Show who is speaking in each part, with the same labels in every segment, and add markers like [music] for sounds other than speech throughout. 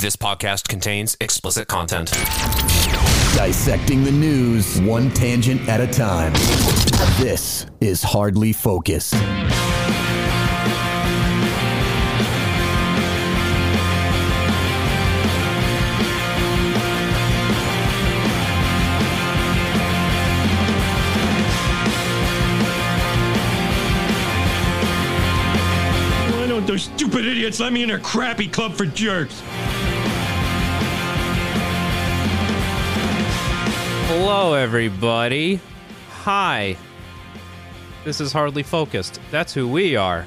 Speaker 1: This podcast contains explicit content.
Speaker 2: Dissecting the news, one tangent at a time. This is Hardly Focus.
Speaker 3: Why don't those stupid idiots let me in their crappy club for jerks?
Speaker 4: Hello, everybody. Hi. This is Hardly Focused. That's who we are.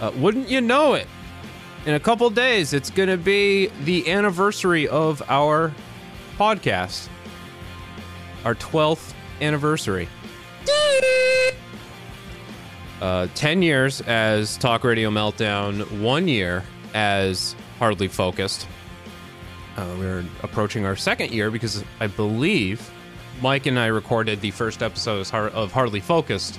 Speaker 4: Uh, wouldn't you know it? In a couple days, it's going to be the anniversary of our podcast, our 12th anniversary. Uh, 10 years as Talk Radio Meltdown, one year as Hardly Focused. Uh, we're approaching our second year because I believe Mike and I recorded the first episode of Har- of Hardly Focused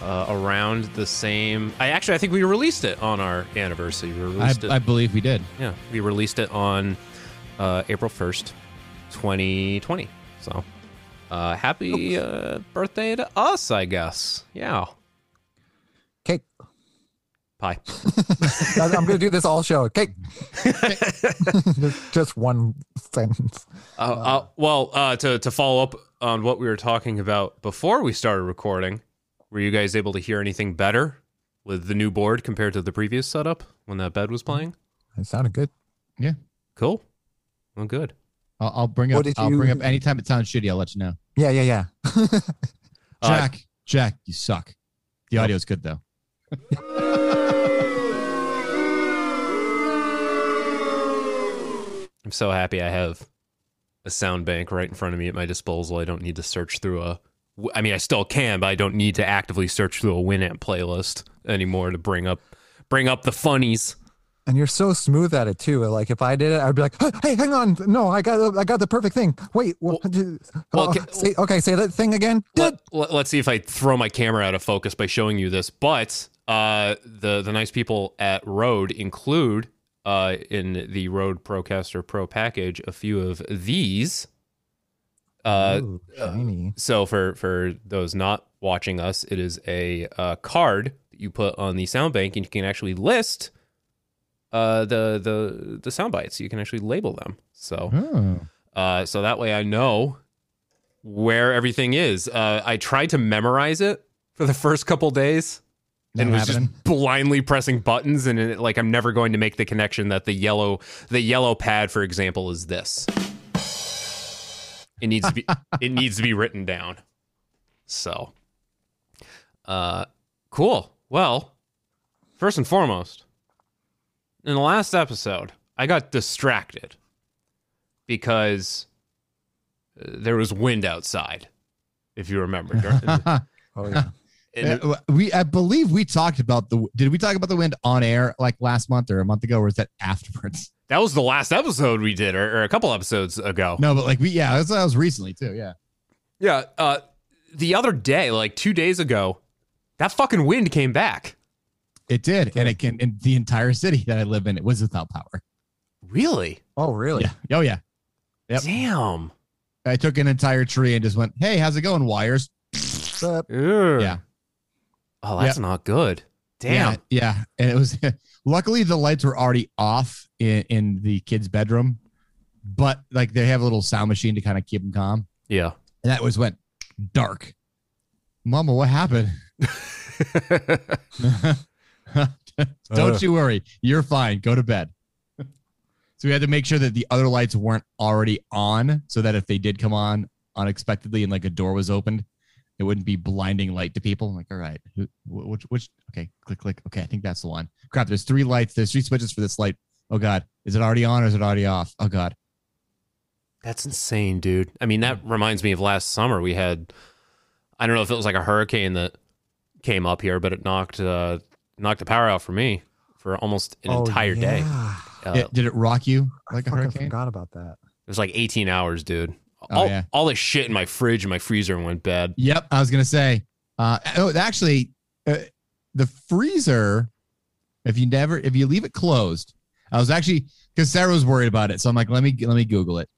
Speaker 4: uh, around the same. I actually, I think we released it on our anniversary. We
Speaker 5: I,
Speaker 4: released it.
Speaker 5: I believe we did.
Speaker 4: yeah, we released it on uh, April first, twenty twenty. So, uh, happy uh, birthday to us, I guess. Yeah,
Speaker 6: Cake.
Speaker 5: [laughs]
Speaker 4: pie.
Speaker 6: I'm going to do this all show. Cake. just, just one sentence.
Speaker 4: Uh, uh, well, uh, to to follow up on what we were talking about before we started recording, were you guys able to hear anything better with the new board compared to the previous setup when that bed was playing?
Speaker 6: It sounded good.
Speaker 4: Cool. Well, good.
Speaker 5: I'll, I'll bring
Speaker 6: What
Speaker 5: up.
Speaker 6: did
Speaker 5: I'll bring
Speaker 6: you-
Speaker 5: up anytime it sounds shitty. I'll let you know.
Speaker 6: Yeah, yeah, yeah. [laughs]
Speaker 4: Uh,
Speaker 5: Jack, Jack, you suck. The audio's good though.
Speaker 4: I'm so happy I have a sound bank right in front of me at my disposal. I don't need to search through a. I mean, I still can, but I don't need to actively search through a Winamp playlist anymore to bring up bring up the funnies.
Speaker 6: And you're so smooth at it too. Like if I did it, I'd be like, "Hey, hang on! No, I got, I got the perfect thing. Wait, what?
Speaker 4: well,
Speaker 6: oh,
Speaker 4: ca-
Speaker 6: say, okay, say that thing again.
Speaker 4: let, let, us see if I throw my camera out of focus by showing you this. But uh, the the nice people at Rode include uh, in the Rode Procaster Pro package a few of these. Uh,
Speaker 6: Ooh, shiny.
Speaker 4: so for for those not watching us, it is a uh, card that you put on the sound bank, and you can actually list uh, the the the sound bites. You can actually label them. So.
Speaker 6: Hmm.
Speaker 5: Oh.
Speaker 4: Uh, so that way I know where everything is. Uh, I tried to memorize it for the first couple days and was just blindly pressing buttons and it, like I'm never going to make the connection that the yellow the yellow pad for example is this. It needs to be it needs to be written down. So uh cool. Well, first and foremost, in the last episode, I got distracted because uh, there was wind outside, if
Speaker 5: [laughs]
Speaker 4: you remember. during-
Speaker 6: oh yeah.
Speaker 4: [laughs] and it-
Speaker 5: Uh, we, I believe we talked about the. Did we talk about the wind on air like last month or a month ago, or was that afterwards?
Speaker 4: that was the last episode we did, or, or a couple episodes ago.
Speaker 5: No, but like we, yeah, that's, that was recently too. Yeah.
Speaker 4: Yeah. Uh, the other day, like two days ago, that fucking wind came back.
Speaker 5: It did, and it can. And the entire city that I live in, it was without power.
Speaker 4: Really?
Speaker 6: Oh really?
Speaker 5: Yeah. Oh yeah. Yep.
Speaker 4: Damn.
Speaker 5: I took an entire tree and just went, "Hey, how's it going, wires?"
Speaker 6: Uh,
Speaker 5: Yeah.
Speaker 4: Oh, that's not good. Damn.
Speaker 5: Yeah, yeah. And it was [laughs] luckily the lights were already off in, in the kid's bedroom, but like they have a little sound machine to kind of keep them calm.
Speaker 4: Yeah.
Speaker 5: And that was went dark. Mama, what happened? Don't you worry. You're fine. Go to bed. So we had to make sure that the other lights weren't already on so that if they did come on unexpectedly and like a door was opened, it wouldn't be blinding light to people. I'm like, all right, who, wh- which, which, okay, click, click. Okay, I think that's the one. Crap, there's three lights. There's three switches for this light. Oh, God. Is it already on or is it already off? Oh, God.
Speaker 4: That's insane, dude. I mean,
Speaker 5: Mm.
Speaker 4: that reminds me of last summer. We had, I don't know if it was like a hurricane that came up here, but it knocked uh, knocked the power out for me for almost an
Speaker 6: oh,
Speaker 4: entire day.
Speaker 6: yeah.
Speaker 4: Uh,
Speaker 5: It- did it rock you
Speaker 6: I
Speaker 5: like a
Speaker 6: fucking
Speaker 5: hurricane?
Speaker 6: forgot about that.
Speaker 4: It was like 18 hours, dude.
Speaker 5: Oh,
Speaker 4: all,
Speaker 5: yeah.
Speaker 4: all the shit in my fridge and my freezer went bad.
Speaker 5: Yep, I was gonna say. Uh, oh, actually, uh, the freezer. If you never, if you leave it closed, I was actually because Sarah was worried about it. So I'm like, let me let me Google it.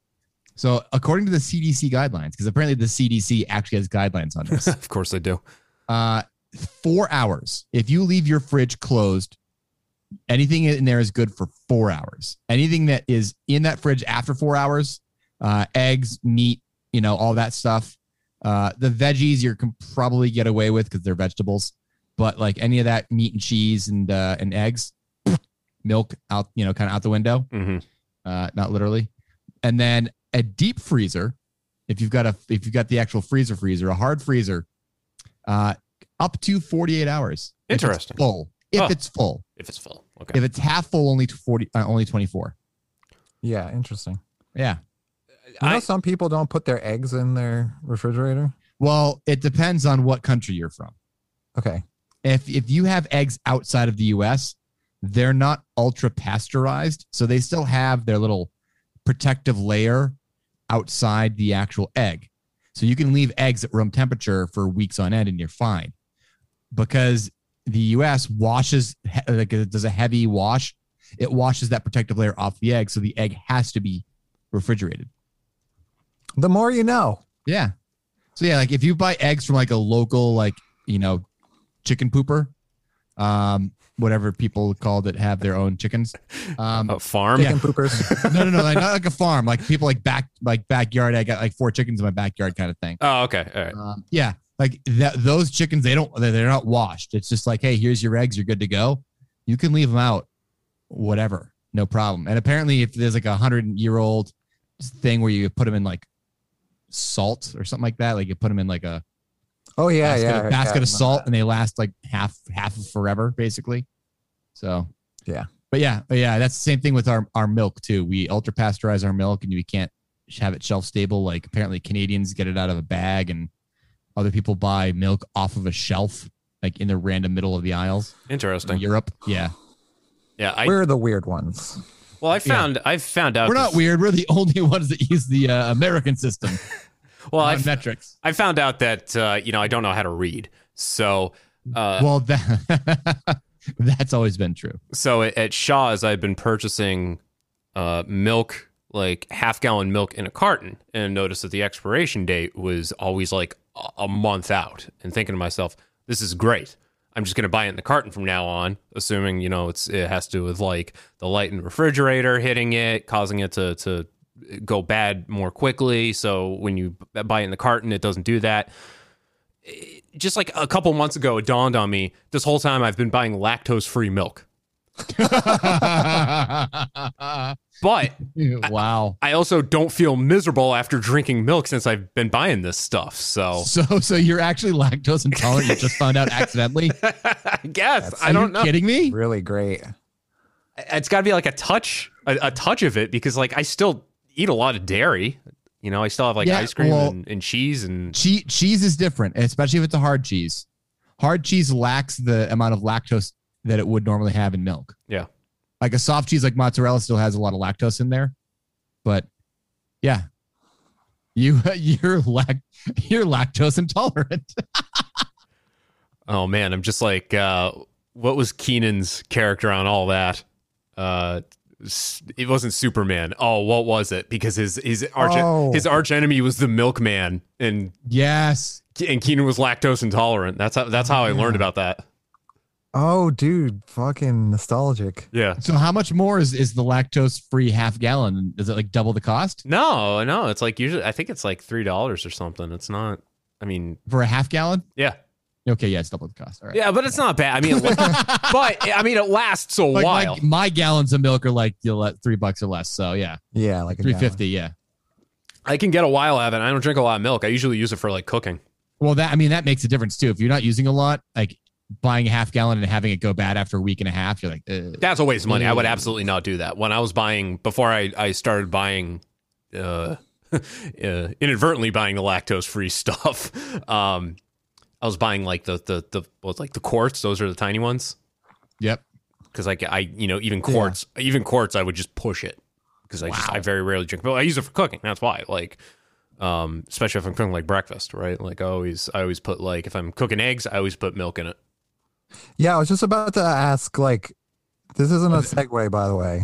Speaker 5: So according to the CDC guidelines, because apparently the CDC actually has guidelines on this,
Speaker 4: [laughs] Of course I do.
Speaker 5: uh, four hours. If you leave your fridge closed, anything in there is good for four hours. Anything that is in that fridge after four hours, uh, eggs, meat, you know, all that stuff. Uh, the veggies you can probably get away with because they're vegetables, but like any of that meat and cheese and uh, and eggs, milk out, you know, kind of out the window
Speaker 4: Mm-hmm.
Speaker 5: uh, not literally. And then a deep freezer, if you've got a if you've got the actual freezer freezer, a hard freezer, uh, up to 48 hours. if it's
Speaker 4: Interesting.
Speaker 5: full. If
Speaker 4: Huh.
Speaker 5: it's full.
Speaker 4: If it's full. Okay.
Speaker 5: If it's half full, only 40 uh, only 24.
Speaker 6: Yeah, interesting.
Speaker 5: Yeah.
Speaker 6: You know,
Speaker 4: I,
Speaker 6: some people don't put their eggs in their refrigerator.
Speaker 5: Well, it depends on what country you're from.
Speaker 6: Okay.
Speaker 5: If if you have eggs outside of the US, they're not ultra pasteurized, so they still have their little protective layer outside the actual egg. So you can leave eggs at room temperature for weeks on end and you're fine. Because the US washes he- like it does a heavy wash, it washes that protective layer off the egg, so the egg has to be refrigerated.
Speaker 6: The more you know.
Speaker 5: Yeah. So yeah, like if you buy eggs from like a local like, you know, chicken pooper, um whatever people call that have their own chickens. Um
Speaker 4: a farm.
Speaker 6: Chicken poopers.
Speaker 5: [laughs] no no no, like not like a farm, like people like back like backyard, I got like four chickens in my backyard kind of thing.
Speaker 4: Oh, okay. All right.
Speaker 5: Um, yeah, like that, those chickens, they don't, they're- they're not washed. It's just like, hey, here's your eggs, you're good to go. You can leave them out, whatever, no problem. And apparently, if there's like a hundred year old thing where you put them in like salt or something like that, like you put them in like a
Speaker 6: Oh yeah,
Speaker 5: basket,
Speaker 6: yeah.
Speaker 5: a
Speaker 6: yeah,
Speaker 5: basket
Speaker 6: I
Speaker 5: of salt,
Speaker 6: remember
Speaker 5: and they last like half half of forever, basically. So
Speaker 6: Yeah.
Speaker 5: but yeah, but yeah, that's the same thing with our our milk too. We ultra pasteurize our milk, and we can't sh- have it shelf stable. Like apparently Canadians get it out of a bag, and other people buy milk off of a shelf, like in the random middle of the aisles. In
Speaker 4: Interesting.
Speaker 5: Europe, yeah,
Speaker 4: Yeah.
Speaker 6: that.
Speaker 4: I
Speaker 6: We're the weird ones.
Speaker 4: well, I found I found out.
Speaker 5: we're not
Speaker 4: this-
Speaker 5: weird. We're the [laughs] only ones that use the uh, American system
Speaker 4: Well,
Speaker 5: on
Speaker 4: I
Speaker 5: metrics.
Speaker 4: I found out that uh, you know I don't know how to read. So uh,
Speaker 5: well, that [laughs] that's always been true. [laughs]
Speaker 4: so at, at Shaw's, I've been purchasing uh, milk, like half gallon milk in a carton, and noticed that the expiration date was always like a- a month out. And thinking to myself, this is great. I'm just going to buy it in the carton from now on, assuming you know it's it has to do with like the light in the refrigerator hitting it, causing it to to go bad more quickly. So when you b- buy it in the carton, it doesn't do that just like a couple months ago, it dawned on me this whole time I've been buying lactose free milk. But
Speaker 5: [laughs] wow.
Speaker 4: I also don't feel miserable after drinking milk since I've been buying this stuff. So
Speaker 5: So, so you're actually lactose intolerant. You just found out
Speaker 4: [laughs]
Speaker 5: accidentally.
Speaker 4: I guess I
Speaker 5: Are
Speaker 4: don't
Speaker 5: you
Speaker 4: know.
Speaker 5: Kidding me?
Speaker 6: Really great.
Speaker 4: It's got to be like a touch, a, a touch of it because like I still eat a lot of dairy. You know, I still have like
Speaker 5: Yeah,
Speaker 4: ice cream
Speaker 5: well-
Speaker 4: and, and cheese and
Speaker 5: Che- cheese is different, especially if it's a hard cheese. Hard cheese lacks the amount of lactose that it would normally have in milk.
Speaker 4: Yeah.
Speaker 5: Like a soft cheese like mozzarella still has a lot of lactose in there. But yeah. You [laughs] you're lac you're lactose intolerant. [laughs]
Speaker 4: oh man, I'm just like uh, what was Keenan's character on all that? Uh, s- it wasn't Superman. Oh, what was it? Because his his arch
Speaker 6: Oh.
Speaker 4: his arch enemy was the milkman, and
Speaker 5: yes.
Speaker 4: and Keenan was lactose intolerant. That's how that's how I learned about that.
Speaker 6: Oh, dude, fucking nostalgic.
Speaker 4: Yeah.
Speaker 5: So how much more is, is the lactose free half gallon? Is it like double the cost
Speaker 4: No, no, it's like usually I think it's like three dollars or something. It's not. I mean,
Speaker 5: for a half gallon?
Speaker 4: yeah,
Speaker 5: Okay, yeah, it's double the cost. All right.
Speaker 4: yeah, but it's not bad. I mean,
Speaker 5: [laughs]
Speaker 4: it la- but I mean, it lasts a
Speaker 5: Like, my-
Speaker 4: while.
Speaker 5: My, gallons of milk are like you know, three bucks or less. So yeah,
Speaker 6: Yeah, like a
Speaker 5: three
Speaker 6: gallon.
Speaker 5: fifty. Yeah.
Speaker 4: I can get a while out of it. I don't drink a lot of milk. I usually use it for like cooking.
Speaker 5: Well, that I mean that makes a difference too. If you're not using a lot, like buying a half gallon and having it go bad after a week and a half, you're like, uh. Ugh.
Speaker 4: That's a waste of money. I would
Speaker 5: Mm.
Speaker 4: absolutely not do that. When I was buying before I I started buying, uh, [laughs] uh inadvertently buying the lactose free [laughs] stuff. Um, I was buying like the the the what's like the quarts. Those are the tiny ones.
Speaker 5: yep.
Speaker 4: because like I you know even quarts even quarts I would just push it because I just I very rarely drink but I use it for cooking that's why like um especially if I'm cooking like breakfast right like I always I always put like if I'm cooking eggs I always put milk in it
Speaker 6: Yeah, I was just about to ask. Like, this isn't a segue, by the way.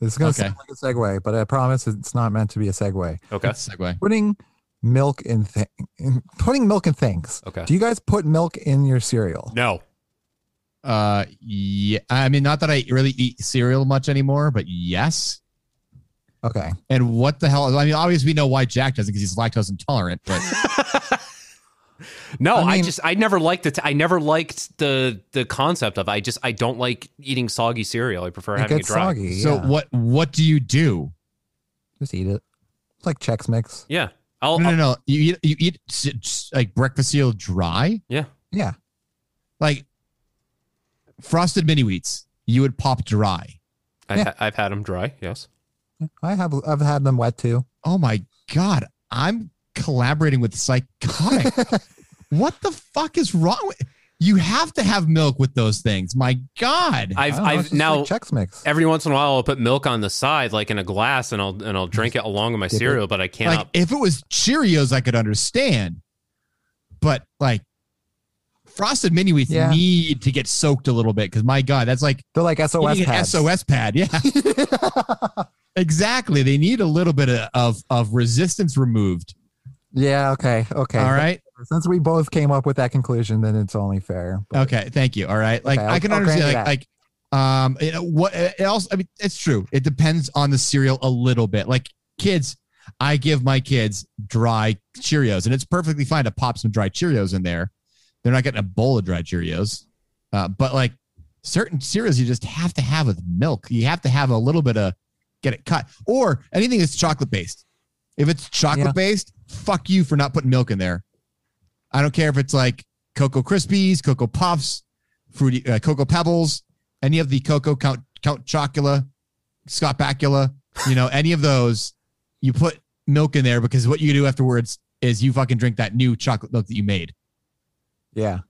Speaker 6: This is going to
Speaker 5: Okay.
Speaker 6: sound like a segue, but I promise it's not meant to be a segue.
Speaker 4: Okay.
Speaker 5: Segue.
Speaker 6: Putting milk in, thi- in putting milk in things.
Speaker 4: Okay.
Speaker 6: Do you guys put milk in your cereal?
Speaker 4: No.
Speaker 5: Uh, yeah. I mean, not that I really eat cereal much anymore, but yes.
Speaker 6: Okay.
Speaker 5: And what the hell? I mean, obviously we know why Jack doesn't because he's lactose intolerant.
Speaker 4: [laughs]
Speaker 5: But
Speaker 4: No, I,
Speaker 6: I mean-
Speaker 4: just I never liked it. I never liked the the concept of. I just I don't like eating soggy cereal. I prefer
Speaker 6: It
Speaker 4: having it
Speaker 6: gets
Speaker 4: dry.
Speaker 6: soggy.
Speaker 5: so
Speaker 6: yeah.
Speaker 5: what? What do you do?
Speaker 6: Just eat it. It's like Chex Mix.
Speaker 4: Yeah. I'll,
Speaker 5: No,
Speaker 4: I'll-
Speaker 5: no, no. You eat you eat s- s- like breakfast cereal dry,
Speaker 4: yeah.
Speaker 6: Yeah.
Speaker 5: like frosted mini wheats. You would pop dry.
Speaker 4: I've,
Speaker 6: Yeah.
Speaker 4: ha- I've had them dry. Yes.
Speaker 6: I have. I've had them wet too.
Speaker 5: Oh my god, I'm collaborating
Speaker 6: [laughs]
Speaker 5: with psychotic. what the fuck is wrong with you? Have to have milk with those things. My god.
Speaker 6: I
Speaker 4: I've
Speaker 6: don't know, it's
Speaker 4: I've
Speaker 6: just
Speaker 4: now
Speaker 6: like Chex Mix.
Speaker 4: every once in a while I'll put milk on the side like in a glass and I'll and I'll drink it along with my
Speaker 6: Dip it.
Speaker 4: cereal, but I cannot.
Speaker 5: Like if it was Cheerios, I could understand, but like frosted mini wheats
Speaker 6: Yeah.
Speaker 5: need to get soaked a little bit because my god, that's like
Speaker 6: They're like SOS
Speaker 5: eating an
Speaker 6: pads.
Speaker 5: SOS pad. Yeah,
Speaker 6: [laughs]
Speaker 5: exactly. They need a little bit of of, of resistance removed.
Speaker 6: Yeah. Okay. Okay.
Speaker 5: All right.
Speaker 6: Since we both came up with that conclusion, then it's only fair. But
Speaker 5: Okay. Thank you. All right. Like
Speaker 6: Okay, I'll-
Speaker 5: I can
Speaker 6: I'll grant
Speaker 5: understand.
Speaker 6: you
Speaker 5: Like, like um, you know what? It also, I mean, it's true. It depends on the cereal a little bit. Like kids, I give my kids dry Cheerios, and it's perfectly fine to pop some dry Cheerios in there. They're not getting a bowl of dry Cheerios, uh, but like certain cereals, you just have to have with milk. You have to have a little bit of get it cut or anything that's chocolate based. If it's chocolate
Speaker 6: Yeah.
Speaker 5: based, fuck you for not putting milk in there. I don't care if it's like Cocoa Krispies, Cocoa Puffs, fruity uh, Cocoa Pebbles, any of the Cocoa Count Count Chocula, Scott Bakula, you know, any of those, you put milk in there because what you do afterwards is you fucking drink that new chocolate milk that you made.
Speaker 6: Yeah.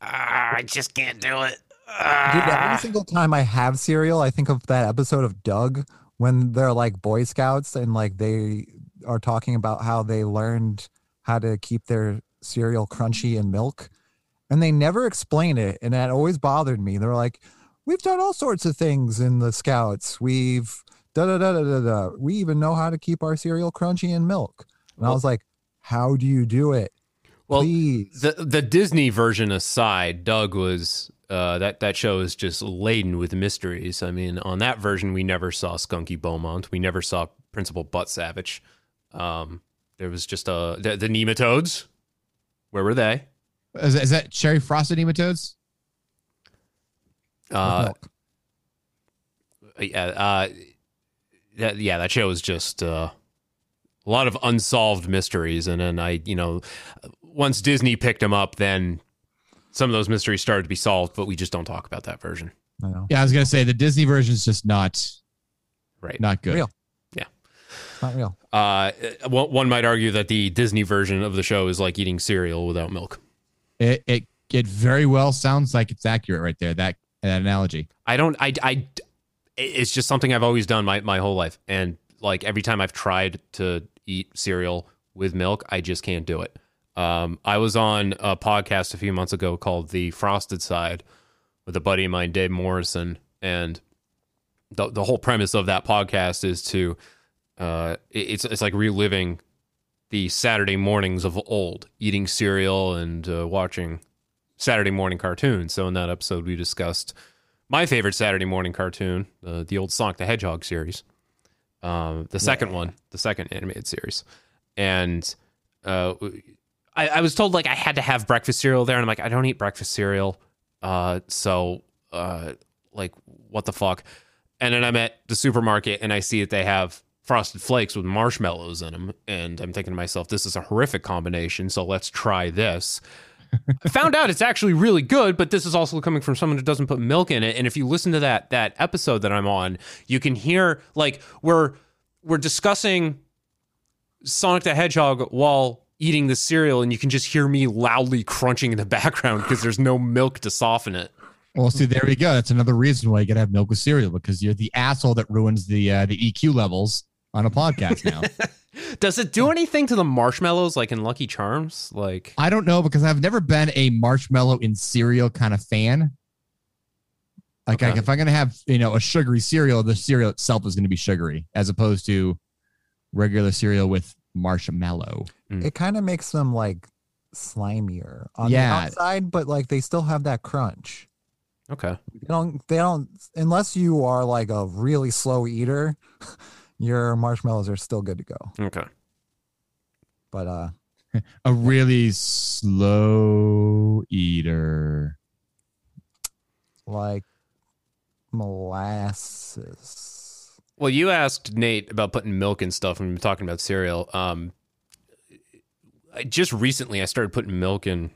Speaker 1: Ah, I just can't do it.
Speaker 6: Dude,
Speaker 1: Ah.
Speaker 6: every single time I have cereal, I think of that episode of Doug when they're like Boy Scouts and like they are talking about how they learned how to keep their cereal crunchy in milk. And they never explain it. And that always bothered me. They're like, we've done all sorts of things in the Scouts. We've da da da da da da. We even know how to keep our cereal crunchy in milk. And I was like, how do you do it?
Speaker 4: well,
Speaker 6: Please.
Speaker 4: the the Disney version aside, Doug was uh, that that show is just laden with mysteries. I mean, on that version, we never saw Skunky Beaumont. We never saw Principal Butt Savage. Um, there was just uh the, the nematodes. Where were they?
Speaker 5: Is, is that cherry frosted nematodes?
Speaker 4: Uh, yeah, uh, that, yeah, that show was just uh, a lot of unsolved mysteries. And then I, you know, once Disney picked them up, then some of those mysteries started to be solved. But we just don't talk about that version.
Speaker 6: I know.
Speaker 5: Yeah, I was gonna say the Disney version is just not
Speaker 4: Right.
Speaker 5: not good.
Speaker 6: Real.
Speaker 4: Yeah.
Speaker 6: It's not real.
Speaker 4: Uh, one, one might argue that the Disney version of the show is like eating cereal without milk.
Speaker 5: It it it very well sounds like it's accurate right there. That that analogy.
Speaker 4: I don't. I. I. It's just something I've always done my my whole life, and like every time I've tried to eat cereal with milk, I just can't do it. Um, I was on a podcast a few months ago called The Frosted Side with a buddy of mine, Dave Morrison, and the the whole premise of that podcast is to uh, it- it's it's like reliving the Saturday mornings of old, eating cereal and uh, watching Saturday morning cartoons. So in that episode, we discussed my favorite Saturday morning cartoon, uh, the old Sonic the Hedgehog series, um, the second one, the second animated series, and uh, I, I was told like I had to have breakfast cereal there, and I'm like, I don't eat breakfast cereal, uh, so uh, like what the fuck? And then I'm at the supermarket and I see that they have frosted flakes with marshmallows in them, and I'm thinking to myself, this is a horrific combination, so let's try this. I found out it's actually really good, but this is also coming from someone who doesn't put milk in it. And if you listen to that that episode that I'm on, you can hear like we're we're discussing Sonic the Hedgehog while eating the cereal, and you can just hear me loudly crunching in the [laughs] background because there's no milk to soften it.
Speaker 5: Well, see, there we go. That's another reason why you gotta have milk with cereal because you're the asshole that ruins the uh, the EQ levels on a podcast now.
Speaker 4: [laughs] Does it do anything to the marshmallows like in Lucky Charms? Like
Speaker 5: I don't know because I've never been a marshmallow in cereal kind of fan. Like,
Speaker 4: Okay.
Speaker 5: like if I'm gonna have you know a sugary cereal, the cereal itself is gonna be sugary as opposed to regular cereal with marshmallow.
Speaker 4: Hmm. Mm.
Speaker 6: It kind of makes them like slimier on
Speaker 5: Yeah.
Speaker 6: the outside, but like they still have that crunch.
Speaker 4: Okay.
Speaker 6: They don't. They don't. Unless you are like a really slow eater, [laughs] your marshmallows are still good to go.
Speaker 4: Okay.
Speaker 6: But uh,
Speaker 5: [laughs] A really slow eater.
Speaker 6: like molasses.
Speaker 4: Well, you asked Nate about putting milk and stuff when we were talking about cereal. Um, I, just recently, I started putting milk in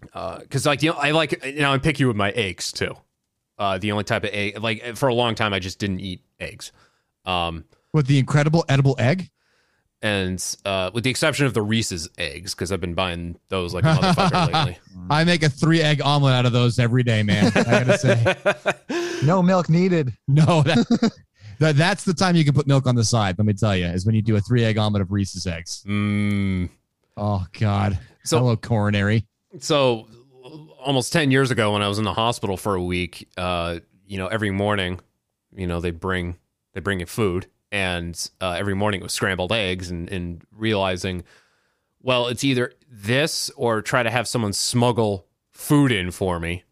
Speaker 4: because, like, you know, I like you know I'm picky with my eggs too. Uh, the only type of egg, like, for a long time, I just didn't eat eggs. Um,
Speaker 5: What the incredible edible egg?
Speaker 4: and uh, with the exception of the Reese's eggs, because I've been buying
Speaker 5: [laughs]
Speaker 4: those like a motherfucker lately.
Speaker 5: I make a three egg omelet out of those every day, man. I gotta say.
Speaker 6: [laughs] No milk needed.
Speaker 5: No, that, that that's the time you can put milk on the side. Let me tell you, is when you do a three egg omelet of Reese's eggs.
Speaker 4: Mm.
Speaker 5: Oh God,
Speaker 4: So-
Speaker 5: hello coronary.
Speaker 4: so almost 10 years ago when i was in the hospital for a week uh you know every morning you know they bring they bring you food and uh, every morning it was scrambled eggs and and realizing well it's either this or try to have someone smuggle food in for me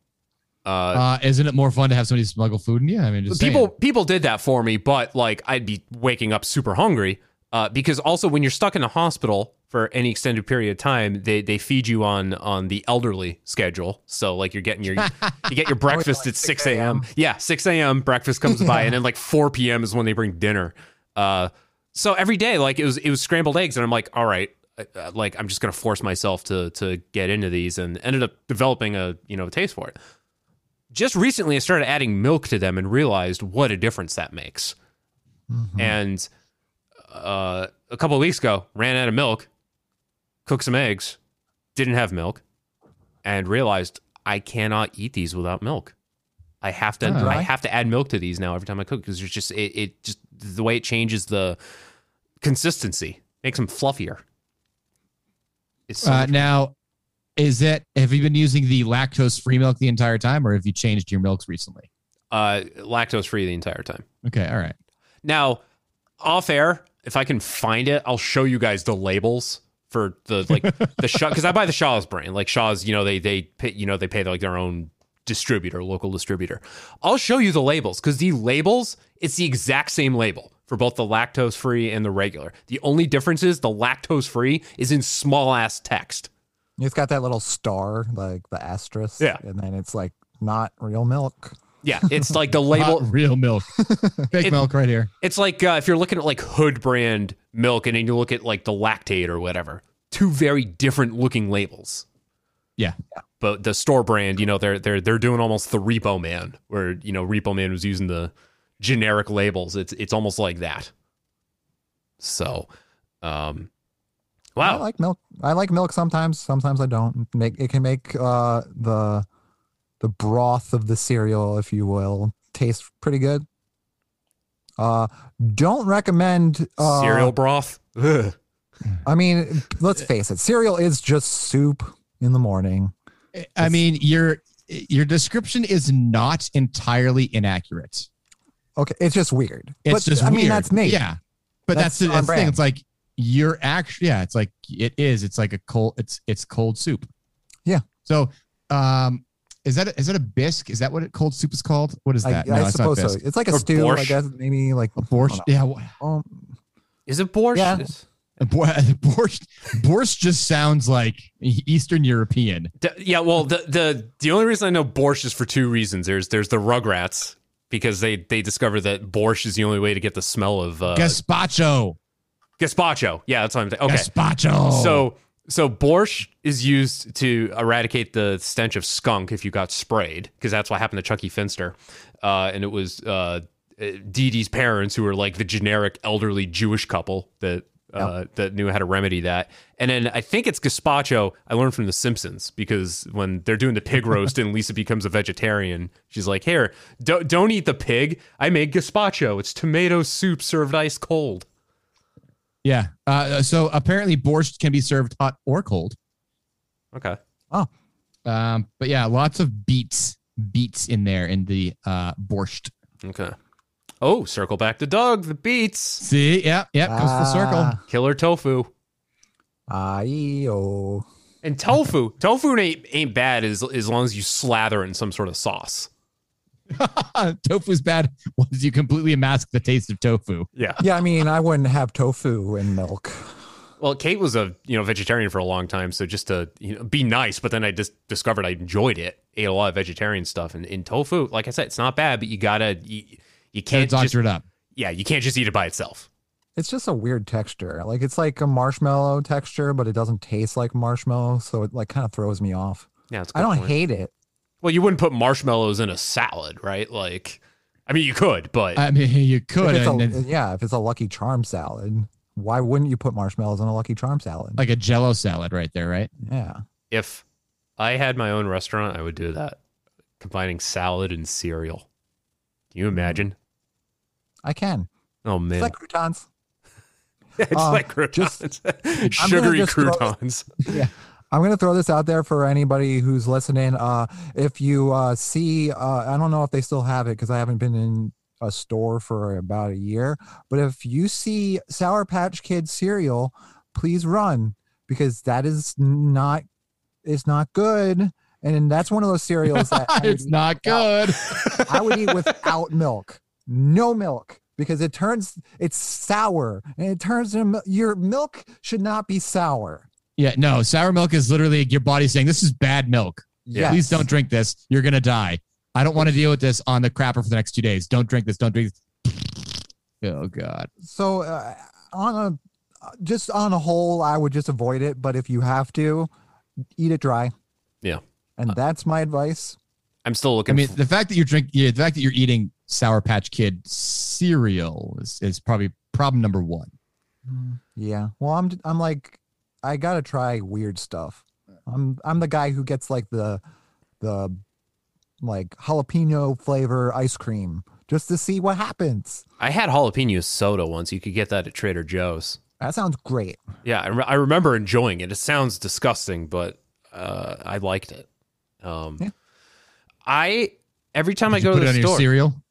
Speaker 5: Uh,
Speaker 4: uh
Speaker 5: isn't it more fun to have somebody smuggle food in you? I mean, just
Speaker 4: people
Speaker 5: saying.
Speaker 4: people did that for me, but like I'd be waking up super hungry. Uh, because also when you're stuck in a hospital for any extended period of time, they they feed you on on the elderly schedule. So like you're getting your
Speaker 5: [laughs]
Speaker 4: you get your breakfast at six a.m. Yeah, six a.m. breakfast comes by, and then like four p.m. is when they bring dinner. Uh, so every day like it was it was scrambled eggs, and I'm like, all right. uh, uh, Like I'm just gonna force myself to to get into these, and ended up developing a you know a taste for it just recently I started adding milk to them and realized what a difference that makes. And uh, a couple of weeks ago, ran out of milk, cooked some eggs, didn't have milk, and realized I cannot eat these without milk. I have to
Speaker 5: Oh.
Speaker 4: I have to add milk to these now every time I cook because it's just it, it just the way it changes the consistency makes them fluffier. It's so
Speaker 5: Uh,
Speaker 4: much-
Speaker 5: now, is it? Have you been using the lactose free milk the entire time, or have you changed your milks recently?
Speaker 4: uh, lactose free the entire time.
Speaker 5: Okay, all right.
Speaker 4: Now, off air, if I can find it, I'll show you guys the labels for the like the Shaw because I buy the Shaw's brand. Like Shaw's, you know, they they pay, you know they pay like their own distributor, local distributor. I'll show you the labels because the labels it's the exact same label for both the lactose free and the regular. The only difference is the lactose free is in small ass text.
Speaker 6: It's got that little star, like the asterisk.
Speaker 4: Yeah.
Speaker 6: And then it's like not real milk. [laughs]
Speaker 4: Yeah, it's like the label.
Speaker 5: Not real milk, fake
Speaker 4: It-
Speaker 5: milk right here.
Speaker 4: It's like uh, if you're looking at like Hood brand milk and then you look at like the lactate or whatever, two very different looking labels.
Speaker 5: Yeah.
Speaker 4: But the store brand, you know, they're they're they're doing almost the Repo Man, where you know Repo Man was using the generic labels. It's it's almost like that. So, um,
Speaker 6: I
Speaker 4: wow,
Speaker 6: like milk. I like milk sometimes. Sometimes I don't. Make it can make uh, the the broth of the cereal, if you will, taste pretty good. Uh, don't recommend uh,
Speaker 4: cereal broth. Ugh.
Speaker 6: I mean, let's face it, cereal is just soup in the morning.
Speaker 5: I mean, your your description is not entirely inaccurate.
Speaker 6: Okay, it's just weird.
Speaker 5: It's
Speaker 6: but,
Speaker 5: just
Speaker 6: I mean,
Speaker 5: weird.
Speaker 6: that's Nate.
Speaker 5: Yeah, but
Speaker 6: That's
Speaker 5: that's, the,
Speaker 6: on
Speaker 5: that's the thing.
Speaker 6: brand.
Speaker 5: It's like you're actually yeah. It's like it is. It's like a cold. It's it's cold soup.
Speaker 6: Yeah.
Speaker 5: So, um, is that a, is that a bisque? Is that what it, cold soup is called? What is
Speaker 6: I,
Speaker 5: that?
Speaker 6: I suppose so. It's like a
Speaker 4: Or
Speaker 6: stew, I
Speaker 4: borscht.
Speaker 6: guess. Maybe like
Speaker 5: A borscht. Yeah. wha-
Speaker 6: um,
Speaker 4: Is it borscht?
Speaker 6: Yeah.
Speaker 4: It's-
Speaker 5: a bor- [laughs] Borscht. Borscht just sounds like Eastern European.
Speaker 4: D- yeah, well, the the the only reason I know borscht is for two reasons. There's there's the Rugrats because they they discover that borscht is the only way to get the smell of uh,
Speaker 5: Gazpacho.
Speaker 4: gazpacho. Yeah, that's what I'm saying. Okay,
Speaker 5: Gazpacho.
Speaker 4: so so borscht is used to eradicate the stench of skunk if you got sprayed because that's what happened to Chucky Finster, uh, and it was uh, Dee Dee's parents who were like the generic elderly Jewish couple that. Uh, that knew how to remedy that, and then I think it's gazpacho. I learned from The Simpsons because when they're doing the pig roast and Lisa becomes a vegetarian, she's like, "Here, don't don't eat the pig. I made gazpacho. It's tomato soup served ice cold."
Speaker 5: yeah. Uh, so apparently, borscht can be served hot or cold.
Speaker 4: Okay,
Speaker 5: Um, but yeah, lots of beets beets in there in the uh, borscht.
Speaker 4: Okay. Oh, circle back to Doug. The beets.
Speaker 5: See, yeah, yeah, comes full circle.
Speaker 6: Ah,
Speaker 4: Killer tofu.
Speaker 6: Ayo.
Speaker 4: And tofu. [laughs] tofu ain't, ain't bad as, as long as you slather in some sort of sauce.
Speaker 5: [laughs] Tofu's bad once you completely mask the taste of tofu.
Speaker 4: Yeah.
Speaker 6: Yeah, I mean, I wouldn't have tofu in milk.
Speaker 4: Well, Kate was a you know vegetarian for a long time, so just to you know, be nice. But then I just discovered I enjoyed it. Ate a lot of vegetarian stuff, and in tofu, like I said, it's not bad, but you gotta you, you
Speaker 5: Gotta
Speaker 4: can't
Speaker 5: doctor
Speaker 4: just,
Speaker 5: it up.
Speaker 4: yeah you can't just eat it by itself.
Speaker 6: It's just a weird texture. Like it's like a marshmallow texture, but it doesn't taste like marshmallow, so it like kind of throws me off.
Speaker 4: Yeah, it's
Speaker 6: I don't hate it.
Speaker 4: Well, you wouldn't put marshmallows in a salad, right? Like, I mean, you could, but
Speaker 5: I mean, you
Speaker 6: If
Speaker 5: could,
Speaker 6: it's a-
Speaker 5: and then,
Speaker 6: yeah, if it's a Lucky Charm salad, why wouldn't you put marshmallows on a Lucky Charm salad?
Speaker 5: like a Jello salad, right there, right?
Speaker 6: yeah,
Speaker 4: if I had my own restaurant, I would do that, combining salad and cereal. Can you imagine?
Speaker 6: I can.
Speaker 4: Oh man,
Speaker 6: It's like croutons.
Speaker 4: it's
Speaker 6: uh,
Speaker 4: like
Speaker 6: just-
Speaker 4: croutons, sugary
Speaker 6: just throw-
Speaker 4: croutons.
Speaker 6: I'm gonna throw this out there for anybody who's listening. Uh, if you uh, see, uh, I don't know if they still have it because I haven't been in a store for about a year. But if you see Sour Patch Kid cereal, please run because that is not, it's not good, and that's one of those cereals that I, would
Speaker 5: [laughs] it's
Speaker 6: eat,
Speaker 5: not good.
Speaker 6: [laughs] I would eat without milk, no milk. Because it turns, it's sour, and it turns into mil- your milk should not be sour.
Speaker 5: Yeah, no, sour milk is literally your body saying this is bad milk.
Speaker 6: Yeah,
Speaker 5: Please don't drink this. You're gonna die. I don't want to deal with this on the crapper for the next two days. Don't drink this. Don't drink this. Oh God.
Speaker 6: so uh, on a just on a whole i would just avoid it but if you have to eat it dry
Speaker 4: Yeah.
Speaker 6: and that's my advice
Speaker 4: I'm still
Speaker 5: I
Speaker 4: looking.
Speaker 5: mean,
Speaker 4: for-
Speaker 5: the fact that you're drinking, yeah, the fact that you're eating Sour Patch Kid cereal is, is probably problem number one.
Speaker 6: yeah well i'm i'm like i gotta try weird stuff i'm i'm the guy who gets like the the like jalapeno flavor ice cream just to see what happens
Speaker 4: I had jalapeno soda once. You could get that at Trader Joe's.
Speaker 6: that sounds great
Speaker 4: Yeah, I, re- I remember enjoying it. It sounds disgusting, but uh, I liked it. Um,
Speaker 6: Yeah.
Speaker 4: I every time I
Speaker 5: Did you
Speaker 4: go
Speaker 5: put
Speaker 4: to
Speaker 5: it
Speaker 4: the
Speaker 5: on your
Speaker 4: store,
Speaker 5: cereal.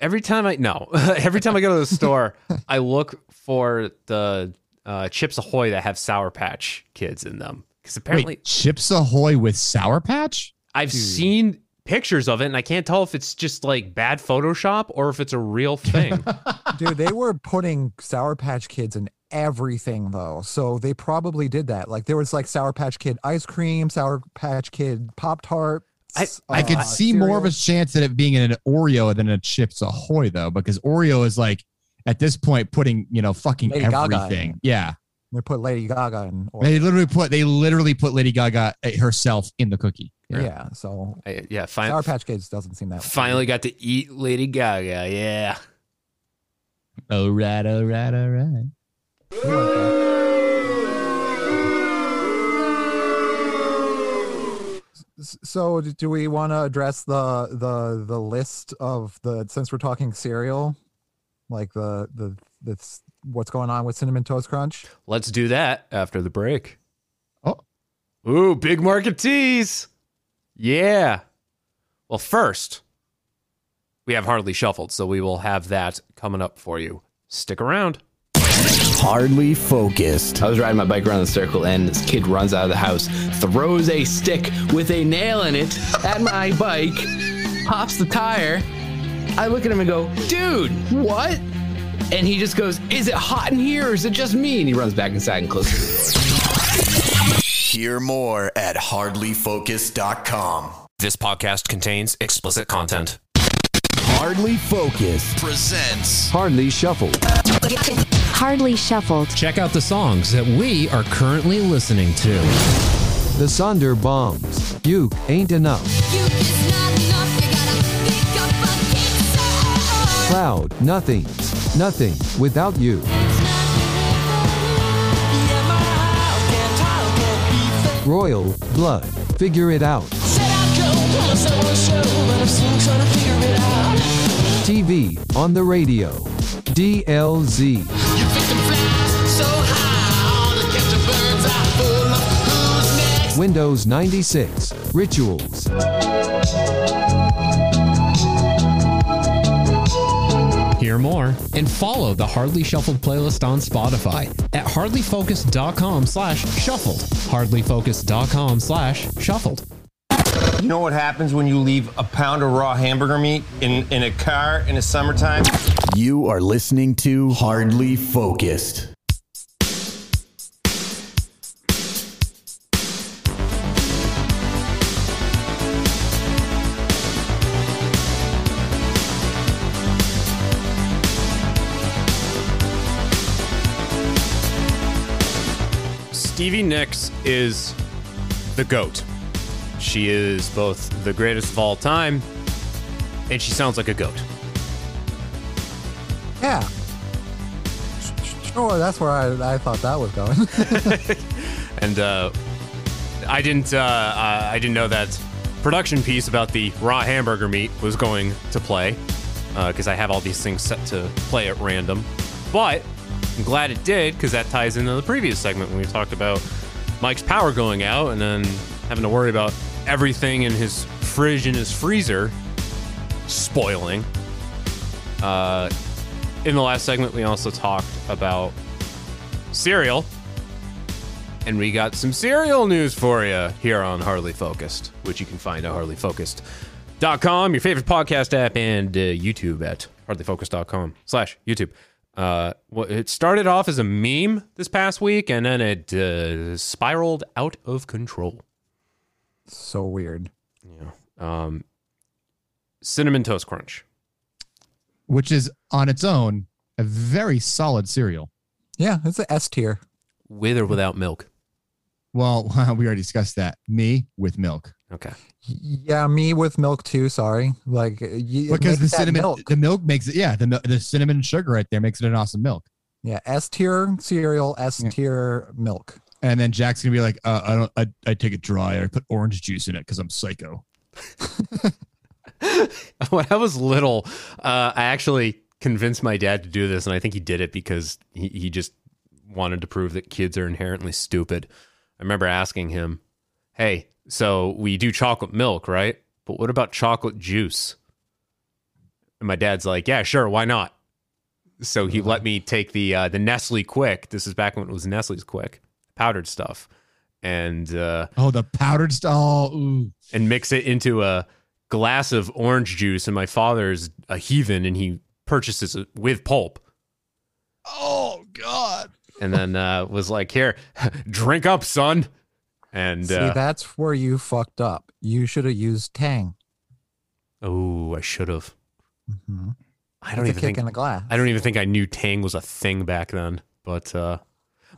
Speaker 4: every time I no, [laughs] every time I go to the store, I look for the uh, Chips Ahoy that have Sour Patch Kids in them because apparently
Speaker 5: Wait, Hmm. Chips Ahoy with Sour Patch?
Speaker 4: I've seen pictures of it and I can't tell if it's just like bad Photoshop or if it's a
Speaker 5: [laughs]
Speaker 4: real thing.
Speaker 6: Dude, they were putting Sour Patch Kids in everything though. So they probably did that. Like there was like Sour Patch Kid ice cream, Sour Patch Kid uh, Pop Tart.
Speaker 4: I-
Speaker 5: I could see more of a chance at it being in an Oreo than a Chips Ahoy though, because Oreo is like at this point putting you know fucking
Speaker 6: Lady Gaga in
Speaker 5: everything.
Speaker 6: it.
Speaker 5: Yeah,
Speaker 6: They put Lady Gaga in. Or,
Speaker 5: they literally put they literally put Lady Gaga eh, herself in the cookie.
Speaker 6: yeah. So
Speaker 4: I- yeah,
Speaker 6: Sour
Speaker 4: fin-
Speaker 6: Patch Kids doesn't seem that.
Speaker 4: finally got to eat Lady Gaga. Yeah.
Speaker 5: All right, all right, all right.
Speaker 6: S- So d- do we want to address the the the list of the since we're talking cereal, like the the this what's going on with Cinnamon Toast Crunch?
Speaker 4: Let's do that after the break.
Speaker 5: Oh.
Speaker 4: Ooh, big market tease. Yeah. Well, first, we have Hardly Shuffled, so we will have that coming up for you. Stick around.
Speaker 2: Hardly focused.
Speaker 7: I was riding my bike around the circle, and this kid runs out of the house, throws a stick with a nail in it at my [laughs] bike, pops the tire. I look at him and go, dude, what? And he just goes, is it hot in here or is it just me? And he runs back inside and closes the door.
Speaker 2: Hear more at hardlyfocused.com.
Speaker 8: Um, This podcast contains explicit content.
Speaker 2: Hardly focused presents Hardly Shuffled.
Speaker 9: Hardly shuffled.
Speaker 10: Check out the songs that we are currently listening to.
Speaker 11: The Sonder Bombs. You ain't enough. Cloud, nothing's nothing without you. Royal Blood. Figure it out. TV, on the radio. DLZ. Windows 96. Rituals.
Speaker 10: hear more, and follow the Hardly Shuffled playlist on Spotify at hardlyfocus.com slash shuffled. Hardlyfocus.com slash shuffled.
Speaker 12: You know what happens when you leave a pound of raw hamburger meat in, in a car in the summertime?
Speaker 2: You are listening to Hardly Focused.
Speaker 4: Stevie Nicks is the GOAT. She is both the greatest of all time, and she sounds like a goat.
Speaker 6: Yeah. Sure, that's where I, I thought that was going.
Speaker 5: [laughs]
Speaker 4: And uh, I didn't, uh, I I didn't know that production piece about the raw hamburger meat was going to play because I have all these things set to play at random. But I'm glad it did because that ties into the previous segment when we talked about Mike's power going out and then having to worry about everything in his fridge and his freezer spoiling. Uh, in the last segment, we also talked about cereal. And we got some cereal news for you here on Harley Focused, which you can find at harleyfocused.com, your favorite podcast app, and uh, YouTube at harleyfocused.com slash YouTube. Uh, well, it started off as a meme this past week, and then it uh, spiraled out of control.
Speaker 6: so weird.
Speaker 4: Um, cinnamon Toast Crunch.
Speaker 5: which is on its own a very solid cereal.
Speaker 6: Yeah, it's an S tier.
Speaker 4: With or without milk?
Speaker 5: Well, [laughs] we already discussed that. Uh, Me with milk.
Speaker 4: Okay.
Speaker 6: Yeah, me with milk too. Sorry, like you,
Speaker 5: Because the cinnamon, the milk makes it. Yeah, the mil- the cinnamon and sugar right there makes it an awesome milk.
Speaker 6: Yeah, S tier cereal, S tier milk.
Speaker 5: And then Jack's gonna be like, uh, I don't, I, I take it dry. I put orange juice in it because I'm psycho.
Speaker 4: [laughs] when I was little, uh, I actually convinced my dad to do this, and I think he did it because he, he just wanted to prove that kids are inherently stupid. I remember asking him, "Hey, so we do chocolate milk, right? But what about chocolate juice?" And my dad's like, "Yeah, sure, why not?" So he let me take the uh, the Nestle Quick. This is back when it was Nestle's Quick powdered stuff, and uh,
Speaker 5: Oh, the powdered stall. Ooh.
Speaker 4: and mix it into a glass of orange juice. And my father's a heathen and he purchases it with pulp.
Speaker 5: Oh God.
Speaker 4: And then uh, was like, here, [laughs] drink up, son. And
Speaker 6: See,
Speaker 4: uh,
Speaker 6: that's where you fucked up. You should have used Tang.
Speaker 4: oh, I should have.
Speaker 6: Mm-hmm.
Speaker 4: I don't
Speaker 6: it's
Speaker 4: even
Speaker 6: a kick
Speaker 4: think
Speaker 6: in the glass.
Speaker 4: I don't even think I knew Tang was a thing back then. But uh,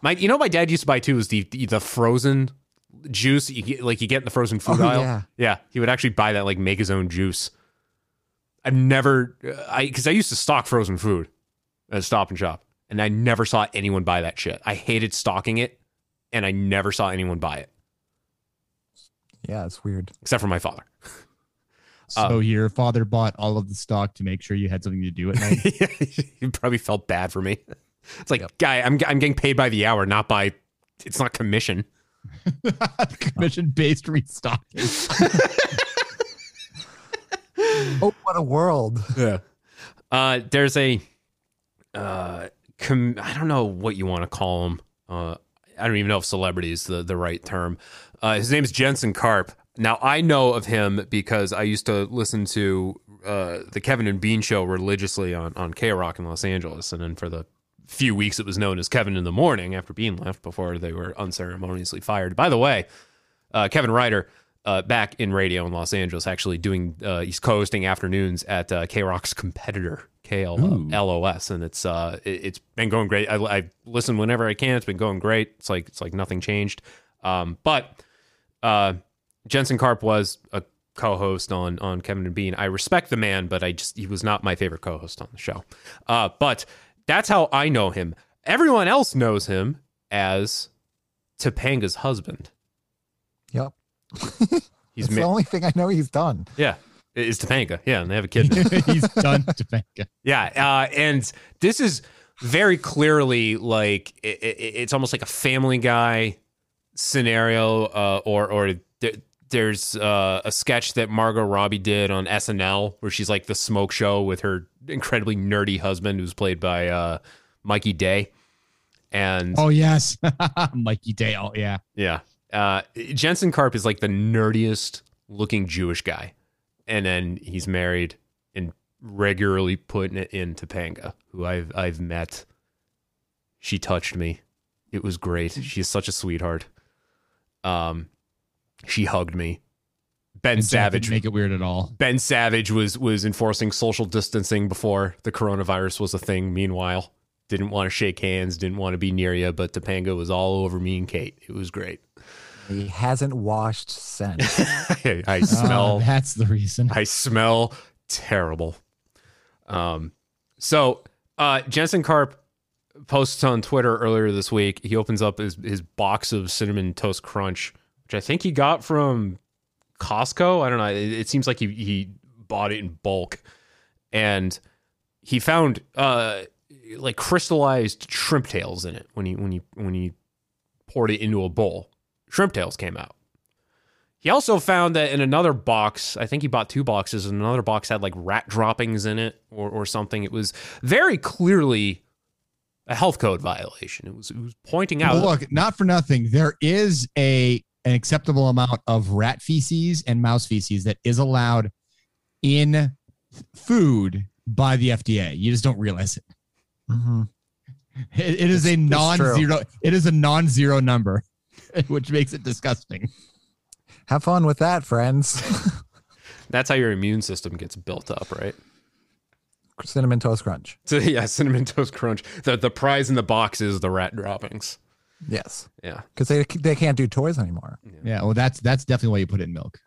Speaker 4: my, you know, what my dad used to buy too was the the, the frozen juice. that You get, like you get in the frozen food
Speaker 6: Oh,
Speaker 4: aisle.
Speaker 6: yeah.
Speaker 4: he would actually buy that, like make his own juice. I've never, uh, I because I used to stock frozen food at Stop and Shop, and I never saw anyone buy that shit. I hated stocking it, and I never saw anyone buy it
Speaker 6: Yeah, it's weird.
Speaker 4: except for my father. [laughs]
Speaker 5: So your father bought all of the stock to make sure you had something to do at night.
Speaker 4: he probably felt bad for me. [laughs] It's like, guy, I'm I'm getting paid by the hour, not by. It's not commission.
Speaker 5: Commission based restocking.
Speaker 6: Oh, what a world!
Speaker 4: Yeah. Uh, there's a, uh, com- I don't know what you want to call him. Uh, I don't even know if celebrity is the, the right term. Uh, his name's Jensen Karp. Now, I know of him because I used to listen to uh, the Kevin and Bean show religiously on, on K Rock in Los Angeles. And then for the few weeks, it was known as Kevin in the Morning after Bean left before they were unceremoniously fired. By the way, uh, Kevin Ryder uh, back in radio in Los Angeles, actually doing uh, East Coasting afternoons at uh, K Rock's competitor KLOS, and it's uh, it, it's been going great. I, I listen whenever I can. It's been going great. It's like it's like nothing changed. Um, but uh, Jensen Karp was a co-host on on Kevin and Bean. I respect the man, but I just he was not my favorite co-host on the show. Uh, but that's how I know him. Everyone else knows him as Topanga's husband.
Speaker 6: Yep,
Speaker 4: He's
Speaker 6: it's
Speaker 4: ma-
Speaker 6: the only thing I know he's done.
Speaker 4: yeah, it- it's Topanga. Yeah, and they have
Speaker 5: [laughs]
Speaker 4: a kid. now.
Speaker 5: He's done Topanga.
Speaker 4: yeah, uh, and this is very clearly like i i it's almost like a Family Guy scenario, uh, or or th- there's uh, a sketch that Margot Robbie did on SNL where she's like the smoke show with her incredibly nerdy husband who's played by uh, Mikey Day. And
Speaker 5: Oh yes, [laughs] Mikey Dale. Yeah,
Speaker 4: yeah. Uh, Jensen Karp is like the nerdiest looking Jewish guy. And then he's married and regularly putting it in Topanga, who I've I've met. She touched me. It was great.
Speaker 5: Mm.
Speaker 4: She's such a sweetheart. Um she hugged me. Ben
Speaker 5: And Zach didn't
Speaker 4: Savage
Speaker 5: make it weird at all.
Speaker 4: Ben Savage was was enforcing social distancing before the coronavirus was a thing. Meanwhile, didn't want to shake hands, didn't want to be near you, but Topanga was all over me and Kate. It was great.
Speaker 6: He hasn't washed since.
Speaker 4: [laughs]
Speaker 6: Uh,
Speaker 4: I, I
Speaker 5: Ah,
Speaker 4: smell.
Speaker 5: that's the reason.
Speaker 4: I smell terrible. Um, so uh, Jensen Karp posts on Twitter earlier this week. He opens up his his box of cinnamon toast crunch, which I think he got from Costco. I don't know. It, it seems like he he bought it in bulk, and he found uh like crystallized shrimp tails in it when he when he when he poured it into a bowl. Shrimp tails came out. He also found that in another box, I think he bought two boxes, and another box had like rat droppings in it or, or something. It was very clearly a health code violation. It was, it was pointing out.
Speaker 5: Well, look, not for nothing. There is a an acceptable amount of rat feces and mouse feces that is allowed in f- food by the FDA. You just don't realize it.
Speaker 6: Mm-hmm.
Speaker 5: It, it is a
Speaker 6: it's true.
Speaker 5: non-zero. It is a non-zero number, [laughs] which makes it
Speaker 6: [laughs]
Speaker 5: disgusting.
Speaker 6: Have fun with that, friends.
Speaker 4: That's how your immune system gets built up, right?
Speaker 6: Cinnamon Toast
Speaker 4: [laughs]
Speaker 6: Crunch.
Speaker 4: So, yeah, Cinnamon Toast Crunch. The, the prize in the box is the rat droppings.
Speaker 6: Yes.
Speaker 4: Yeah.
Speaker 6: Because they, they can't do toys anymore.
Speaker 5: Yeah. Well, that's that's definitely why you put it in milk.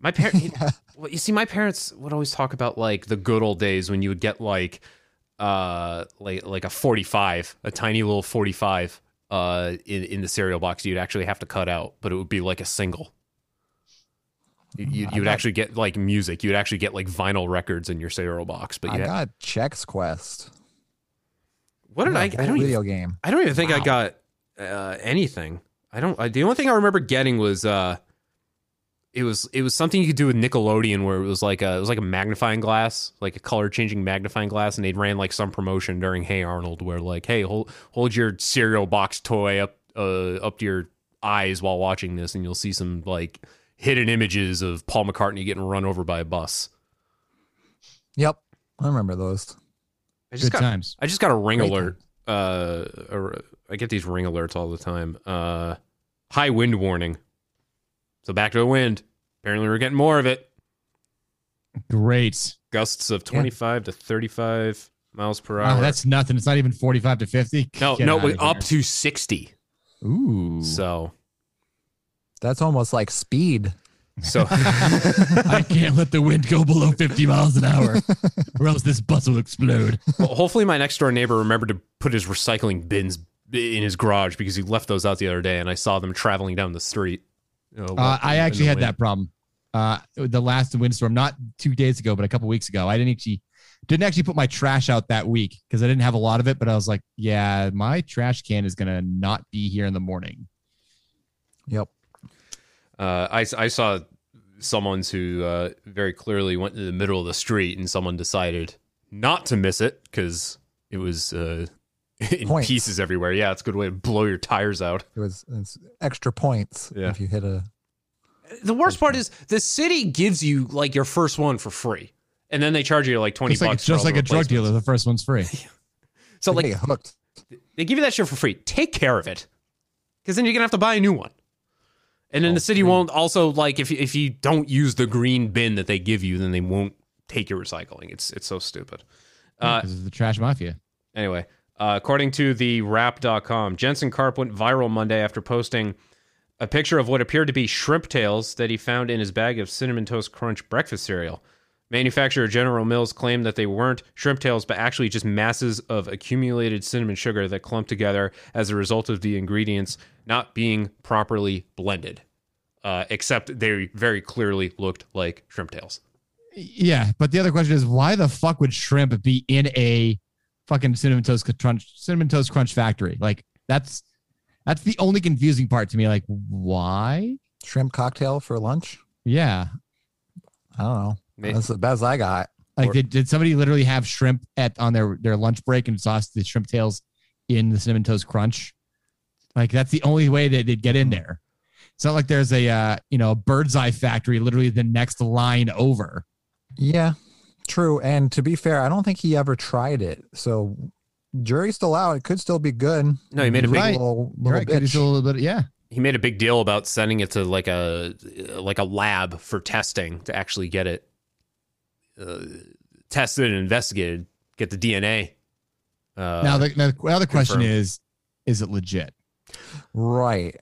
Speaker 4: My parents, well, you see, my parents would always talk about like the good old days when you would get like, uh, like like a forty-five, a tiny little forty-five, uh, in in the cereal box. You'd actually have to cut out, but it would be like a single. You you, you would actually get like music. You'd actually get like vinyl records in your cereal box. But
Speaker 6: I
Speaker 4: yeah,
Speaker 6: got Chex Quest.
Speaker 4: what did I? I
Speaker 6: got a
Speaker 4: don't
Speaker 6: video
Speaker 4: even,
Speaker 6: game.
Speaker 4: I don't even think I got uh, anything. I don't. I, the only thing I remember getting was uh, it was it was something you could do with Nickelodeon where it was like a it was like a magnifying glass, like a color changing magnifying glass, and they ran like some promotion during Hey Arnold where like hey hold hold your cereal box toy up uh, up to your eyes while watching this, and you'll see some like hidden images of Paul McCartney getting run over by a bus.
Speaker 6: Yep. I remember those.
Speaker 4: I just
Speaker 5: Good
Speaker 4: got,
Speaker 5: times.
Speaker 4: I just got a ring
Speaker 6: Great
Speaker 4: alert. Uh, or- I get these ring alerts all the time. Uh, high wind warning. So back to the wind. Apparently, we're getting more of it.
Speaker 5: Great.
Speaker 4: Gusts of 25 to 35 miles per hour.
Speaker 5: Wow, that's nothing. It's not even forty-five to fifty.
Speaker 4: no,
Speaker 5: Get
Speaker 4: no,
Speaker 5: outta
Speaker 4: we up
Speaker 5: here.
Speaker 4: to 60.
Speaker 5: Ooh.
Speaker 4: So,
Speaker 6: That's almost like speed.
Speaker 5: [laughs]
Speaker 4: so [laughs]
Speaker 5: I can't let the wind go below 50 miles
Speaker 6: [laughs]
Speaker 5: an hour, or else this bus will explode.
Speaker 4: Well, hopefully, my next door neighbor remembered to put his recycling bins in his garage because he left those out the other day, and I saw them traveling down the street. uh,
Speaker 5: Uh, I
Speaker 4: in the
Speaker 5: actually had
Speaker 4: wind.
Speaker 5: that problem. Uh, the last windstorm, not two days ago, but a couple weeks ago, I didn't actually didn't actually put my trash out that week because I didn't have a lot of it. But I was like, yeah, my trash can is gonna not be here in the morning.
Speaker 6: Yep.
Speaker 4: Uh, I, I saw someone who uh, very clearly went to the middle of the street and someone decided not to miss it because it was uh, [laughs] in
Speaker 6: Points.
Speaker 4: pieces everywhere. Yeah, it's a good way to blow your tires out.
Speaker 6: It was it's extra points
Speaker 4: Yeah.
Speaker 6: if you hit a.
Speaker 4: The worst part is the city gives you like your first one for free. And then they charge you like 20
Speaker 5: Just like
Speaker 4: bucks.
Speaker 5: just
Speaker 4: for
Speaker 5: like
Speaker 4: all the
Speaker 5: a drug
Speaker 4: replacements.
Speaker 5: dealer, the first one's free.
Speaker 6: [laughs]
Speaker 4: So
Speaker 6: you
Speaker 4: like
Speaker 6: get hooked.
Speaker 4: they give you that shit for free. Take care of it, because then you're gonna have to buy a new one. And then the city won't also like if if you don't use the green bin that they give you, then they won't take your recycling. It's it's so stupid. Uh,
Speaker 5: 'Cause it's the trash mafia.
Speaker 4: Anyway, uh, according to the rap.com, Jensen Karp went viral Monday after posting a picture of what appeared to be shrimp tails that he found in his bag of Cinnamon Toast Crunch breakfast cereal. Manufacturer General Mills claimed that they weren't shrimp tails, but actually just masses of accumulated cinnamon sugar that clumped together as a result of the ingredients not being properly blended. Uh, except they very clearly looked like shrimp tails.
Speaker 5: Yeah, but the other question is, why the fuck would shrimp be in a fucking cinnamon toast crunch cinnamon toast crunch factory? Like that's that's the only confusing part to me. Like why?
Speaker 6: shrimp cocktail for lunch.
Speaker 5: Yeah.
Speaker 6: I don't know. That's the best I got.
Speaker 5: Like, did, did somebody literally have shrimp at on their their lunch break and sauce the shrimp tails in the cinnamon toast crunch? Like, that's the only way that they'd get in
Speaker 6: Mm-hmm.
Speaker 5: there. It's not like there's a uh, you know a bird's eye factory literally the next line over.
Speaker 6: Yeah, true. And to be fair, I don't think he ever tried it. So jury's still out. It could still be good.
Speaker 4: No, he made a big-
Speaker 6: Right. little, little
Speaker 4: Right, could
Speaker 6: bitch.
Speaker 4: he still-
Speaker 5: But yeah,
Speaker 4: He made a big deal about sending it to like a like a lab for testing to actually get it uh, tested and investigated, get the DNA. Uh,
Speaker 5: now the now, the- now the question
Speaker 4: confirmed.
Speaker 5: is, is it legit?
Speaker 6: Right.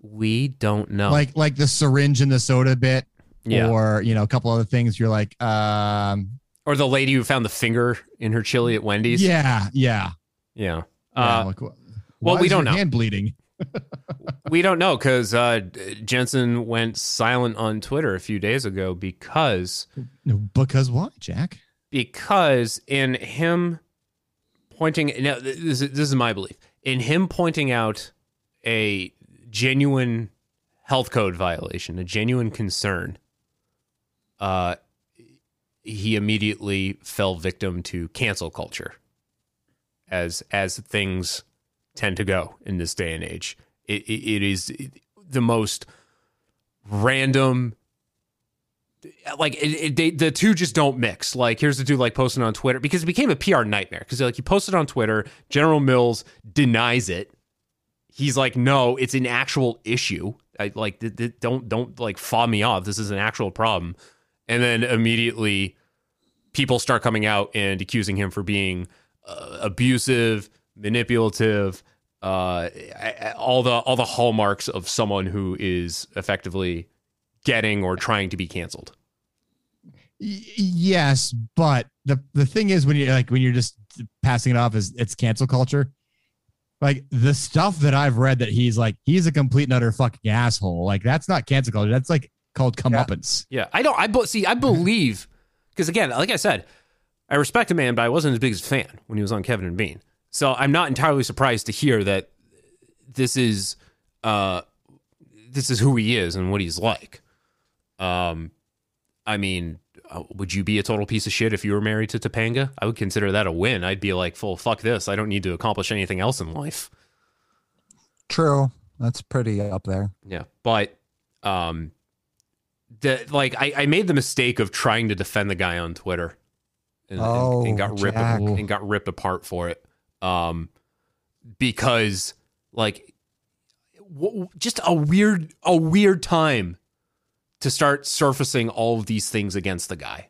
Speaker 4: we don't know.
Speaker 5: Like like the syringe and the soda bit,
Speaker 4: Yeah.
Speaker 5: or you know a couple other things. You're like, um,
Speaker 4: or the lady who found the finger in her chili at Wendy's.
Speaker 5: yeah, yeah.
Speaker 4: yeah.
Speaker 5: Yeah,
Speaker 4: Uh,
Speaker 5: like, wh-
Speaker 4: well,
Speaker 5: why
Speaker 4: we
Speaker 5: is
Speaker 4: don't
Speaker 5: your
Speaker 4: know.
Speaker 5: Hand bleeding.
Speaker 4: we don't know because uh, Jensen went silent on Twitter a few days ago because
Speaker 5: No, because why, Jack?
Speaker 4: because in him pointing now th- this is, this is my belief in him pointing out a genuine health code violation, a genuine concern. Uh, he immediately fell victim to cancel culture, as as things tend to go in this day and age. It, it, it is the most random like it, it, they, the two just don't mix. Like here's the dude like posting on Twitter because it became a PR nightmare because like he posted on Twitter, General Mills denies it. He's like, no, it's an actual issue. I, like, th- th- don't don't like fob me off. This is an actual problem. And then immediately, people start coming out and accusing him for being uh, abusive, manipulative, uh, I- I- all the all the hallmarks of someone who is effectively getting or trying to be canceled.
Speaker 5: Y- yes, but the the thing is when you're like when you're just passing it off as it's cancel culture, like the stuff that I've read that he's like he's a complete and utter fucking asshole. Like that's not cancel culture. That's like called comeuppance.
Speaker 4: Yeah, I don't. I bo- see. I believe because again, like I said, I respect a man, but I wasn't his biggest fan when he was on Kevin and Bean. So I'm not entirely surprised to hear that this is uh this is who he is and what he's like. Um, I mean, uh, would you be a total piece of shit if you were married to Topanga? I would consider that a win. I'd be like, full fuck this. I don't need to accomplish anything else in life.
Speaker 6: True. That's pretty up there.
Speaker 4: Yeah, but um, the like I, I made the mistake of trying to defend the guy on Twitter, and, and-
Speaker 6: Oh,
Speaker 4: and got ripped
Speaker 6: Jack.
Speaker 4: and got ripped apart for it, um, because like w- just a weird a weird time to start surfacing all of these things against the guy.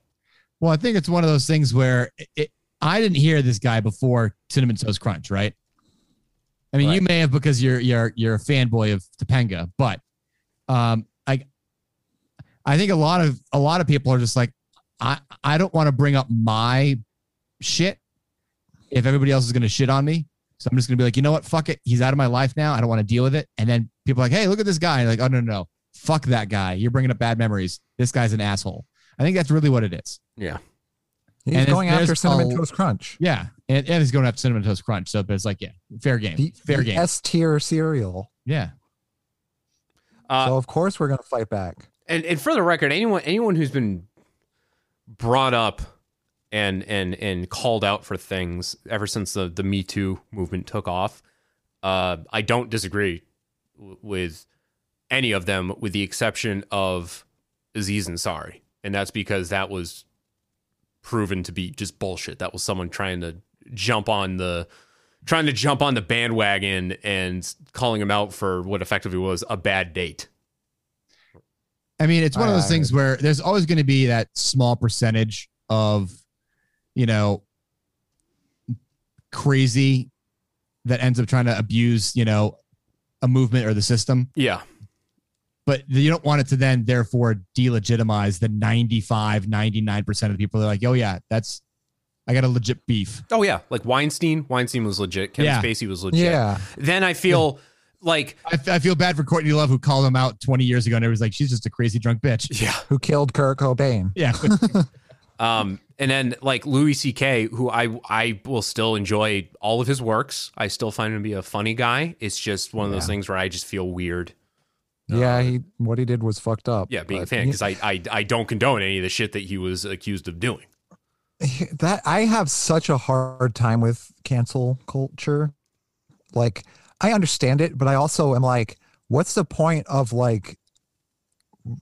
Speaker 5: Well, I think it's one of those things where it, it, I didn't hear this guy before Cinnamon Toast Crunch, right? I mean, you may have because you're you're you're a fanboy of Topanga, but um, I I think a lot of a lot of people are just like, I I don't want to bring up my shit if everybody else is going to shit on me. So I'm just going to be like, you know what? Fuck it. He's out of my life now. I don't want to deal with it. And then people are like, hey, look at this guy. Like, oh, no, no, no. Fuck that guy. You're bringing up bad memories. This guy's an asshole. I think that's really what it is.
Speaker 4: Yeah.
Speaker 6: He's
Speaker 5: And it's-
Speaker 6: going after
Speaker 5: there's
Speaker 6: Cinnamon
Speaker 5: a-
Speaker 6: Toast Crunch.
Speaker 5: Yeah. And, and he's going after Cinnamon Toast Crunch. So it's like, yeah, fair game. fair game.
Speaker 6: S tier cereal.
Speaker 5: yeah.
Speaker 6: so of course we're gonna fight back.
Speaker 4: and and for the record, anyone anyone who's been brought up and and and called out for things ever since the the Me Too movement took off, uh, I don't disagree w- with any of them, with the exception of Aziz Ansari, and that's because that was proven to be just bullshit. That was someone trying to jump on the trying to jump on the bandwagon and calling him out for what effectively was a bad date.
Speaker 5: I mean, it's one of those
Speaker 4: Uh,
Speaker 5: things where there's always going to be that small percentage of, you know, crazy that ends up trying to abuse, you know, a movement or the system.
Speaker 4: Yeah.
Speaker 5: But you don't want it to then, therefore, delegitimize the 95, 99% of the people. They're like, oh, yeah, that's, I got a legit beef.
Speaker 4: Oh yeah, like Weinstein. Weinstein was legit. Kevin
Speaker 5: Yeah.
Speaker 4: Spacey was legit.
Speaker 5: Yeah.
Speaker 4: Then I feel like
Speaker 5: I, f- I feel bad for Courtney Love, who called him out 20 years ago and everybody's like, she's just a crazy drunk bitch.
Speaker 4: [laughs] Yeah.
Speaker 6: Who killed Kurt Cobain? [laughs]
Speaker 5: Yeah.
Speaker 4: Um, and then like Louis C.K., who I I will still enjoy all of his works. I still find him to be a funny guy. It's just one of those things where I just feel weird
Speaker 6: yeah, he what he did was fucked up.
Speaker 4: Yeah, being a
Speaker 6: but
Speaker 4: fan
Speaker 6: he-
Speaker 4: because I, I I don't condone any of the shit that he was accused of doing.
Speaker 6: [laughs] that I have such a hard time with cancel culture. Like I understand it, but I also am like, what's the point of like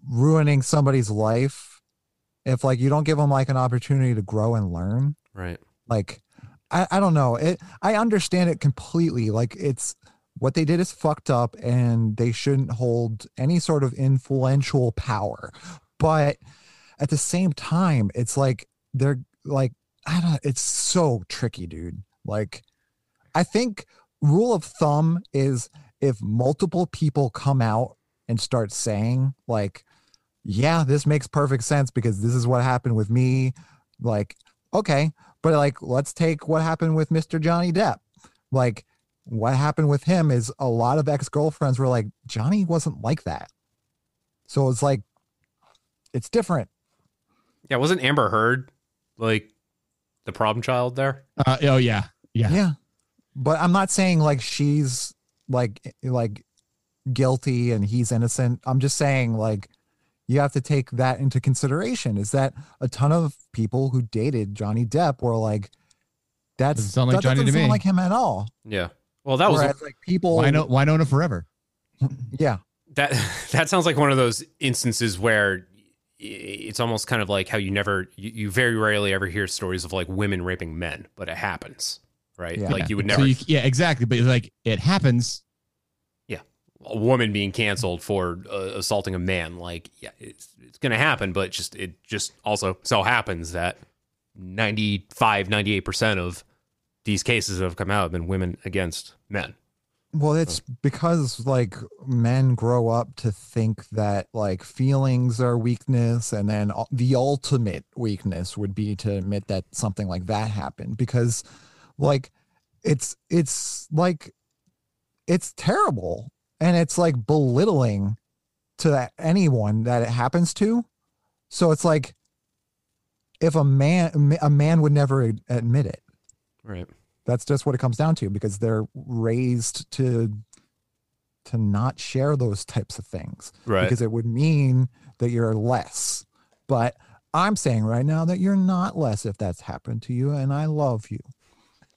Speaker 6: ruining somebody's life if like you don't give them like an opportunity to grow and learn?
Speaker 4: Right.
Speaker 6: Like I, I don't know. It I understand it completely. Like it's what they did is fucked up and they shouldn't hold any sort of influential power. But at the same time, it's like they're like I don't it's so tricky, dude. Like I think rule of thumb is if multiple people come out and start saying like yeah, this makes perfect sense because this is what happened with me. Like, okay, but like, let's take what happened with Mr. Johnny Depp. Like, what happened with him is a lot of ex girlfriends were like, Johnny wasn't like that. So it's like, it's different.
Speaker 4: Yeah, wasn't Amber Heard like the problem child there?
Speaker 5: Uh, oh yeah, yeah,
Speaker 6: yeah. But I'm not saying like she's like like guilty and he's innocent. I'm just saying like you have to take that into consideration. Is that a ton of people who dated Johnny Depp were like that's
Speaker 5: Doesn't sound like
Speaker 6: that
Speaker 5: Johnny to
Speaker 6: doesn't sound
Speaker 5: me.
Speaker 6: like him at all.
Speaker 4: Yeah. Well, that was
Speaker 6: Whereas, like people.
Speaker 5: Why not? Why Nona forever?
Speaker 6: Yeah.
Speaker 4: that [laughs] that sounds like one of those instances where i- it's almost kind of like how you never you, you very rarely ever hear stories of like women raping men, but it happens, right?
Speaker 5: Yeah.
Speaker 4: Like you would
Speaker 5: So
Speaker 4: never
Speaker 5: yeah, exactly. But like it happens.
Speaker 4: a woman being canceled for uh, assaulting a man like yeah it's, it's going to happen but just it just also so happens that 95 98% of these cases that have come out have been women against men
Speaker 6: Well, it's because like men grow up to think that like feelings are weakness, and then u- the ultimate weakness would be to admit that something like that happened because like it's it's like it's terrible and it's like belittling to that anyone that it happens to. So it's like if a man a man would never ad- admit it.
Speaker 4: right
Speaker 6: That's just what it comes down to because they're raised to to not share those types of things.
Speaker 4: Right.
Speaker 6: Because it would mean that you're less. But I'm saying right now that you're not less if that's happened to you and I love you.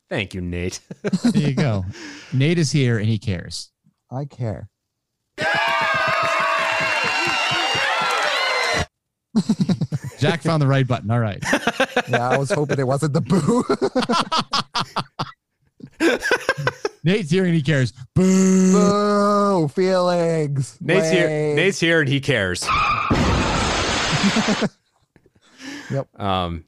Speaker 4: thank you nate
Speaker 5: There
Speaker 4: [laughs]
Speaker 5: you
Speaker 6: [laughs]
Speaker 5: go. Nate is here and he cares.
Speaker 6: I care.
Speaker 5: [laughs] Jack found the right button. All right.
Speaker 6: [laughs] Yeah, I was hoping it wasn't the boo.
Speaker 5: [laughs] Nate's here and he cares. Boo.
Speaker 6: boo feelings.
Speaker 4: nate's here
Speaker 6: Wait.
Speaker 4: nate's here and he cares
Speaker 6: Yep.
Speaker 4: Um,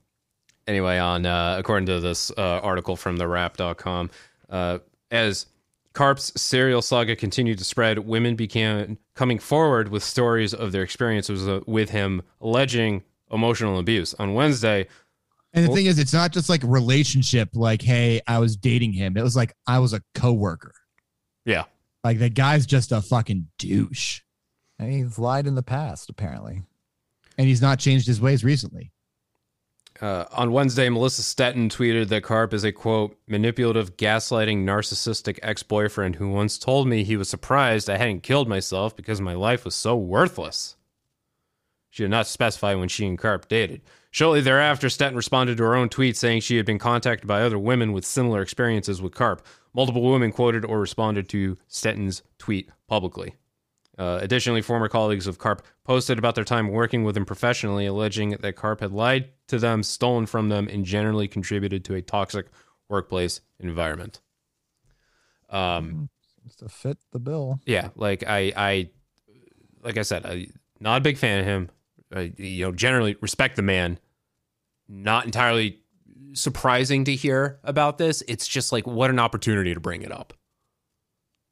Speaker 4: anyway, on uh, according to this uh, article from the rap.com, uh, as Carp's serial saga continued to spread, women began coming forward with stories of their experiences with- with him, alleging emotional abuse. On Wednesday,
Speaker 5: And the thing is, it's not just like relationship. Like, hey, I was dating him. It was like I was a coworker.
Speaker 4: yeah,
Speaker 5: Like the guy's just a fucking douche,
Speaker 6: And he's lied in the past, apparently.
Speaker 5: and he's not changed his ways recently.
Speaker 4: Uh, on Wednesday, Melissa Stetton tweeted that Carp is a quote, manipulative, gaslighting, narcissistic ex boyfriend who once told me he was surprised I hadn't killed myself because my life was so worthless. She did not specify when she and Carp dated. Shortly thereafter, Stetton responded to her own tweet saying she had been contacted by other women with similar experiences with Carp. Multiple women quoted or responded to Stetton's tweet publicly. Uh, additionally, former colleagues of Carp posted about their time working with him professionally, alleging that Carp had lied to them, stolen from them, and generally contributed to a toxic workplace environment. Um,
Speaker 6: It's to fit the bill.
Speaker 4: yeah, like I, I, like I said, I not a big fan of him. I, you know, generally respect the man. Not entirely surprising to hear about this. It's just like what an opportunity to bring it up.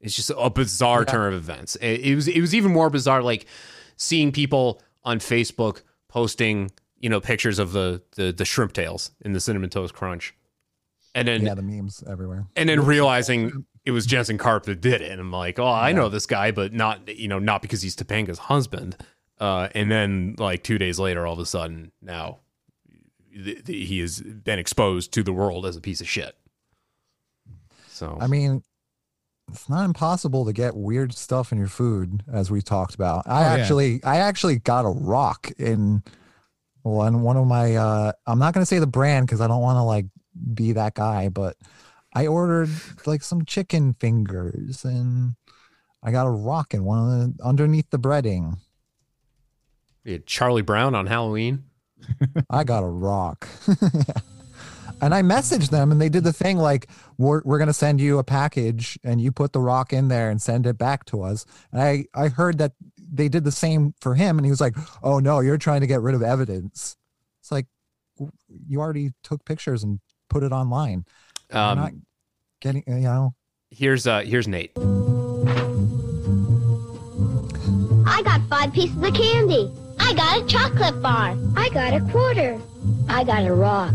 Speaker 4: It's just a bizarre turn of events. It, it was it was even more bizarre, like seeing people on Facebook posting, you know, pictures of the the, the shrimp tails in the cinnamon toast crunch, and then
Speaker 6: yeah, the memes everywhere.
Speaker 4: and then realizing it was Jensen Karp that did it, and I'm like, oh, I know this guy, but not you know not because he's Topanga's husband. Uh, and then like two days later, all of a sudden now th- th- he has been exposed to the world as a piece of shit. So
Speaker 6: I mean, it's not impossible to get weird stuff in your food, as we talked about. I
Speaker 5: Oh, yeah.
Speaker 6: actually, I actually got a rock in one one of my. Uh, I'm not gonna say the brand because I don't want to like be that guy, but I ordered like some chicken fingers and I got a rock in one of the, underneath the breading.
Speaker 4: Yeah, Charlie Brown on Halloween.
Speaker 6: I got a rock. [laughs] and I messaged them and they did the thing like, we're, we're going to send you a package and you put the rock in there and send it back to us. And I, I heard that they did the same for him. And he was like, oh no, you're trying to get rid of evidence. It's like, w- you already took pictures and put it online. You're
Speaker 4: Um,
Speaker 6: not getting, you know,
Speaker 4: Here's uh here's Nate.
Speaker 13: I got five pieces of candy. I got a chocolate bar. I got a quarter. I got a rock.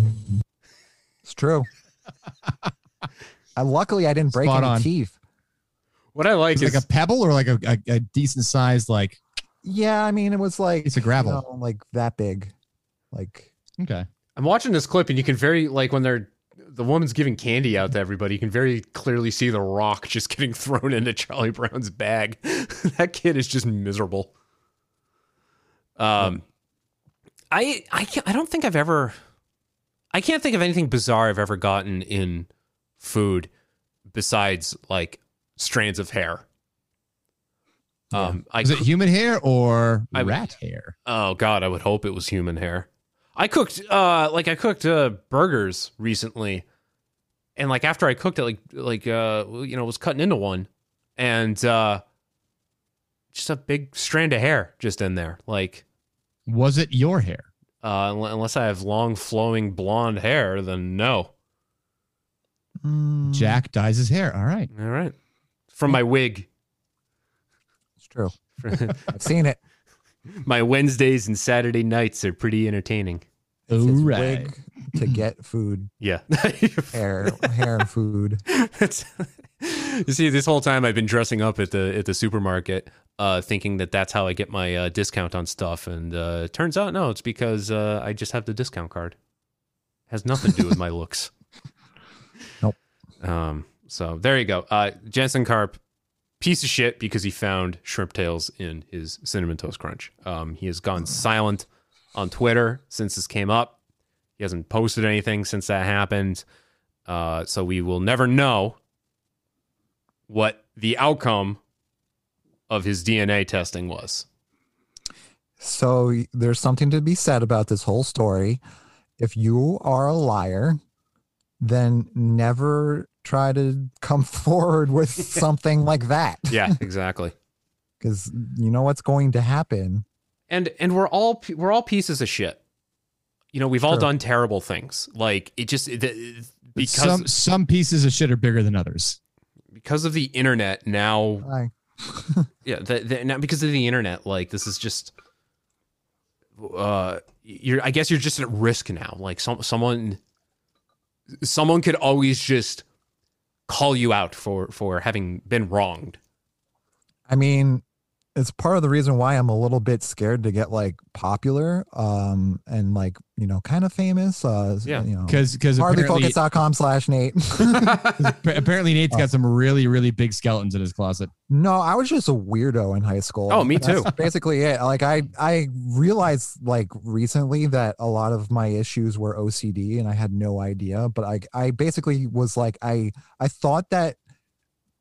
Speaker 6: it's true. I, luckily, I didn't break
Speaker 5: Spot
Speaker 6: any
Speaker 5: on.
Speaker 6: teeth.
Speaker 4: What I like
Speaker 5: It's like a pebble or like a, a, a decent size, like
Speaker 6: Yeah, I mean, it was like,
Speaker 5: Piece of gravel.
Speaker 6: you know, like that big. Like,
Speaker 5: okay.
Speaker 4: I'm watching this clip and you can very like when they're the woman's giving candy out to everybody, you can very clearly see the rock [laughs] just getting thrown into Charlie Brown's bag. [laughs] that kid is just miserable. Um I I can't, I don't think I've ever I can't think of anything bizarre I've ever gotten in food besides like strands of hair. Um I
Speaker 5: Is it human hair or
Speaker 4: I-
Speaker 5: rat hair?
Speaker 4: Oh God, I would hope it was human hair. I cooked uh like I cooked uh burgers recently. And like after I cooked it like like uh you know was cutting into one and uh just a big strand of hair just in there. Like
Speaker 5: Was it your hair?
Speaker 4: uh unle- unless I have long flowing blonde hair then no.
Speaker 6: Mm.
Speaker 5: Jack dyes his hair. All right.
Speaker 4: All right. From my wig.
Speaker 6: It's
Speaker 4: [laughs]
Speaker 6: true. I've seen it.
Speaker 4: my Wednesdays and Saturday nights are pretty entertaining.
Speaker 5: All right.
Speaker 6: Wig to get food,
Speaker 4: Yeah.
Speaker 6: hair, hair and food.
Speaker 4: That's- you see, this whole time I've been dressing up at the at the supermarket, uh, thinking that that's how I get my uh, discount on stuff, and uh, it turns out no, it's because uh, I just have the discount card. has nothing to do with my looks.
Speaker 6: Nope.
Speaker 4: Um. So there you go. Uh, Jensen Carp, piece of shit because he found shrimp tails in his cinnamon toast crunch. Um, he has gone silent on Twitter since this came up. He hasn't posted anything since that happened. Uh, so we will never know what the outcome of his DNA testing was.
Speaker 6: So y- there's something to be said about this whole story. If you are a liar, then never try to come [laughs] forward with something like that
Speaker 4: Yeah, [laughs] exactly.
Speaker 6: because you know what's going to happen.
Speaker 4: and and we're all we're all pieces of shit. You know, we've all done terrible things. Like it just the, because
Speaker 5: some some pieces of shit are bigger than others.
Speaker 4: because of the internet now.
Speaker 6: Aye.
Speaker 4: yeah, the, the, now because of the internet, like this is just. Uh, you're. I guess you're just at risk now. Like some someone, someone could always just call you out for for having been wronged.
Speaker 6: I mean, it's part of the reason why I'm a little bit scared to get like popular um and like, you know, kind of famous. Uh,
Speaker 4: Yeah.
Speaker 6: You know,
Speaker 5: Because because apparently,
Speaker 6: hardlyfocus.com slash Nate.
Speaker 5: apparently Nate's got some really really big skeletons in his closet.
Speaker 6: Oh. No, I was just a weirdo in high school.
Speaker 4: Oh, me
Speaker 6: That's
Speaker 4: too. [laughs]
Speaker 6: basically it. Like I I realized like recently that a lot of my issues were OCD and I had no idea, but I I basically was like I I thought that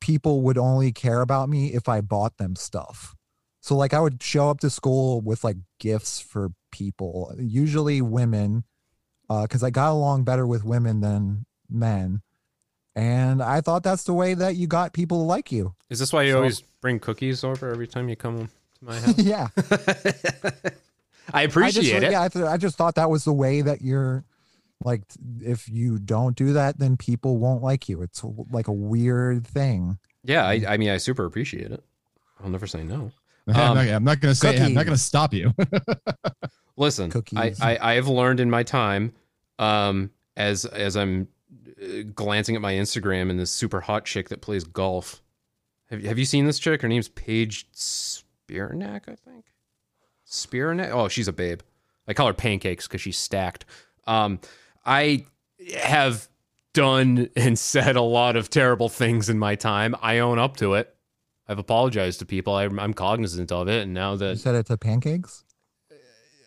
Speaker 6: people would only care about me if I bought them stuff. So like I would show up to school with like gifts for people, usually women, uh cuz I got along better with women than men. And I thought that's the way that you got people to like you.
Speaker 4: Is this why you
Speaker 6: So-
Speaker 4: always bring cookies over every time you come to
Speaker 6: [laughs]
Speaker 4: my house?
Speaker 6: yeah.
Speaker 4: [laughs] I appreciate
Speaker 6: I just,
Speaker 4: it.
Speaker 6: Yeah, I, th- I just thought that was the way that you're like, if you don't do that, then people won't like you. It's like a weird thing.
Speaker 4: Yeah, I, I mean, I super appreciate it. I'll never
Speaker 5: [laughs]
Speaker 4: say no.
Speaker 5: [laughs] I'm,
Speaker 4: Um,
Speaker 5: not, I'm not gonna say I'm
Speaker 6: cookies.
Speaker 5: not gonna stop you. [laughs]
Speaker 4: Uh, Listen, I,
Speaker 6: Cookies.
Speaker 4: I I have learned in my time, um, as as I'm uh, glancing at my Instagram and this super hot chick that plays golf. Have you- have you seen this chick? Her name's Paige Spearneck, I think. Spearneck. Oh, she's a babe. I call her pancakes because she's stacked. Um, I have done and said a lot of terrible things in my time. I own up to it. I've apologized to people. I'm, I'm cognizant of it. And now
Speaker 6: You
Speaker 4: that
Speaker 6: said it to pancakes?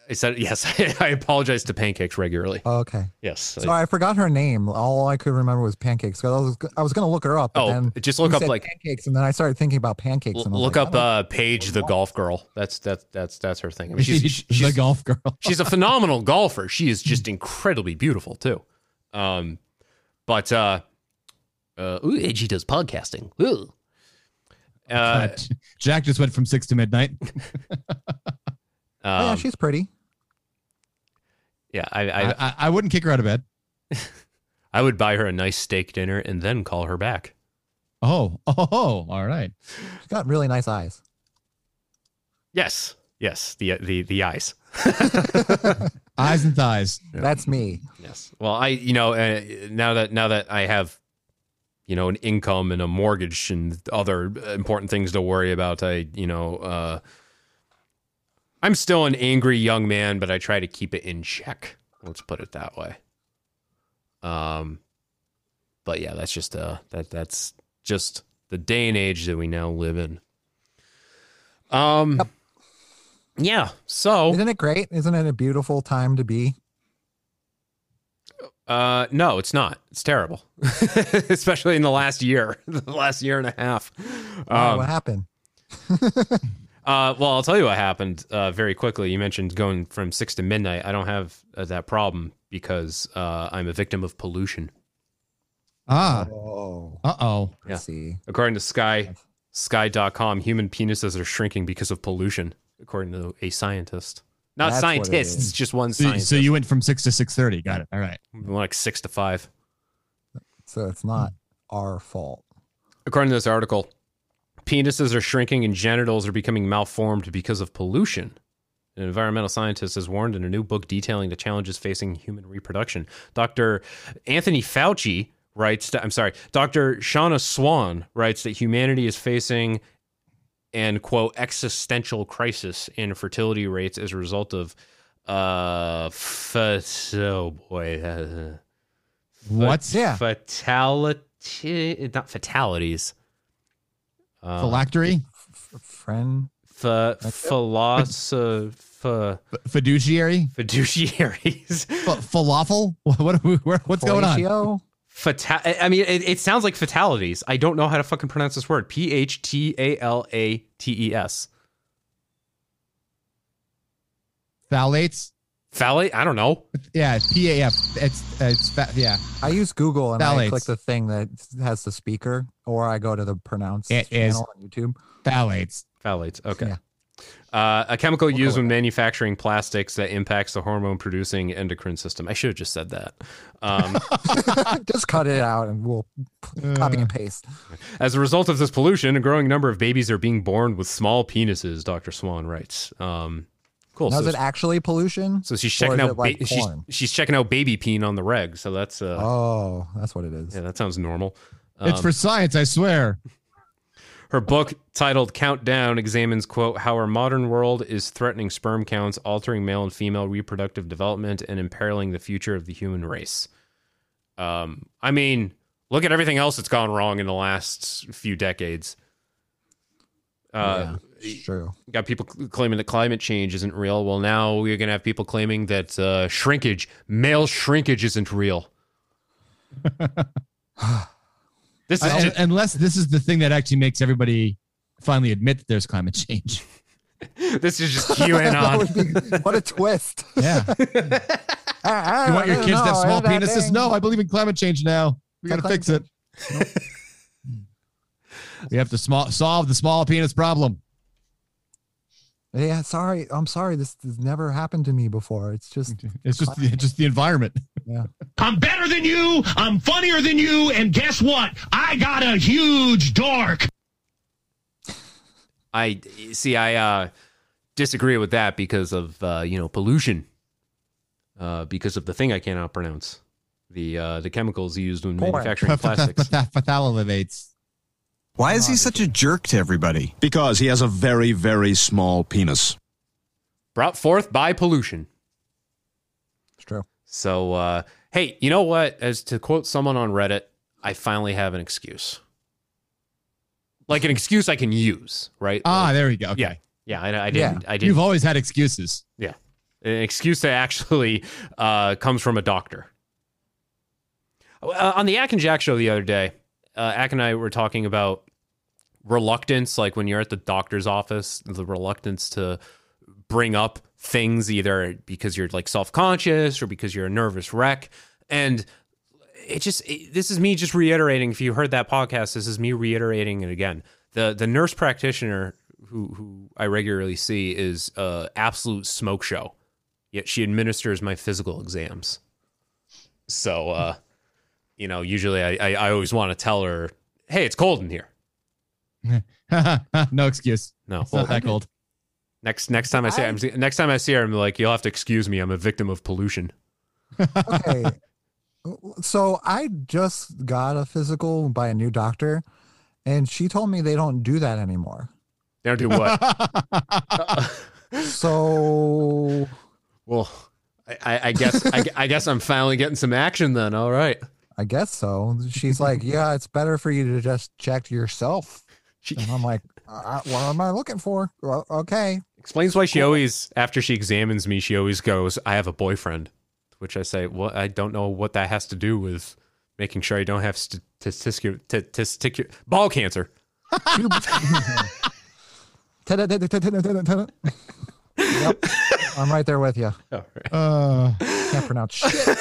Speaker 4: I said, yes, [laughs] I apologize to pancakes regularly.
Speaker 6: Oh, okay.
Speaker 4: Yes.
Speaker 6: Sorry, I forgot her name. All I could remember was pancakes. 'cause I was I was gonna look her up. but
Speaker 4: Oh,
Speaker 6: then
Speaker 4: just look
Speaker 6: you
Speaker 4: up,
Speaker 6: said
Speaker 4: like-
Speaker 6: pancakes, and then I started thinking about pancakes. And I was
Speaker 4: Look
Speaker 6: like, oh,
Speaker 4: up uh, Paige the golf girl. That's that's that's that's her thing. I mean, she's,
Speaker 5: [laughs] the golf girl.
Speaker 4: [laughs]
Speaker 5: Hmm.
Speaker 4: she's a phenomenal golfer. She is just incredibly beautiful too. Um, but uh, uh, ooh, and she does podcasting. Ooh. Uh,
Speaker 5: Jack just went from six
Speaker 6: [laughs]
Speaker 5: to midnight.
Speaker 6: oh, yeah,
Speaker 4: um,
Speaker 6: she's pretty.
Speaker 4: yeah, I
Speaker 5: Oh, I,
Speaker 4: I,
Speaker 5: I, I wouldn't kick her out of bed.
Speaker 4: [laughs] I would buy her a nice steak dinner and then call her back.
Speaker 5: Oh, [laughs] oh, oh, all right.
Speaker 6: She's got really nice eyes.
Speaker 4: Yes, yes, the the the eyes. [laughs]
Speaker 5: Eyes and thighs.
Speaker 6: That's me.
Speaker 4: Yes. Well, I you know uh, now that now that I have you know an income and a mortgage and other important things to worry about, I you know uh, I'm still an angry young man, but I try to keep it in check. Let's put it that way. Um, but yeah, that's just uh that that's just the day and age that we now live in. Um. Yeah. So
Speaker 6: Isn't it great? Isn't it a beautiful time to be?
Speaker 4: Uh, no, it's not. It's terrible, [laughs] especially in the last year, [laughs] the last year and a half.
Speaker 6: Wow,
Speaker 4: Um,
Speaker 6: what happened?
Speaker 4: [laughs] uh, well, I'll tell you what happened uh, very quickly. You mentioned going from six to midnight. I don't have uh, that problem because uh, I'm a victim of pollution.
Speaker 5: Ah.
Speaker 6: Oh.
Speaker 5: Uh oh.
Speaker 4: Yeah.
Speaker 6: see.
Speaker 4: According to Sky, Sky.com, human penises are shrinking because of pollution, according to a scientist. Not
Speaker 5: That's what it
Speaker 4: scientists,
Speaker 5: is.
Speaker 4: just one
Speaker 5: So,
Speaker 4: scientist.
Speaker 5: so you went from six to six thirty. Got it. All right.
Speaker 4: like six to five.
Speaker 6: So it's not our fault.
Speaker 4: According to this article, penises are shrinking and genitals are becoming malformed because of pollution. An environmental scientist has warned in a new book detailing the challenges facing human reproduction. Dr. Anthony Fauci writes, that, I'm sorry, Dr. Shauna Swan writes that humanity is facing an, quote, existential crisis in fertility rates as a result of, uh, f- oh boy, uh,
Speaker 5: What?
Speaker 4: yeah. Fatality, not fatalities.
Speaker 6: Um,
Speaker 4: Uh,
Speaker 5: Phylactery,
Speaker 6: friend,
Speaker 4: fa- philosopher,
Speaker 5: fiduciary,
Speaker 4: fiduciaries.
Speaker 5: Fa- falafel. [laughs] What? what are we, where, what's going on?
Speaker 6: Fellatio?
Speaker 4: [laughs] Fata- I mean, it, it sounds like fatalities. I don't know how to fucking pronounce this word. P H T A L A T E S.
Speaker 5: Phthalates.
Speaker 4: Phthalate? I don't know.
Speaker 5: Yeah. P A F. It's it's fa- yeah.
Speaker 6: I use Google and I
Speaker 5: Phthalates.
Speaker 6: click the thing that has the speaker, or I go to the pronounce
Speaker 5: It is
Speaker 6: channel on YouTube.
Speaker 5: phthalates.
Speaker 4: Phthalates. Okay. Uh, a chemical used when manufacturing plastics that impacts the hormone producing endocrine system. I should have just said that.
Speaker 6: [laughs]
Speaker 4: Um,
Speaker 6: [laughs] Just cut it out and we'll p- copy and paste.
Speaker 4: As a result of this pollution, a growing number of babies are being born with small penises, Dr. Swan writes. Um, cool.
Speaker 6: Now,
Speaker 4: So,
Speaker 6: is it actually pollution?
Speaker 4: so she's
Speaker 6: Or
Speaker 4: checking
Speaker 6: is
Speaker 4: out
Speaker 6: it
Speaker 4: ba-
Speaker 6: like
Speaker 4: she's,
Speaker 6: porn?
Speaker 4: she's checking out baby peen on the reg. So that's uh,
Speaker 6: Oh, that's what it is.
Speaker 4: yeah, that sounds normal.
Speaker 5: it's
Speaker 4: Um,
Speaker 5: for science. I swear.
Speaker 4: Her book titled Countdown examines, quote, how our modern world is threatening sperm counts, altering male and female reproductive development, and imperiling the future of the human race. Um, I mean, look at everything else that's gone wrong in the last few decades. Uh,
Speaker 6: It's true.
Speaker 4: you got people cl- claiming that climate change isn't real. Well, now we're going to have people claiming that uh, shrinkage, male shrinkage, isn't real. this is
Speaker 5: Uh,
Speaker 4: just,
Speaker 5: un- unless this is the thing that actually makes everybody finally admit that there's climate
Speaker 6: [laughs]
Speaker 5: change.
Speaker 4: [laughs] this is just
Speaker 6: That
Speaker 4: QAnon.
Speaker 6: would be- [laughs] what a twist. [laughs]
Speaker 5: [laughs] Yeah.
Speaker 6: I- I
Speaker 5: You want your
Speaker 6: don't
Speaker 5: kids to have
Speaker 6: know,
Speaker 5: small
Speaker 6: that
Speaker 5: penises?
Speaker 6: thing.
Speaker 5: No, I believe in climate change now. We
Speaker 6: Not
Speaker 5: gotta
Speaker 6: climate
Speaker 5: fix it. we have to small solve the small penis problem.
Speaker 6: Yeah, sorry. I'm sorry. This has never happened to me before. It's just
Speaker 5: It's just the, just the environment. [laughs]
Speaker 3: I'm better than you, I'm funnier than you, and guess what? I got a huge dork.
Speaker 4: I see. I uh, disagree with that because of uh, you know pollution, uh, because of the thing I cannot pronounce, the uh, the chemicals used
Speaker 5: [laughs]
Speaker 4: when manufacturing plastics.
Speaker 5: Phthalates.
Speaker 14: Why is he such a jerk to everybody? Because he has a very, very small penis.
Speaker 4: brought forth by pollution.
Speaker 6: It's true.
Speaker 4: So uh, Hey, you know what? As to quote someone on Reddit, I finally have an excuse. Like an excuse I can use, right?
Speaker 5: Ah,
Speaker 4: Like-
Speaker 5: there we go. Okay.
Speaker 4: Yeah. Yeah, I, I didn't. I didn't.
Speaker 5: You've always had excuses. [laughs]
Speaker 4: yeah. An excuse that actually uh, comes from a doctor. Uh, on the Ack and Jack show the other day, uh, Ack and I were talking about reluctance, like when you're at the doctor's office, the reluctance to bring up things either because you're like self conscious or because you're a nervous wreck. And it just it- this is me just reiterating. If you heard that podcast, this is me reiterating it again. The the nurse practitioner who who I regularly see is uh, absolute smoke show. Yet she administers my physical exams. So uh, you know, usually I, I I always want to tell her, hey, it's cold in here.
Speaker 5: no excuse.
Speaker 4: No,
Speaker 5: It's not that cold.
Speaker 4: Next next time I see I'm, next time I see her, I'm like, you'll have to excuse me. I'm a victim of pollution.
Speaker 6: okay. [laughs] So I just got a physical by a new doctor, and she told me they don't do that anymore.
Speaker 4: They don't
Speaker 5: [laughs]
Speaker 4: do what?
Speaker 6: so
Speaker 4: well, I- I, I guess I, I guess I'm finally getting some action then. All right.
Speaker 6: I guess so. She's like, yeah, it's better for you to just check yourself. And I'm like, uh, what am I looking for? Well, okay.
Speaker 4: Explains why she always, after she examines me, she always goes, I have a boyfriend, to which I say, well, I don't know what that has to do with making sure I don't have testicular, testicular, ball cancer.
Speaker 6: Yep. I'm right there with you.
Speaker 5: Uh,
Speaker 6: Can't pronounce shit.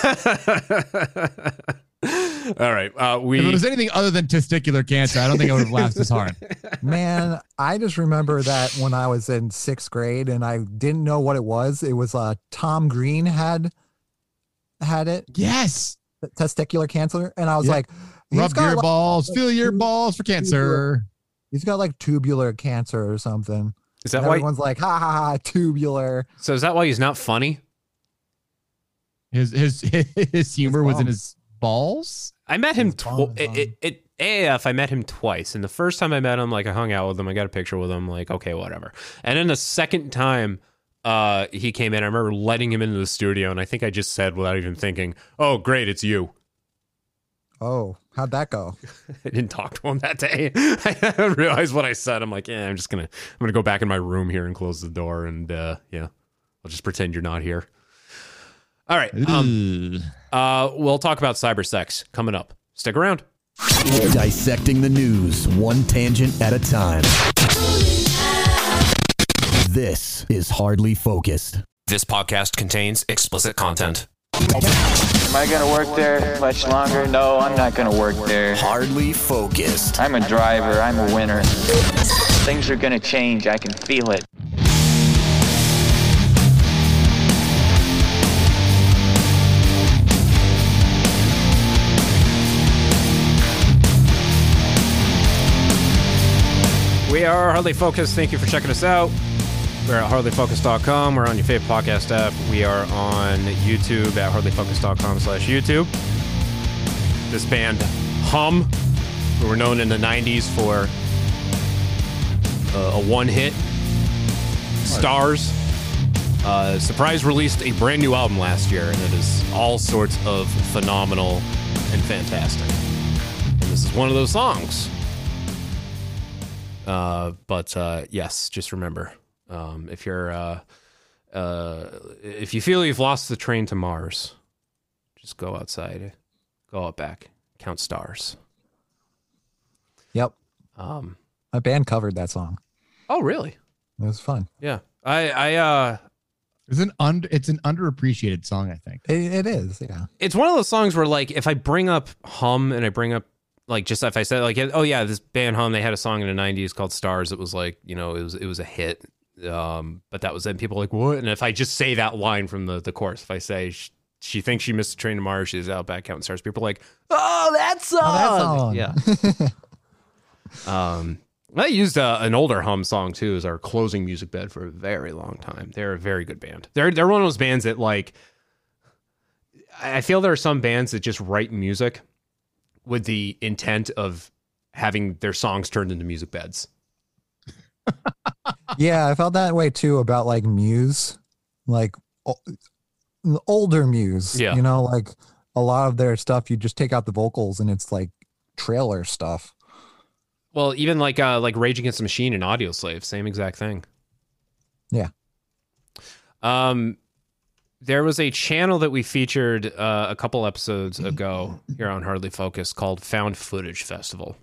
Speaker 4: All right. Uh, we,
Speaker 5: if it was anything other than testicular cancer, I don't think I would have laughed
Speaker 6: [laughs]
Speaker 5: as hard.
Speaker 6: Man, I just remember that when I was in sixth grade and I didn't know what it was. It was uh Tom Green had had it.
Speaker 5: Yes.
Speaker 6: Testicular cancer. And I was
Speaker 5: Yeah.
Speaker 6: like, he's
Speaker 5: Rub
Speaker 6: got,
Speaker 5: your
Speaker 6: like-
Speaker 5: balls, feel your balls for cancer.
Speaker 6: He's got like tubular cancer or something.
Speaker 4: Is that
Speaker 6: And
Speaker 4: why-
Speaker 6: everyone's like, ha ha ha, tubular?
Speaker 4: so is that why he's not funny?
Speaker 5: His his [laughs] his humor was in his balls.
Speaker 4: I met him tw- it, it, it, AF. I met him twice, and the first time I met him, like I hung out with him, I got a picture with him, like okay, whatever. And then the second time, uh, he came in. I remember letting him into the studio, and I think I just said without even thinking, "Oh, great, it's you." [laughs]
Speaker 6: Oh, how'd that go?
Speaker 4: I didn't talk to him that day. I realized what I said. I'm like, yeah, I'm just gonna, I'm gonna go back in my room here and close the door, and uh, yeah, I'll just pretend you're not here. All right. Um, uh, we'll talk about cyber sex coming up. Stick around.
Speaker 2: Dissecting the news one tangent at a time. This is Hardly Focused.
Speaker 8: This podcast contains explicit content.
Speaker 15: Am I gonna work there much longer? No, I'm not gonna work there.
Speaker 2: Hardly focused.
Speaker 15: I'm a driver, I'm a winner. Things are gonna change, I can feel it.
Speaker 4: We are Hardly Focused. Thank you for checking us out. We're at hardlyfocused.com. We're on your favorite podcast app. We are on YouTube at hardlyfocused.com slash YouTube. This band, Hum, who were known in the 90s for uh, a one hit, Stars, uh, Surprise released a brand new album last year, and it is all sorts of phenomenal and fantastic. And this is one of those songs. Uh, but uh, yes, just remember um, if you're uh, uh, if you feel you've lost the train to Mars, just go outside, go out back, count stars.
Speaker 6: Yep.
Speaker 4: Um,
Speaker 6: My band covered that song.
Speaker 4: Oh, really?
Speaker 6: It was fun.
Speaker 4: Yeah. I I uh,
Speaker 5: It's an under it's an underappreciated song, I think.
Speaker 6: It, it is, yeah.
Speaker 4: it's one of those songs where like if I bring up Hum and I bring up like just if I said like oh yeah this band Hum they had a song in the '90s called Stars it was like you know it was it was a hit um but that was then people are like what and if I just say that line from the the chorus if I say she, she thinks she missed the train tomorrow she's out back counting stars people are like Oh, that song.
Speaker 6: yeah.
Speaker 4: um I used uh, an older Hum song too as our closing music bed for a very long time they're a very good band they're they're one of those bands that like I I feel there are some bands that just write music with the intent of having their songs turned into music beds.
Speaker 6: yeah, I felt that way too about like Muse, like o- older Muse.
Speaker 4: Yeah.
Speaker 6: You know, like a lot of their stuff, you just take out the vocals and it's like trailer stuff.
Speaker 4: Well, even like uh, like Rage Against the Machine and Audio Slave, same exact thing.
Speaker 6: Yeah.
Speaker 4: Um, there was a channel that we featured uh, a couple episodes ago here on Hardly Focus called Found Footage Festival,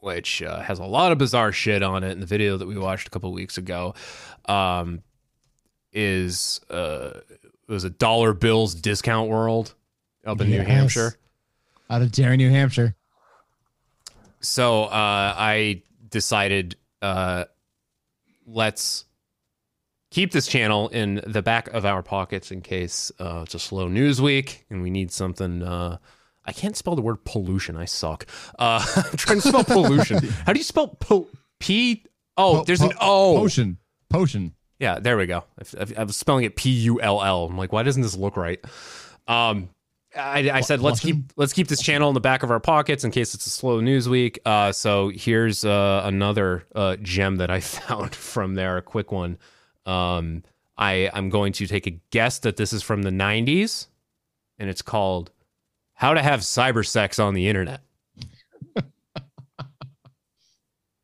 Speaker 4: which uh, has a lot of bizarre shit on it. And the video that we watched a couple weeks ago um, is uh, it was a dollar bills discount world up in New
Speaker 5: Yes.
Speaker 4: Hampshire.
Speaker 5: Out of Derry, New Hampshire.
Speaker 4: So uh, I decided uh, let's keep this channel in the back of our pockets in case uh, it's a slow news week and we need something. Uh, I can't spell the word pollution. I suck. Uh, [laughs] I'm trying to spell pollution. How do you spell po- P? Oh, there's an O.
Speaker 5: Potion. Potion.
Speaker 4: Yeah, there we go. I, I- I was spelling it P U L L. I'm like, why doesn't this look right? Um, I, I said let's keep let's keep this channel in the back of our pockets in case it's a slow news week. Uh, so here's uh, another uh, gem that I [laughs] found from there, a quick one. Um, I I'm going to take a guess that this is from the '90s, and it's called "How to Have Cyber Sex on the Internet."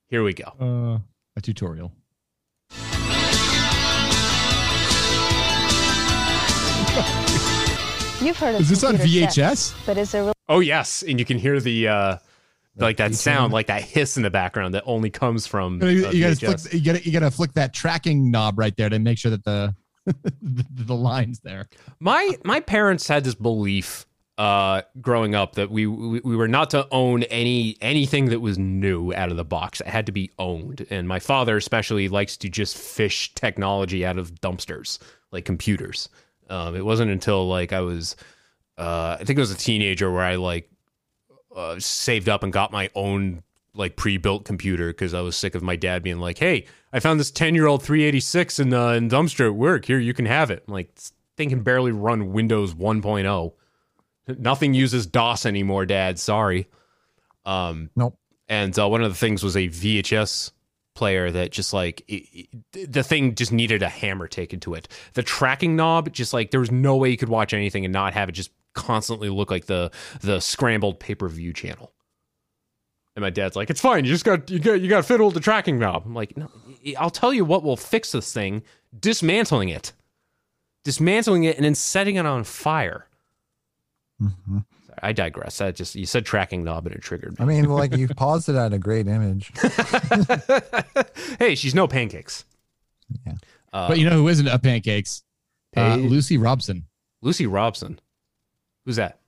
Speaker 4: Here we go.
Speaker 5: Uh, a tutorial.
Speaker 16: You've heard of
Speaker 4: Is this on
Speaker 16: computer
Speaker 4: VHS?
Speaker 16: sex, but is there really
Speaker 4: Oh yes, and you can hear the uh like that sound, like that hiss in the background that only comes from uh,
Speaker 5: You gotta, you gotta
Speaker 4: VHS.
Speaker 5: flick, you gotta you gotta flick that tracking knob right there to make sure that the [laughs] the, the lines there.
Speaker 4: My my parents had this belief uh growing up that we, we we were not to own any anything that was new out of the box. It had to be owned. And my father especially likes to just fish technology out of dumpsters, like computers. Um it wasn't until like I was uh I think it was a teenager where I like uh, saved up and got my own like pre-built computer because I was sick of my dad being like, "Hey, I found this ten-year-old 386 in uh, in dumpster at work. Here, you can have it." I'm like, this thing can barely run Windows 1.0. Nothing uses DOS anymore, Dad. Sorry. Um,
Speaker 6: nope.
Speaker 4: And uh, one of the things was a VHS player that just like it, it- the thing just needed a hammer taken to it. The tracking knob, just like there was no way you could watch anything and not have it just constantly look like the the scrambled pay per view channel. And my dad's like, "It's fine. You just got you got you got to fiddle with the tracking knob." I'm like, "No, I'll tell you what will fix this thing: dismantling it, dismantling it, and then setting it on fire." Sorry, I digress. I just you said tracking knob and it triggered me.
Speaker 6: Mm-hmm. I mean, like you
Speaker 4: [laughs]
Speaker 6: paused it at a great image.
Speaker 4: hey, she's no pancakes. Uh, Yeah,
Speaker 5: but you know who isn't a pancakes? Uh,
Speaker 4: Paige?
Speaker 5: Lucy Robson,
Speaker 4: Lucy Robson. Who's that?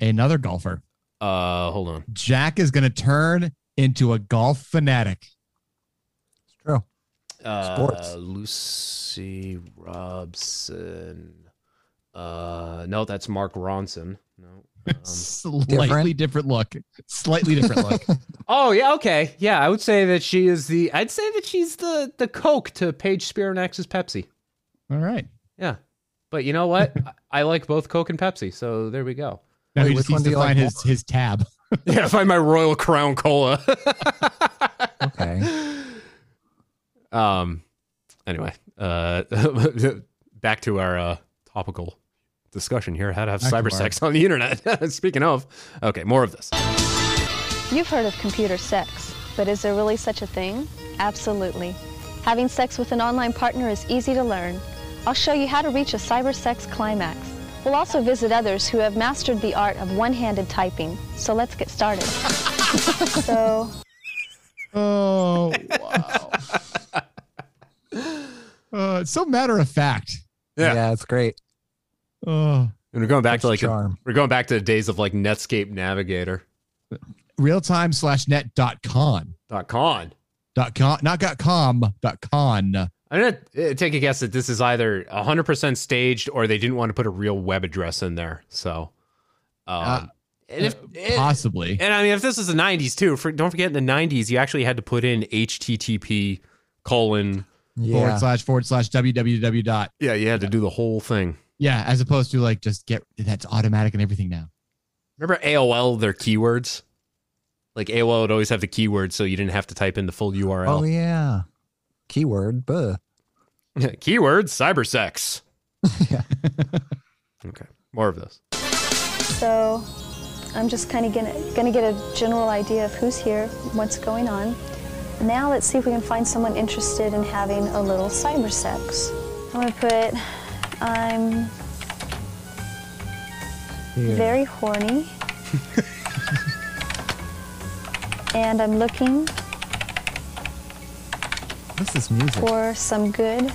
Speaker 5: another golfer.
Speaker 4: Uh, hold on.
Speaker 5: Jack is gonna turn into a golf fanatic.
Speaker 4: Uh,
Speaker 5: Sports.
Speaker 4: Lucy Robson. Uh, no, that's Mark Ronson. No.
Speaker 5: [laughs]
Speaker 4: um,
Speaker 5: Slightly different, look. Slightly different look.
Speaker 4: Oh yeah, okay, yeah. I would say that she is the. I'd say that she's the the Coke to Paige Spironex's Pepsi.
Speaker 5: All right.
Speaker 4: Yeah, but you
Speaker 5: [laughs]
Speaker 4: know what? I, I like both Coke and Pepsi, so there we go.
Speaker 5: Now he just needs to find his his tab.
Speaker 4: [laughs] yeah, find my Royal Crown Cola. [laughs]
Speaker 6: okay.
Speaker 4: Um. Anyway, uh, [laughs] back to our uh, topical discussion here: how to have
Speaker 8: Back to
Speaker 4: cyber
Speaker 8: our-
Speaker 4: sex on the internet. [laughs] Speaking of, okay, more of this.
Speaker 16: You've heard of computer sex, but is there really such a thing? Absolutely. Having sex with an online partner is easy to learn. I'll show you how to reach a cyber sex climax. We'll also visit others who have mastered the art of one handed typing, so let's get started. [laughs] so,
Speaker 5: [laughs] Oh wow. uh, it's so matter of fact.
Speaker 4: Yeah.
Speaker 6: it's great.
Speaker 5: Oh.
Speaker 4: And we're going back to like
Speaker 5: That's
Speaker 4: a-
Speaker 5: charm.
Speaker 4: we're going back to the days of like Netscape Navigator
Speaker 5: Realtime slash net dot con.
Speaker 4: dot con.
Speaker 5: Dot com not dot com dot con.
Speaker 4: I'm gonna uh, take a guess that this is either 100 percent staged or they didn't want to put a real web address in there. So, um,
Speaker 5: Uh,
Speaker 4: and if,
Speaker 5: possibly.
Speaker 4: Eh, And I mean, if this is the '90s too, for, don't forget in the '90s you actually had to put in HTTP colon
Speaker 5: Forward slash forward slash www dot.
Speaker 4: Yeah, you had to do the whole thing.
Speaker 5: Yeah, as opposed to like just get that's automatic and everything now.
Speaker 4: Remember AOL their keywords? Like AOL would always have the keywords, so you didn't have to type in the full URL.
Speaker 6: Oh yeah. Keyword, buh. [laughs]
Speaker 4: Keyword cybersex. yeah. okay. More of those.
Speaker 16: So I'm just kind of gonna, gonna get a general idea of who's here, what's going on. Now let's see if we can find someone interested in having a little cyber sex. I'm gonna put, I'm very horny. and I'm looking
Speaker 6: This is music.
Speaker 16: for some good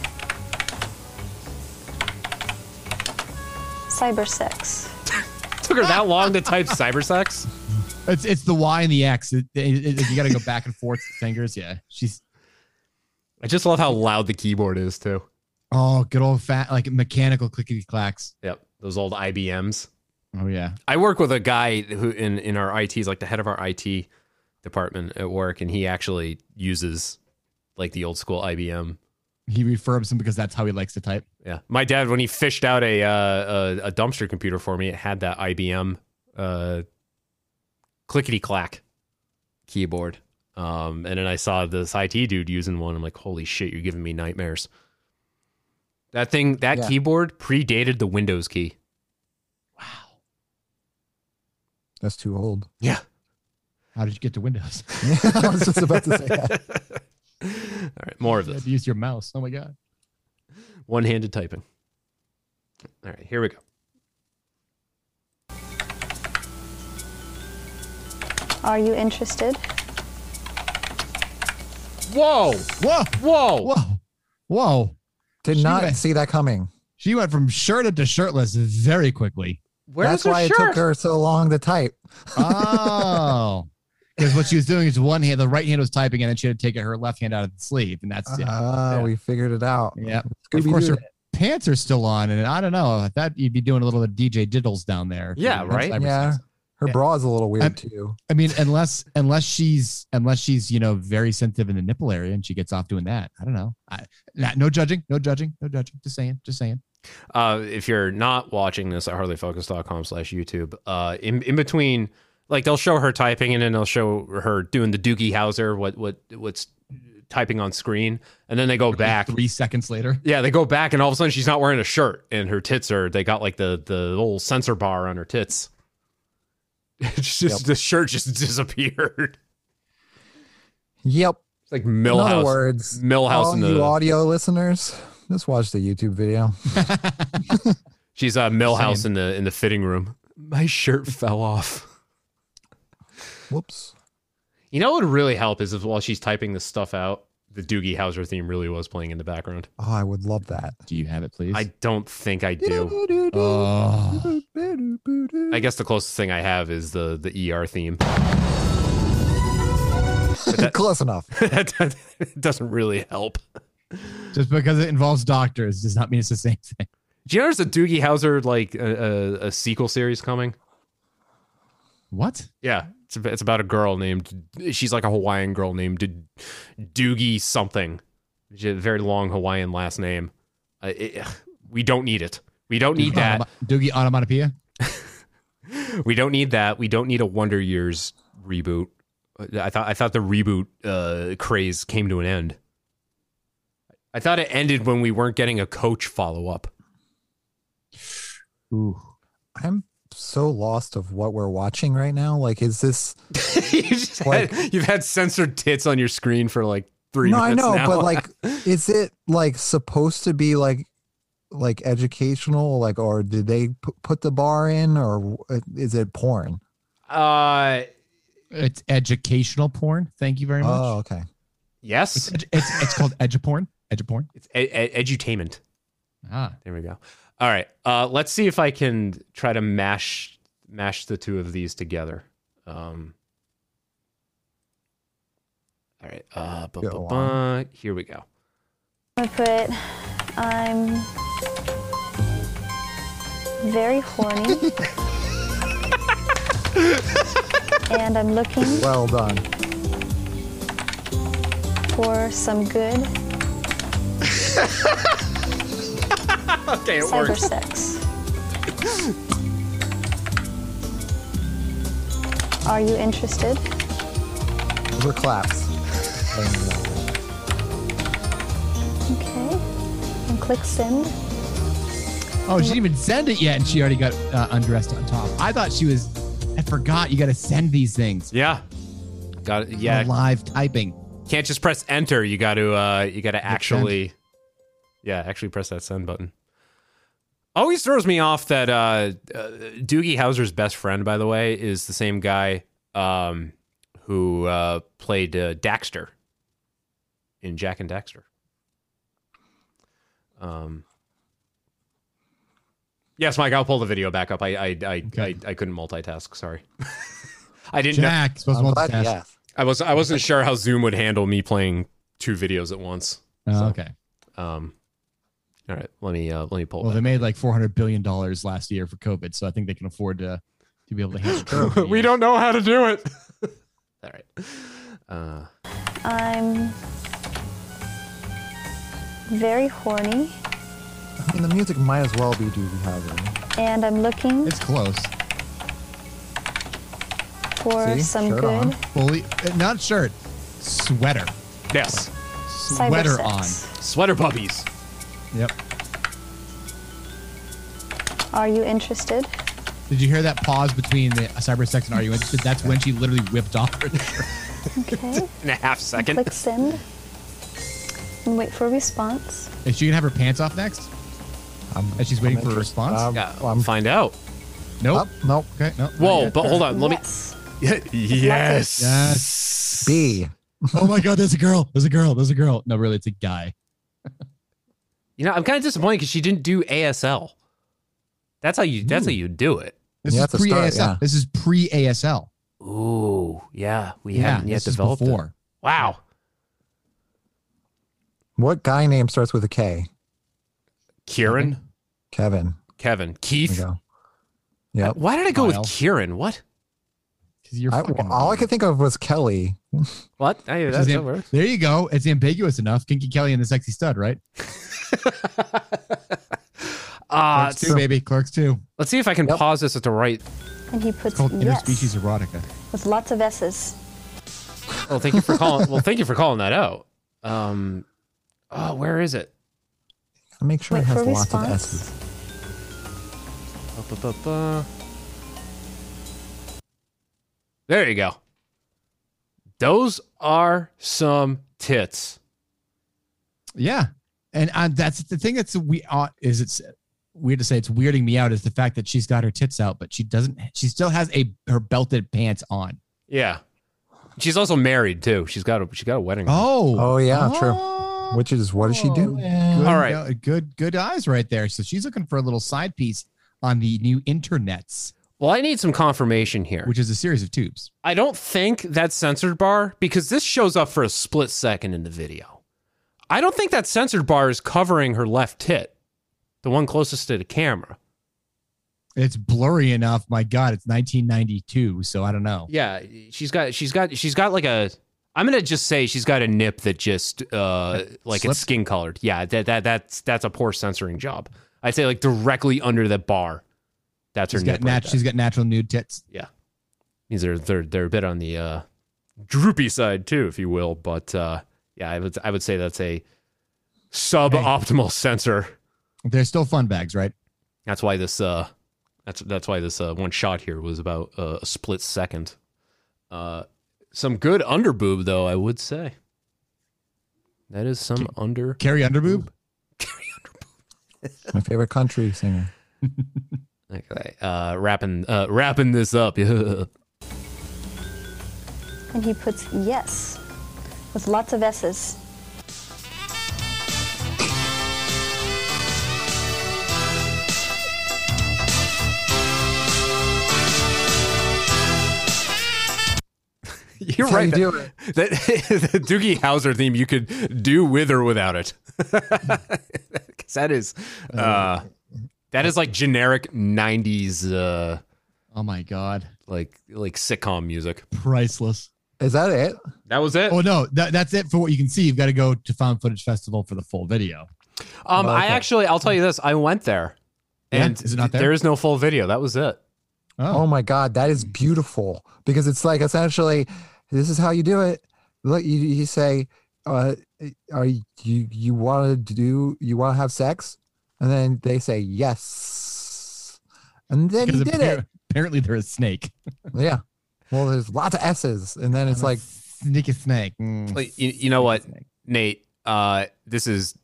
Speaker 16: cyber sex.
Speaker 4: Took her that long to type [laughs] cybersex.
Speaker 5: It's it's the Y and the X. It- it- it- you got to go back and forth [laughs] with fingers. Yeah, she's
Speaker 4: I just love how loud the keyboard is too.
Speaker 5: oh, good old fat like mechanical clickety clacks.
Speaker 4: Yep, those old IBMs.
Speaker 5: Oh yeah,
Speaker 4: I work with a guy who in in our IT is like the head of our IT department at work, and he actually uses like the old school IBM.
Speaker 5: he refurbs them because that's how he likes to type.
Speaker 4: Yeah, my dad when he fished out a uh, a, a dumpster computer for me, it had that IBM uh, clickety clack keyboard. Um, and then I saw this IT dude using one. I'm like, holy shit, you're giving me nightmares. That thing, that
Speaker 6: Yeah.
Speaker 4: keyboard [laughs] predated the Windows key.
Speaker 6: That's too old.
Speaker 4: Yeah.
Speaker 5: How did you get to Windows?
Speaker 6: [laughs] I was just about to say that.
Speaker 4: [laughs] All right, more of
Speaker 5: You
Speaker 4: this.
Speaker 5: had to use your mouse. Oh my god.
Speaker 4: One-handed typing. All right, here we go.
Speaker 16: Are you interested?
Speaker 4: Whoa!
Speaker 5: Whoa!
Speaker 4: Whoa!
Speaker 5: Whoa! Whoa!
Speaker 6: Did
Speaker 5: She
Speaker 6: not
Speaker 5: went-
Speaker 6: see that coming.
Speaker 5: She went from shirted to shirtless very quickly.
Speaker 6: That's why it took her so long to type.
Speaker 4: Ah.
Speaker 5: [laughs] Oh. Because what she was doing is one hand, the right hand was typing, and then she had to take her left hand out of the sleeve, and that's it.
Speaker 6: Ah, we figured it out.
Speaker 5: Yeah. Of
Speaker 6: Scooby-Doo
Speaker 5: course, her
Speaker 6: did it.
Speaker 5: pants are still on, and I don't know. I thought you'd be doing a little DJ diddles down there. if
Speaker 4: Yeah,
Speaker 5: you- that's
Speaker 4: right?
Speaker 5: cyber
Speaker 6: Yeah.
Speaker 5: sex.
Speaker 6: [laughs] Her
Speaker 5: Yeah.
Speaker 6: bra is a little weird
Speaker 5: I'm-
Speaker 6: too.
Speaker 5: I mean, unless unless she's unless she's you know very sensitive in the nipple area, and she gets off doing that. I don't know. I, not, no judging, no judging, no judging. Just saying, just saying.
Speaker 4: uh, if you're not watching this at hardlyfocus.com slash YouTube, uh, in, in between, like they'll show her typing and then they'll show her doing the Doogie Howser, what, what, what's typing on screen. And then they go
Speaker 5: [laughs]
Speaker 4: back.
Speaker 5: Three seconds later.
Speaker 4: Yeah, they go back and all of a sudden she's not wearing a shirt and her tits are, they got like the, the little sensor bar on her tits. [laughs] It's just, the shirt just disappeared.
Speaker 6: Yep.
Speaker 4: It's like
Speaker 6: In
Speaker 4: Millhouse.
Speaker 6: other words,
Speaker 4: Millhouse
Speaker 6: all
Speaker 4: in
Speaker 6: you
Speaker 4: the,
Speaker 6: audio listeners, just watch the YouTube video.
Speaker 4: she's uh, Millhouse in the, in the fitting room. [laughs] My shirt fell off.
Speaker 6: Whoops.
Speaker 4: You know what would really help is if while she's typing this stuff out, the Doogie Howser theme really was playing in the background.
Speaker 6: Oh, I would love that.
Speaker 5: Do you have it, please?
Speaker 4: I don't think I do.
Speaker 5: Oh.
Speaker 4: I guess the closest thing I have is the the
Speaker 5: [laughs]
Speaker 4: ER theme. [laughs] But that,
Speaker 6: Close enough.
Speaker 4: [laughs] that, doesn't really help.
Speaker 5: Just because it involves doctors does not mean it's the same thing.
Speaker 4: Do you know there's a Doogie Howser like uh, a, a, a sequel series coming?
Speaker 5: What?
Speaker 4: Yeah, it's ab- it's about a girl named she's like a Hawaiian girl named Do- Doogie something. She had a very long Hawaiian last name. Uh, it- we don't need it. We don't
Speaker 5: Um,
Speaker 4: need that.
Speaker 5: Doogie onomatopoeia.
Speaker 4: We don't need that. We don't need a Wonder Years reboot. I thought I thought the reboot uh, craze came to an end. I thought it ended when we weren't getting a coach follow up.
Speaker 5: Ooh.
Speaker 6: I'm so lost of what we're watching right now. Like, is this?
Speaker 4: [laughs] you've,
Speaker 6: Like-
Speaker 4: had, you've had censored tits on your screen for like three
Speaker 6: no, I
Speaker 4: minutes.
Speaker 6: know,
Speaker 4: now.
Speaker 6: but like, is it like supposed to be like, like educational? Like, or did they p- put the bar in, or uh, is it porn?
Speaker 4: [laughs] uh,
Speaker 5: It's educational porn. Thank you very much.
Speaker 6: Oh, okay.
Speaker 4: yes,
Speaker 5: It's, it's, it's called eduporn. Eduporn.
Speaker 4: it's e- e- edutainment.
Speaker 5: Ah,
Speaker 4: There we go. All right, uh, let's see if I can try to mash mash the two of these together. Um, all right, uh, bu-
Speaker 6: Go
Speaker 4: bu-
Speaker 6: on.
Speaker 4: bu- here we go.
Speaker 16: I'm gonna put, I'm very horny. and I'm looking
Speaker 6: Well done.
Speaker 16: for some good
Speaker 4: Okay,
Speaker 16: cyber sex. Are you interested?
Speaker 6: Those are claps. Thank you.
Speaker 16: Okay. And click send.
Speaker 5: Oh, she didn't even send it yet, and she already got uh, undressed on top. I thought she was. I forgot you got to send these things.
Speaker 4: Yeah. Got it. Yeah.
Speaker 5: Live typing.
Speaker 4: Can't just press enter. You got to uh you got to actually Yeah, actually press that send button. Always throws me off that uh, uh Doogie Howser's best friend by the way is the same guy um who uh played uh, Daxter in Jack and Daxter. Um Yes, Mike, I'll pull the video back up. I I I I, I couldn't multitask, sorry. [laughs] I didn't know-
Speaker 5: Jack, supposed to multitask.
Speaker 4: I was I wasn't sure how Zoom would handle me playing two videos at once.
Speaker 5: Oh, okay.
Speaker 4: Um, all right, let me uh, let me pull.
Speaker 5: Well, they made like four hundred billion dollars last year for COVID, so I think they can afford to to be able to
Speaker 4: [laughs]
Speaker 5: handle.
Speaker 4: it. we don't know how to do it. all right. Uh,
Speaker 16: I'm very horny
Speaker 6: I mean, the music might as well be Doogie Howser.
Speaker 16: and I'm looking
Speaker 5: It's close.
Speaker 16: for some good
Speaker 5: Fully, uh, not shirt, sweater.
Speaker 4: Yes.
Speaker 5: Sweater
Speaker 16: Cyber
Speaker 5: on.
Speaker 4: Sweater puppies.
Speaker 5: Yep.
Speaker 16: Are you interested?
Speaker 5: Did you hear that pause between the cyber sex and are you interested? That's when she literally whipped off her shirt.
Speaker 16: Okay.
Speaker 4: [laughs] in a half second.
Speaker 16: Click send and wait for a response.
Speaker 5: Is she gonna have her pants off next? and she's waiting for a response. Um,
Speaker 4: yeah, find out.
Speaker 5: Nope.
Speaker 6: nope.
Speaker 5: Okay. Nope.
Speaker 4: Whoa, but hold on. Let me. yes.
Speaker 5: Yes. B. oh my God! There's a girl. There's a girl. There's a girl. No, really, it's a guy.
Speaker 4: You know, I'm kind of disappointed because she didn't do ASL. That's how you.
Speaker 5: Hmm.
Speaker 4: That's how you do it.
Speaker 5: This is pre ASL. This is pre ASL.
Speaker 4: Ooh, yeah, we
Speaker 5: Yeah,
Speaker 4: haven't yet
Speaker 5: this is
Speaker 4: developed it.
Speaker 5: before.
Speaker 4: Wow.
Speaker 6: What guy name starts with a K?
Speaker 4: Kieran,
Speaker 6: Kevin.
Speaker 4: Kevin, Keith.
Speaker 6: Yeah.
Speaker 4: Why did I go with Kieran? What?
Speaker 5: you're
Speaker 6: I, well, all I could think of was Kelly.
Speaker 4: What? Hey,
Speaker 5: Which is
Speaker 4: that's that
Speaker 5: am-
Speaker 4: works.
Speaker 5: there you go. It's ambiguous enough. Kinky Kelly and the sexy stud, right?
Speaker 4: Uh,
Speaker 5: Clerks two, baby. Clerks two.
Speaker 4: Let's see if I can pause this at the right.
Speaker 16: And he puts
Speaker 5: Called
Speaker 16: yes
Speaker 5: interspecies erotica.
Speaker 16: with lots of S's.
Speaker 4: Oh, thank
Speaker 5: [laughs]
Speaker 4: you for calling. well, thank you for calling that out. Um, oh, where is it?
Speaker 6: Make sure it
Speaker 16: Wait for
Speaker 6: has lots of
Speaker 16: response.
Speaker 6: S's.
Speaker 4: Ba-ba-ba-ba. There you go. Those are some tits.
Speaker 5: Yeah, and uh, that's the thing that's we uh, is it's weird to say it's weirding me out is the fact that she's got her tits out, but she doesn't. She still has a her belted pants on.
Speaker 4: Yeah. She's also married too. She's got a she got a wedding. ring.
Speaker 5: Oh,
Speaker 6: Oh yeah,
Speaker 4: Oh.
Speaker 6: true. Which is what does she do?
Speaker 5: Good,
Speaker 4: All right.
Speaker 5: uh, good, good eyes right there. So she's looking for a little side piece on the new internets,
Speaker 4: Well, I need some confirmation here.
Speaker 5: which is a series of tubes.
Speaker 4: I don't think that's censored bar because this shows up for a split second in the video. I don't think that censored bar is covering her left tit, the one closest to the camera.
Speaker 5: It's blurry enough. My God, it's 1992, so I don't know.
Speaker 4: Yeah, she's got she's got she's got like a I'm gonna just say she's got a nip that just uh like
Speaker 5: slipped?
Speaker 4: it's skin colored. Yeah, that that that's that's a poor censoring job. I'd say like directly under the bar. That's
Speaker 5: She's
Speaker 4: her
Speaker 5: got
Speaker 4: nip.
Speaker 5: nat-
Speaker 4: right
Speaker 5: she's
Speaker 4: there.
Speaker 5: got natural nude tits.
Speaker 4: yeah. Means they're they're they're a bit on the uh droopy side too, if you will. But uh yeah, I would I would say that's a suboptimal censor.
Speaker 5: They're still fun bags, right?
Speaker 4: That's why this uh that's that's why this uh one shot here was about uh, a split second. Uh some good underboob though, I would say. That is some under
Speaker 5: Carrie Underboob.
Speaker 6: My favorite country singer.
Speaker 4: okay, uh wrapping uh wrapping this up. [laughs] Yeah.
Speaker 16: And he puts yes with lots of S's.
Speaker 4: You're
Speaker 6: That's how
Speaker 4: right.
Speaker 6: you
Speaker 4: that, that [laughs] the Doogie Howser theme you could do with or without it. 'Cause that is uh that is like generic 90s uh
Speaker 5: Oh my God,
Speaker 4: like like sitcom music.
Speaker 5: priceless.
Speaker 6: Is that it?
Speaker 4: That was it.
Speaker 5: Oh no, that, that's it for what you can see. You've got to go to Found Footage Festival for the full video.
Speaker 4: Um,
Speaker 5: Oh,
Speaker 4: I
Speaker 5: okay.
Speaker 4: actually, I'll tell you this. I went there,
Speaker 5: Yeah?
Speaker 4: and
Speaker 5: Is it not
Speaker 4: th-
Speaker 5: there?
Speaker 4: there is no full video. That was it.
Speaker 6: Oh. my God, that is beautiful because it's like essentially, this is how you do it. Look, you, you say, uh, "Are you you want to do you want to have sex? And then they say yes. And then he
Speaker 5: Because
Speaker 6: did
Speaker 5: appar-
Speaker 6: it.
Speaker 5: Apparently, they're a snake. [laughs]
Speaker 6: [laughs] Yeah. Well, there's lots of S's. And then it's like,
Speaker 5: Sneaky snake.
Speaker 6: [laughs]
Speaker 5: Mm.
Speaker 4: Like, you, you know what, Nate? Uh, this is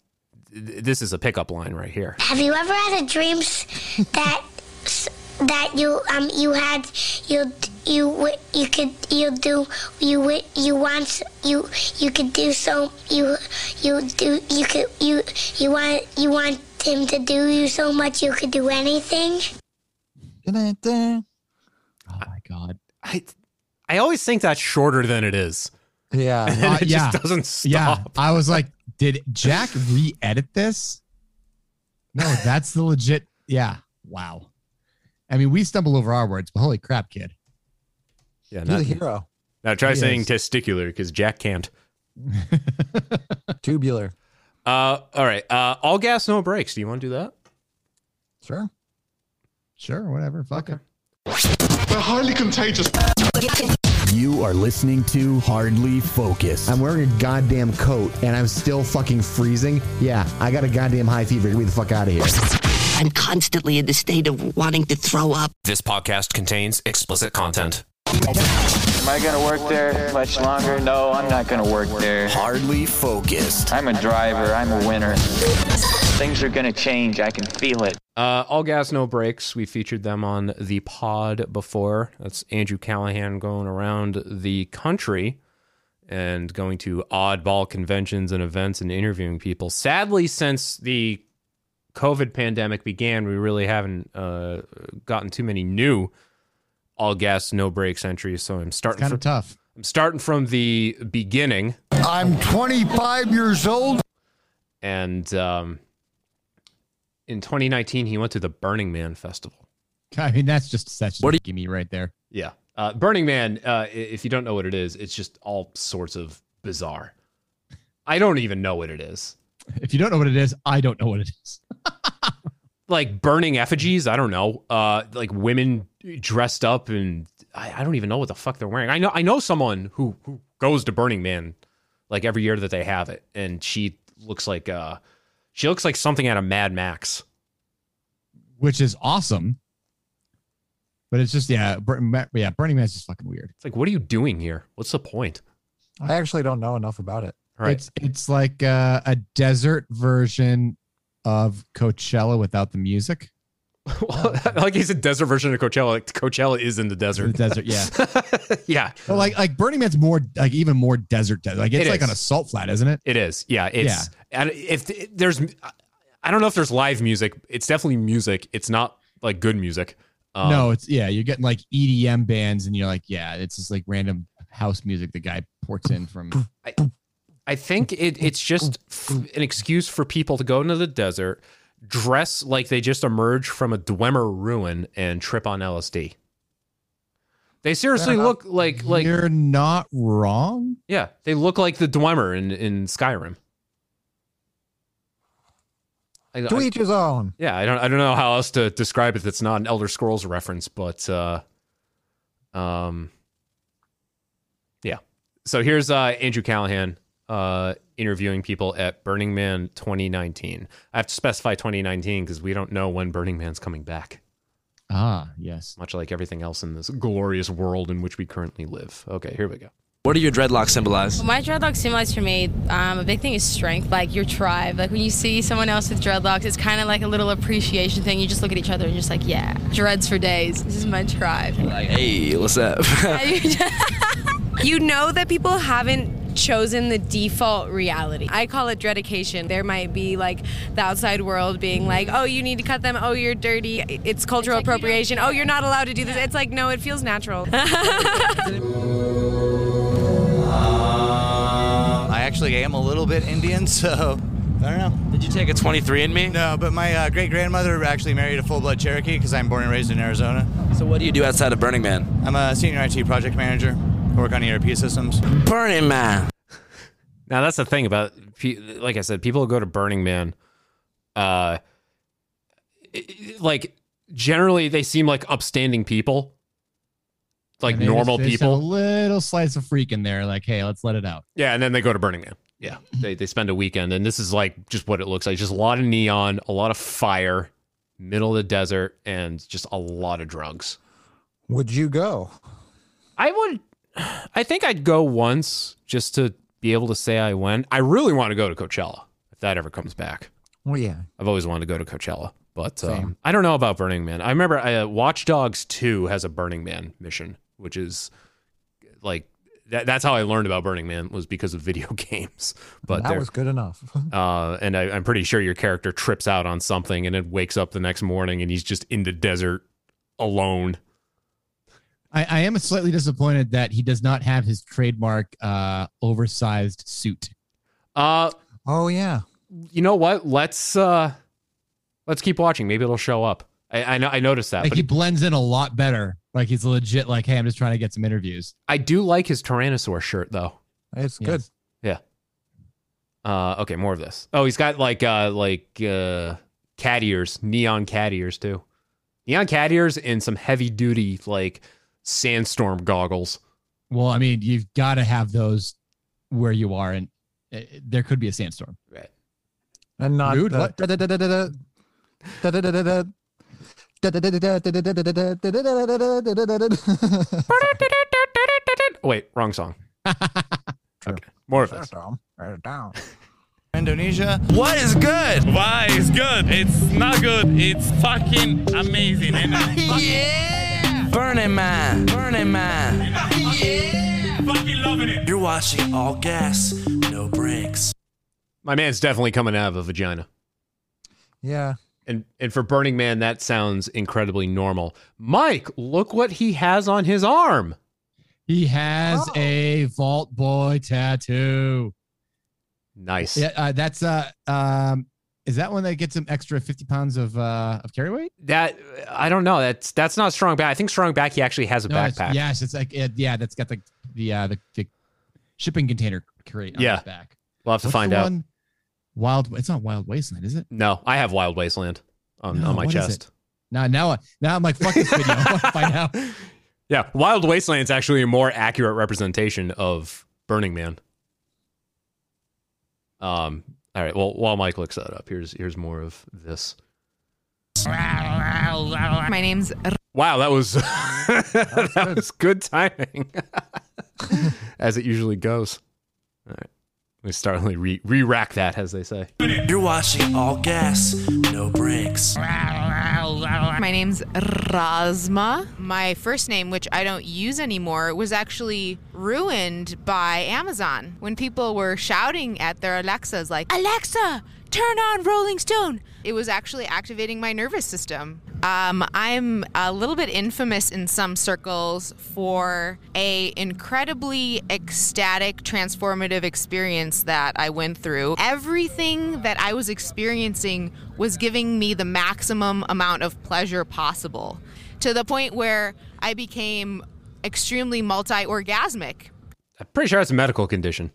Speaker 4: th- this is a pickup line right here.
Speaker 13: Have you ever had a dream s- that s- that you um you had you you w- you could you do you w- you want s- you you could do so you you do you could you you want you want him to do you so much you could do anything.
Speaker 6: Oh
Speaker 5: my god!
Speaker 4: I I always think that's shorter than it is.
Speaker 6: Yeah,
Speaker 4: and
Speaker 5: Uh,
Speaker 4: [laughs] it
Speaker 5: yeah.
Speaker 4: just doesn't stop.
Speaker 5: Yeah, I was like, did Jack re-edit this? No, that's the legit. Yeah. Wow. I mean, we stumble over our words, but holy crap, kid!
Speaker 4: Yeah,
Speaker 6: He's a hero.
Speaker 4: Now try
Speaker 5: He
Speaker 4: saying
Speaker 5: is.
Speaker 4: testicular because Jack can't.
Speaker 6: Tubular.
Speaker 4: Uh, all right. Uh, all gas, no brakes. Do you want to do that?
Speaker 6: Sure.
Speaker 5: Sure. Whatever. Fuck it.
Speaker 17: They're highly contagious.
Speaker 2: You are listening to Hardly Focused.
Speaker 18: I'm wearing a goddamn coat and I'm still fucking freezing. Yeah, I got a goddamn high fever. Get me the fuck out of here.
Speaker 19: I'm constantly in the state of wanting to throw up.
Speaker 8: This podcast contains explicit content.
Speaker 15: Am I gonna work there much longer? No, I'm not gonna work there.
Speaker 2: Hardly focused.
Speaker 15: I'm a driver, I'm a winner. Things are gonna change, I can feel it.
Speaker 4: Uh, all gas, no brakes. We featured them on the pod before. That's Andrew Callahan going around the country and going to oddball conventions and events and interviewing people. Sadly, since the COVID pandemic began, we really haven't uh, gotten too many new all gas, no brakes entries. So I'm starting
Speaker 5: kinda
Speaker 4: from-
Speaker 5: tough.
Speaker 4: I'm starting from the beginning.
Speaker 20: I'm 25 years old.
Speaker 4: and um, in 2019 he went to the Burning Man festival.
Speaker 5: I mean, that's just that's just what a gimme right there.
Speaker 4: Yeah, uh, Burning Man. Uh, i- if you don't know what it is, it's just all sorts of bizarre. I don't even know what it is.
Speaker 5: If you don't know what it is, I don't know what it is.
Speaker 4: Like burning effigies. I don't know. Uh, like women dressed up and I, I don't even know what the fuck they're wearing. I know I know someone who, who goes to Burning Man like every year that they have it, and she looks like uh, she looks like something out of Mad Max.
Speaker 5: Which is awesome. But it's just yeah, Bur- Ma- yeah. Burning Man's just fucking weird.
Speaker 4: It's like, what are you doing here? What's the point?
Speaker 6: I actually don't know enough about it.
Speaker 5: It's it's like uh, a desert version of Coachella without the music. Oh,
Speaker 4: [laughs] like he's a desert version of Coachella. Like Coachella is in the desert.
Speaker 5: The desert,
Speaker 4: [laughs]
Speaker 5: yeah.
Speaker 4: [laughs] yeah.
Speaker 5: But like like Burning Man's more like even more desert desert. Like it's
Speaker 4: It
Speaker 5: like
Speaker 4: is.
Speaker 5: on a salt flat, isn't it?
Speaker 4: It is. Yeah. It's and if th- there's I don't know if there's live music. It's definitely music. It's not like good music. Um,
Speaker 5: no, it's yeah. You're getting like EDM bands, and you're like, yeah, it's just like random house music the guy ports in from. [laughs]
Speaker 4: I think it it's just f- an excuse for people to go into the desert, dress like they just emerged from a Dwemer ruin and trip on LSD. They seriously
Speaker 5: enough.
Speaker 4: look like like
Speaker 5: you're not wrong.
Speaker 4: yeah, they look like the Dwemer in in Skyrim. I-
Speaker 6: To
Speaker 4: I-
Speaker 6: each his own.
Speaker 4: Yeah, I don't I don't know how else to describe it that's not an Elder Scrolls reference, but uh um yeah. So here's uh Andrew Callahan uh interviewing people at Burning Man 2019. I have to specify 2019 because we don't know when Burning Man's coming back.
Speaker 5: Ah, yes.
Speaker 4: Much like everything else in this glorious world in which we currently live. Okay, here we go.
Speaker 21: What do your dreadlocks symbolize?
Speaker 22: Well, my dreadlocks symbolize for me um, a big thing is strength, like your tribe. Like when you see someone else with dreadlocks, it's kind of like a little appreciation thing. You just look at each other and you're just like, yeah, dreads for days. This is my tribe.
Speaker 21: Like, hey, what's up?
Speaker 23: you know that people haven't chosen the default reality. I call it dedication. There might be like the outside world being like, oh, you need to cut them. Oh, you're dirty. It's cultural appropriation. oh, you're not allowed to do this. It's like, no, it feels natural.
Speaker 24: I actually am a little bit Indian, so I don't know. Did you take a 23andMe? No, but my uh, great grandmother actually married a full blood Cherokee because I'm born and raised in Arizona. So, what do you do outside of Burning Man? I'm a senior IT project manager. I work on ERP systems. Burning Man.
Speaker 4: Now that's the thing about pe- like I said, people who go to Burning Man. Uh, i- i- like generally they seem like upstanding people, like
Speaker 5: And they
Speaker 4: normal
Speaker 5: just- they just
Speaker 4: people.
Speaker 5: have A little slice of freak in there, like, hey, let's let it out.
Speaker 4: Yeah, and then they go to Burning Man. Yeah. They they spend a weekend and this is like just what it looks like. Just a lot of neon, a lot of fire, middle of the desert, and just a lot of drugs.
Speaker 6: Would you go?
Speaker 4: I would I think I'd go once just to be able to say I went. I really want to go to Coachella if that ever comes back.
Speaker 6: Well, yeah.
Speaker 4: I've always wanted to go to Coachella, but
Speaker 6: Same.
Speaker 4: um, I don't know about Burning Man. I remember uh, Watch Dogs 2 has a Burning Man mission, which is like that, that's how I learned about Burning Man was because of video [laughs] games. But
Speaker 6: that
Speaker 4: there-
Speaker 6: was good enough.
Speaker 4: uh, and I, I'm pretty sure your character trips out on something and then wakes up the next morning and he's just in the desert alone.
Speaker 5: I, I am slightly disappointed that he does not have his trademark uh, oversized suit.
Speaker 4: Uh,
Speaker 6: oh yeah.
Speaker 4: You know what? Let's uh, let's keep watching. Maybe it'll show up. I I, know, I noticed that,
Speaker 5: Like
Speaker 4: but
Speaker 5: he blends in a lot better. Like he's legit. Like hey, I'm just trying to get some interviews.
Speaker 4: I do like his Tyrannosaur shirt though.
Speaker 6: It's
Speaker 5: good.
Speaker 4: Yeah. Uh, okay, more of this. Oh, he's got like uh like uh cat ears, neon cat ears too. Neon cat ears and some heavy duty like sandstorm goggles.
Speaker 5: Well, I mean, you've got to have those where you are, and uh, there could be a sandstorm.
Speaker 4: Right.
Speaker 6: And not
Speaker 5: Rude,
Speaker 6: the-
Speaker 5: what?
Speaker 6: da-da-da-da-da-da. Da-da-da-da-da. [laughs] Da-da-da-da-da-da-da-da-da-da-da-da-da-da-da.
Speaker 4: Wait, wrong song. okay, more of this.
Speaker 6: down.
Speaker 24: Indonesia.
Speaker 1: What is good? Why is good? It's not good. It's fucking amazing. And yeah.
Speaker 21: [laughs] Burning Man. Burning Man.
Speaker 1: yeah. Fucking loving it.
Speaker 21: You're watching all gas, no brakes.
Speaker 4: My man's definitely coming out of a vagina.
Speaker 6: Yeah.
Speaker 4: And and for Burning Man, that sounds incredibly normal. Mike, look what he has on his arm.
Speaker 5: He has a Vault Boy tattoo.
Speaker 4: Nice.
Speaker 5: Yeah, uh, that's uh, um, is that one that gets him extra fifty pounds of uh of carry weight?
Speaker 4: That I don't know. That's that's not strong back. I think strong back. He actually has a
Speaker 5: No, it's-
Speaker 4: backpack.
Speaker 5: yes, it's like it, yeah, that's got the the uh the, the shipping container crate on
Speaker 4: Yeah.
Speaker 5: the back.
Speaker 4: We'll have to
Speaker 5: What's
Speaker 4: find
Speaker 5: the
Speaker 4: out.
Speaker 5: one- Wild, it's not Wild Wasteland, is it?
Speaker 4: No, I have Wild Wasteland on,
Speaker 5: No,
Speaker 4: on my
Speaker 5: what is
Speaker 4: chest.
Speaker 5: it? Now, now, now I'm like, fuck this
Speaker 4: [laughs]
Speaker 5: video. I want to find out.
Speaker 4: Yeah, Wild Wasteland's actually a more accurate representation of Burning Man. Um. All right. Well, while Mike looks that up, here's here's more of this.
Speaker 7: My name's
Speaker 4: Wow, that was [laughs] that was good timing, [laughs] as it usually goes. All right, we start [laughs] re re rack that, as they say.
Speaker 21: You're watching all gas, no brakes.
Speaker 7: My name's Razma. My first name, which I don't use anymore, was actually ruined by Amazon when people were shouting at their Alexas like, "Alexa, turn on Rolling Stone." It was actually activating my nervous system. Um, I'm a little bit infamous in some circles for a incredibly ecstatic, transformative experience that I went through. Everything that I was experiencing was giving me the maximum amount of pleasure possible, to the point where I became extremely multi-orgasmic.
Speaker 4: I'm pretty sure it's a medical condition.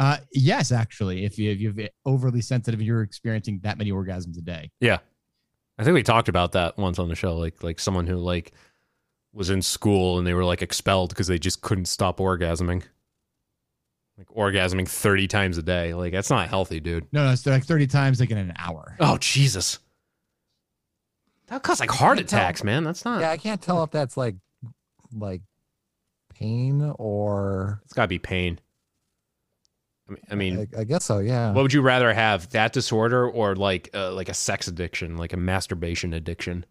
Speaker 5: Uh, yes, actually, if you if you're overly sensitive, you're experiencing that many orgasms a day.
Speaker 4: Yeah. I think we talked about that once on the show, like like someone who like was in school and they were like expelled because they just couldn't stop orgasming. Like orgasming 30 times a day. Like that's not healthy, dude.
Speaker 5: No, no, it's like thirty times, like in an hour.
Speaker 4: Oh Jesus. That causes like heart attacks, man. That's not
Speaker 6: Yeah, I can't tell if that's like like pain or
Speaker 4: it's gotta be pain. I mean, I mean
Speaker 6: I guess so,
Speaker 5: Oh.
Speaker 6: yeah.
Speaker 4: what would you rather have? That disorder or like uh, like a sex addiction, like a masturbation addiction?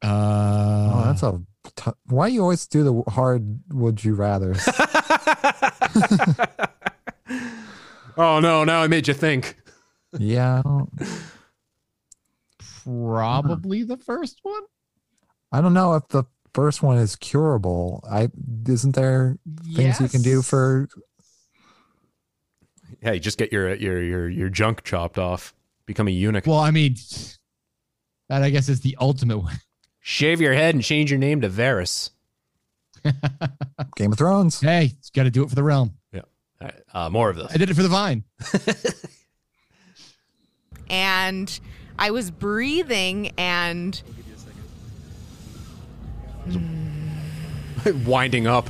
Speaker 5: Uh,
Speaker 6: oh, that's a t- why you always do the hard would you rather.
Speaker 4: [laughs] Oh no, now I made you think.
Speaker 6: yeah, I don't,
Speaker 5: [laughs] Probably the first one.
Speaker 6: I don't know if the first one is curable. I isn't there things you can do
Speaker 5: [laughs]
Speaker 6: for
Speaker 4: Yeah, you just get your your your your junk chopped off, become a eunuch.
Speaker 5: Well, I mean, that I guess is the ultimate one.
Speaker 4: Shave your head and change your name to Varus.
Speaker 6: Game of Thrones?
Speaker 5: Hey, it's got to do it for the realm.
Speaker 4: Yeah. All right, uh, more of this.
Speaker 5: I did it for the
Speaker 4: [laughs]
Speaker 5: vine.
Speaker 7: and I was breathing and
Speaker 4: [laughs] Winding up.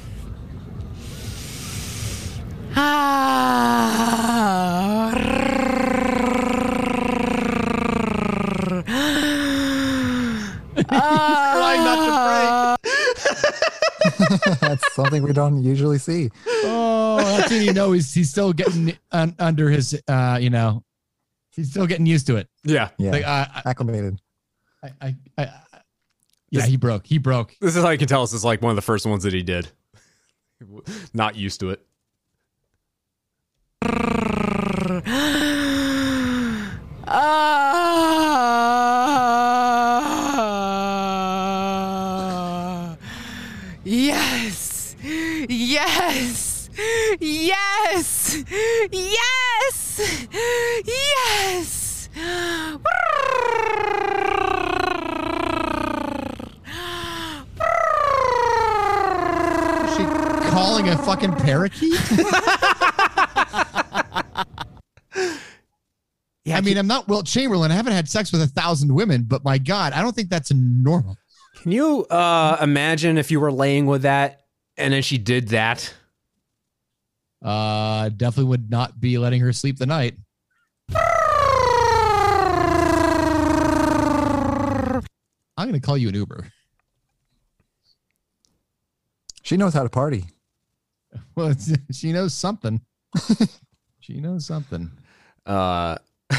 Speaker 6: crying not That's something we don't usually see.
Speaker 5: Oh, [laughs] that's when you know he's he's still getting un, under his, uh, you know, he's still getting used to it.
Speaker 4: Yeah.
Speaker 6: Yeah.
Speaker 5: Like, uh, I-
Speaker 6: acclimated.
Speaker 5: I, I, I, yeah, he broke. He broke.
Speaker 4: This is how you can tell us it's like one of the first ones that he did. [laughs] Not used to it.
Speaker 7: Ah. yes. Yes. Yes. Yes. Yes.
Speaker 5: Calling a fucking [laughs] parakeet? I mean, I'm not Wilt Chamberlain. I haven't had sex with a thousand women, but my God, I don't think that's normal.
Speaker 4: Can you uh, imagine if you were laying with that and then she did that?
Speaker 5: Uh, definitely would not be letting her sleep the night. I'm gonna call you an Uber.
Speaker 6: She knows how to party.
Speaker 5: [laughs] Well, it's, she
Speaker 6: [laughs]
Speaker 5: knows something. she knows something.
Speaker 4: Uh, [laughs] all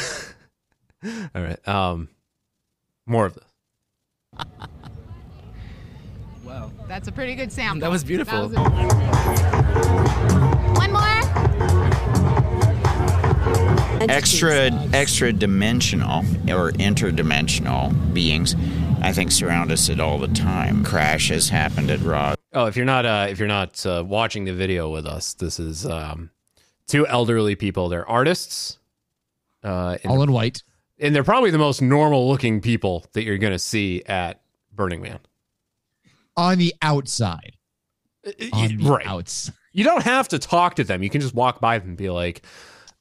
Speaker 4: right. Um, more of this.
Speaker 7: Wow. That's a pretty good sample.
Speaker 4: That was beautiful.
Speaker 7: That was a- One more.
Speaker 9: extra extra dimensional or interdimensional beings i think surround us at all the time crashes happened at raw
Speaker 4: Oh, if you're not uh, if you're not uh, watching the video with us, this is um, two elderly people. They're artists, uh, and-
Speaker 5: All in white.
Speaker 4: and they're probably the most normal looking people that you're going to see at Burning Man.
Speaker 5: On the outside. On the
Speaker 4: right.
Speaker 5: outs.
Speaker 4: You don't have to talk to them. You can just walk by them and be like,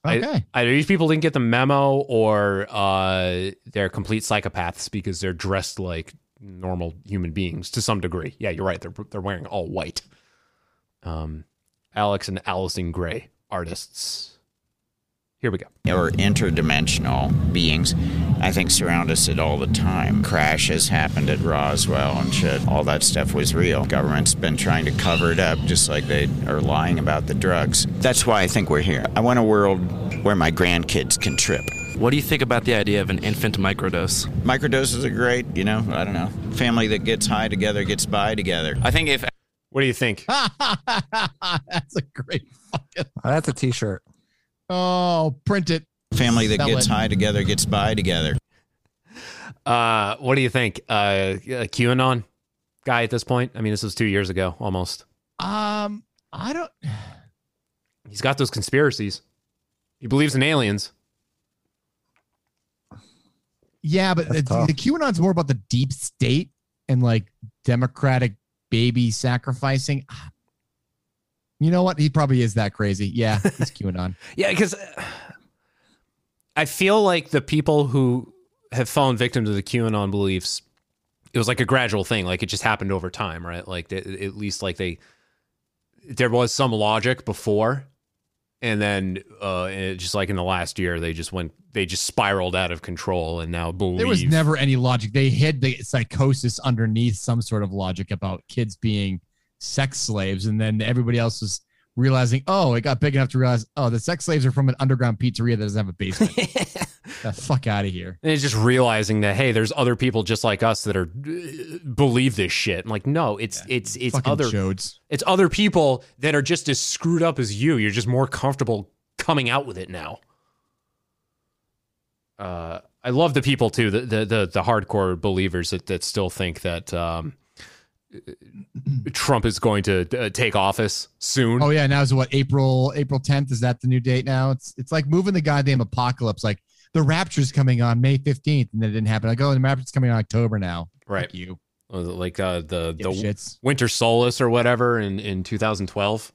Speaker 4: I-
Speaker 5: Okay.
Speaker 4: either these people didn't get the memo or uh, they're complete psychopaths because they're dressed like normal human beings to some degree. Yeah, you're right. They're they're wearing all white. Um, Alex and Allison Gray, artists. Here we go.
Speaker 9: or interdimensional beings i think surround us at all the time crashes happened at roswell and shit all that stuff was real government's been trying to cover it up just like they are lying about the drugs that's why i think we're here i want a world where my grandkids can trip
Speaker 21: What do you think about the idea of an infant microdose?
Speaker 9: microdoses are great you know i don't know family that gets high together gets by together
Speaker 24: i think if
Speaker 4: what do you think
Speaker 5: That's a great.
Speaker 9: that's a t-shirt
Speaker 5: Oh, print it.
Speaker 9: [laughs] family that
Speaker 5: Sell
Speaker 9: gets
Speaker 5: it.
Speaker 9: high together gets by together.
Speaker 4: Uh, what do you think? Uh, uh, QAnon guy at this point. I mean, this was two years ago almost.
Speaker 5: Um, I don't.
Speaker 4: He's got those conspiracies. He believes in aliens.
Speaker 5: Yeah, but the, the QAnon's more about the deep state and like democratic baby sacrificing. [sighs] You know what? He probably is that crazy. Yeah, he's QAnon.
Speaker 4: Yeah, because I feel like the people who have fallen victim to the QAnon beliefs, it was like a gradual thing. Like it just happened over time, right? Like they, at least like they, there was some logic before, and then uh, and it just like in the last year, they just went, they just spiraled out of control, and now believe
Speaker 5: There was never any logic. They hid the psychosis underneath some sort of logic about kids being sex slaves, and then everybody else was realizing, oh, it got big enough to realize, oh, the sex slaves are from an underground pizzeria that doesn't have a basement. the fuck out of here.
Speaker 4: And it's just realizing that hey, there's other people just like us that are believe this shit. And like, no, it's it's it's
Speaker 5: Fucking
Speaker 4: other
Speaker 5: chodes.
Speaker 4: it's other people that are just as screwed up as you. You're just more comfortable coming out with it now. Uh, I love the people too, the the the, the hardcore believers that that still think that um, Trump is going to uh, take office soon.
Speaker 5: Oh yeah, now is what April April 10th is that the new date now? It's it's like moving the goddamn apocalypse. Like the rapture's coming on May 15th, and then it didn't happen. Like oh, the rapture's coming on October now.
Speaker 4: right
Speaker 5: you
Speaker 4: like uh, the the
Speaker 5: Dipshits.
Speaker 4: winter solace or whatever in in 2012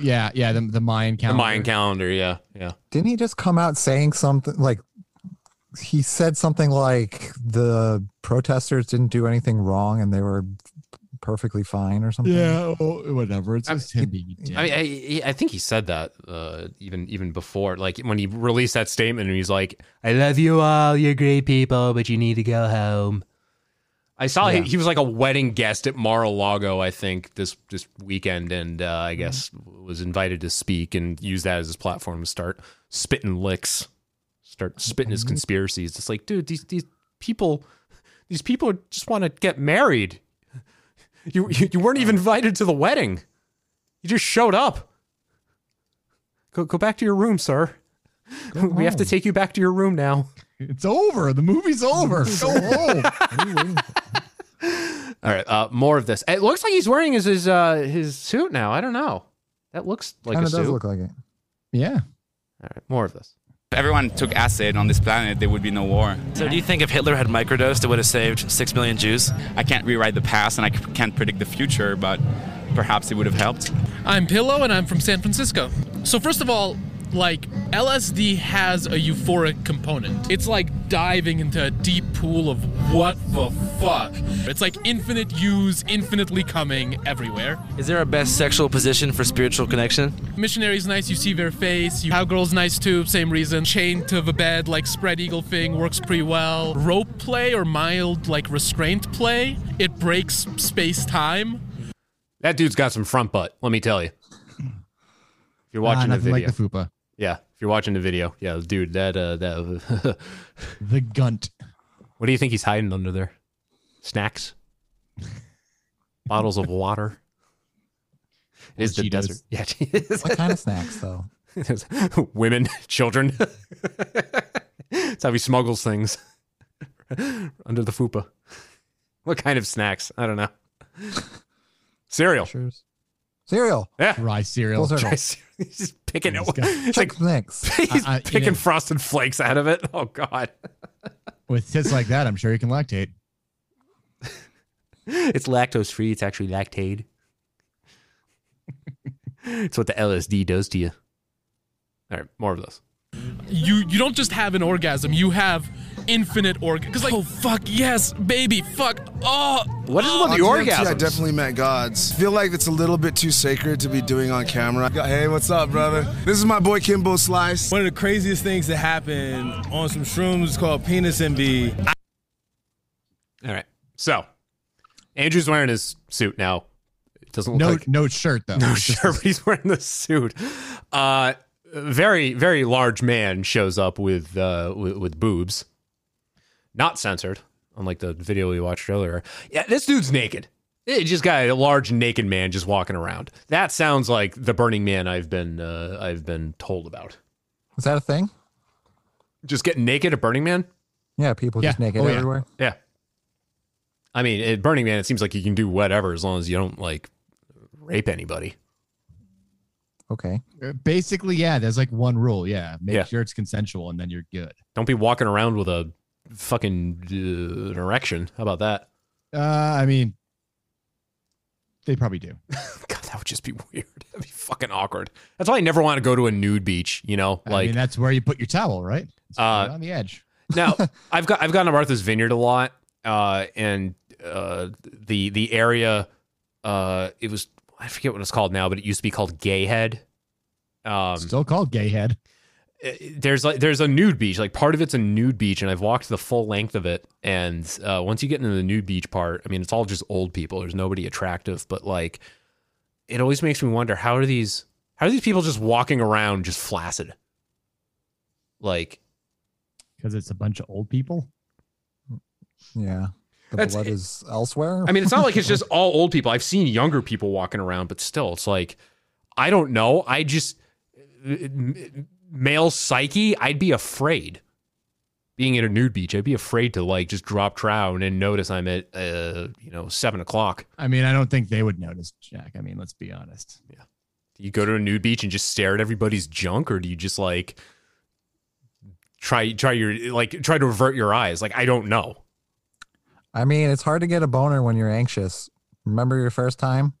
Speaker 5: Yeah, yeah. The the Mayan
Speaker 4: the
Speaker 5: calendar.
Speaker 4: mayan calendar yeah yeah
Speaker 6: Didn't he just come out saying something like he said something like the protesters didn't do anything wrong and they were perfectly fine or something.
Speaker 5: Yeah, oh, whatever. It's just him being a dick.
Speaker 4: I mean, I, he- I think he said that uh, even even before, like when he released that statement, and he's like, "I love you all, you're great people, but you need to go home." I saw
Speaker 5: Yeah.
Speaker 4: he, he was like a wedding guest at Mar-a-Lago, I think, this this weekend, and uh,
Speaker 5: Mm-hmm.
Speaker 4: I guess was invited to speak and use that as his platform to start spitting licks, start spitting
Speaker 5: Mm-hmm.
Speaker 4: his conspiracies. It's like, dude, these these people, these people just want to get married. You, you you weren't even invited to the wedding. You just showed up. Go go back to your room, sir. we have to take you back to your room now.
Speaker 5: It's over. The movie's
Speaker 4: [laughs]
Speaker 5: over. Go
Speaker 4: Oh.
Speaker 5: home.
Speaker 4: All right, uh, more of this. It looks like he's wearing his his, uh, his suit now. I don't know. That looks like
Speaker 6: Kinda
Speaker 4: a suit.
Speaker 6: does look like it.
Speaker 5: Yeah.
Speaker 4: All right, more of this.
Speaker 3: If everyone took acid on this planet, there would be no war.
Speaker 21: So do you think if Hitler had microdosed, it would have saved six million Jews?
Speaker 3: I can't rewrite the past and I c- can't predict the future, but perhaps it would have helped.
Speaker 10: I'm Pillow and I'm from San Francisco. So, first of all, like LSD has a euphoric component. It's like diving into a deep pool of what the fuck. It's like infinite use, infinitely coming everywhere.
Speaker 21: Is there a best sexual position for spiritual connection?
Speaker 10: Missionary's nice, you see their face. You, cowgirl's nice too, same reason. Chained to the bed, like spread eagle thing, works pretty well. Rope play or mild, like restraint play, it breaks space time.
Speaker 4: That dude's got some front butt. Let me tell you. If you're watching the
Speaker 5: nothing
Speaker 4: video,
Speaker 5: like the fupa.
Speaker 4: yeah. If you're watching the video, yeah, dude, that uh, that [laughs]
Speaker 5: the gunt.
Speaker 4: What do you think he's hiding under there?
Speaker 5: [laughs]
Speaker 4: Snacks, bottles of water. It is the desert. Yeah,
Speaker 6: what kind of snacks though?
Speaker 4: [laughs] women, children. [laughs] That's how he smuggles things [laughs] under the fupa. What kind of snacks? I don't know. Cereal.
Speaker 6: Cereal.
Speaker 4: Yeah.
Speaker 5: Rye cereal.
Speaker 6: Full circle.
Speaker 4: Dry cereal. He's just picking it. It's
Speaker 6: Check
Speaker 4: like
Speaker 6: snacks.
Speaker 4: [laughs] he's
Speaker 5: I- I- you
Speaker 4: picking
Speaker 5: know-
Speaker 4: frosted flakes out of it. [laughs] Oh God.
Speaker 5: With tits like that, I'm sure you can
Speaker 4: [laughs]
Speaker 5: lactate.
Speaker 4: It's lactose free. It's actually lactaid. [laughs] it's what the LSD does to you. All right, more of those.
Speaker 10: you you don't just have an orgasm you have infinite orgasm because like oh fuck yes baby fuck oh
Speaker 11: What
Speaker 10: oh.
Speaker 11: I definitely met gods. Feel like it's a little bit too sacred to be doing on camera. Hey, what's up, brother? This is my boy Kimbo Slice. One of the craziest things that happened on some shrooms is called penis and be.
Speaker 4: All right. So Andrew's wearing his suit now. It doesn't look
Speaker 5: No,
Speaker 4: like
Speaker 5: no shirt though.
Speaker 4: no shirt, but he's wearing the suit. Uh, a very very large man shows up with uh with, with boobs, not censored, unlike the video we watched earlier. Yeah, this dude's naked. It just got a large naked man just walking around. That sounds like the Burning Man I've been uh, I've been told about.
Speaker 6: Is that a thing?
Speaker 4: Just getting naked at Burning Man.
Speaker 6: Yeah, people just
Speaker 5: Oh,
Speaker 6: naked everywhere.
Speaker 4: Yeah. I mean, at Burning Man, it seems like you can do whatever as long as you don't like rape anybody.
Speaker 6: Okay.
Speaker 5: Basically, yeah. There's like one rule. Yeah, make
Speaker 4: Yeah.
Speaker 5: sure it's consensual, and then you're good.
Speaker 4: Don't be walking around with a fucking uh, an erection. How about that?
Speaker 5: Uh, I mean, they probably do.
Speaker 4: God, that would just be [laughs] weird. That'd be fucking awkward. That's why I never want to go to a nude beach. You know,
Speaker 5: I
Speaker 4: like
Speaker 5: mean, that's where you put your towel, right?
Speaker 4: uh,
Speaker 5: On the edge.
Speaker 4: [laughs]
Speaker 5: [laughs]
Speaker 4: now I've got I've gone to Martha's Vineyard a lot, uh, and uh, the the area uh, it was I forget what it's called now, but it used to be called Gay Head. Um,
Speaker 5: Still called gay head.
Speaker 4: Eh, there's like there's a nude beach like part of it's a nude beach and i've walked the full length of it and uh, once you get into the nude beach part i mean it's all just old people there's nobody attractive but like it always makes me wonder how are these how are these people just walking around just flaccid like
Speaker 5: Because it's a bunch of old people.
Speaker 6: Yeah. The
Speaker 4: That's-
Speaker 6: blood is elsewhere.
Speaker 4: i mean it's
Speaker 6: [laughs]
Speaker 4: not like it's just all old people i've seen younger people walking around but still it's like i don't know i just m- male psyche i'd be afraid being at a nude beach, I'd be afraid to like just drop trow and then notice I'm at uh, you know seven o'clock.
Speaker 5: I mean, I don't think they would notice, Jack. I mean, let's be honest.
Speaker 4: Yeah. Do you go to a nude beach and just stare at everybody's junk, or do you just like try try your like try to avert your eyes? Like I don't know.
Speaker 6: I mean, it's hard to get a boner when you're anxious. Remember your first time?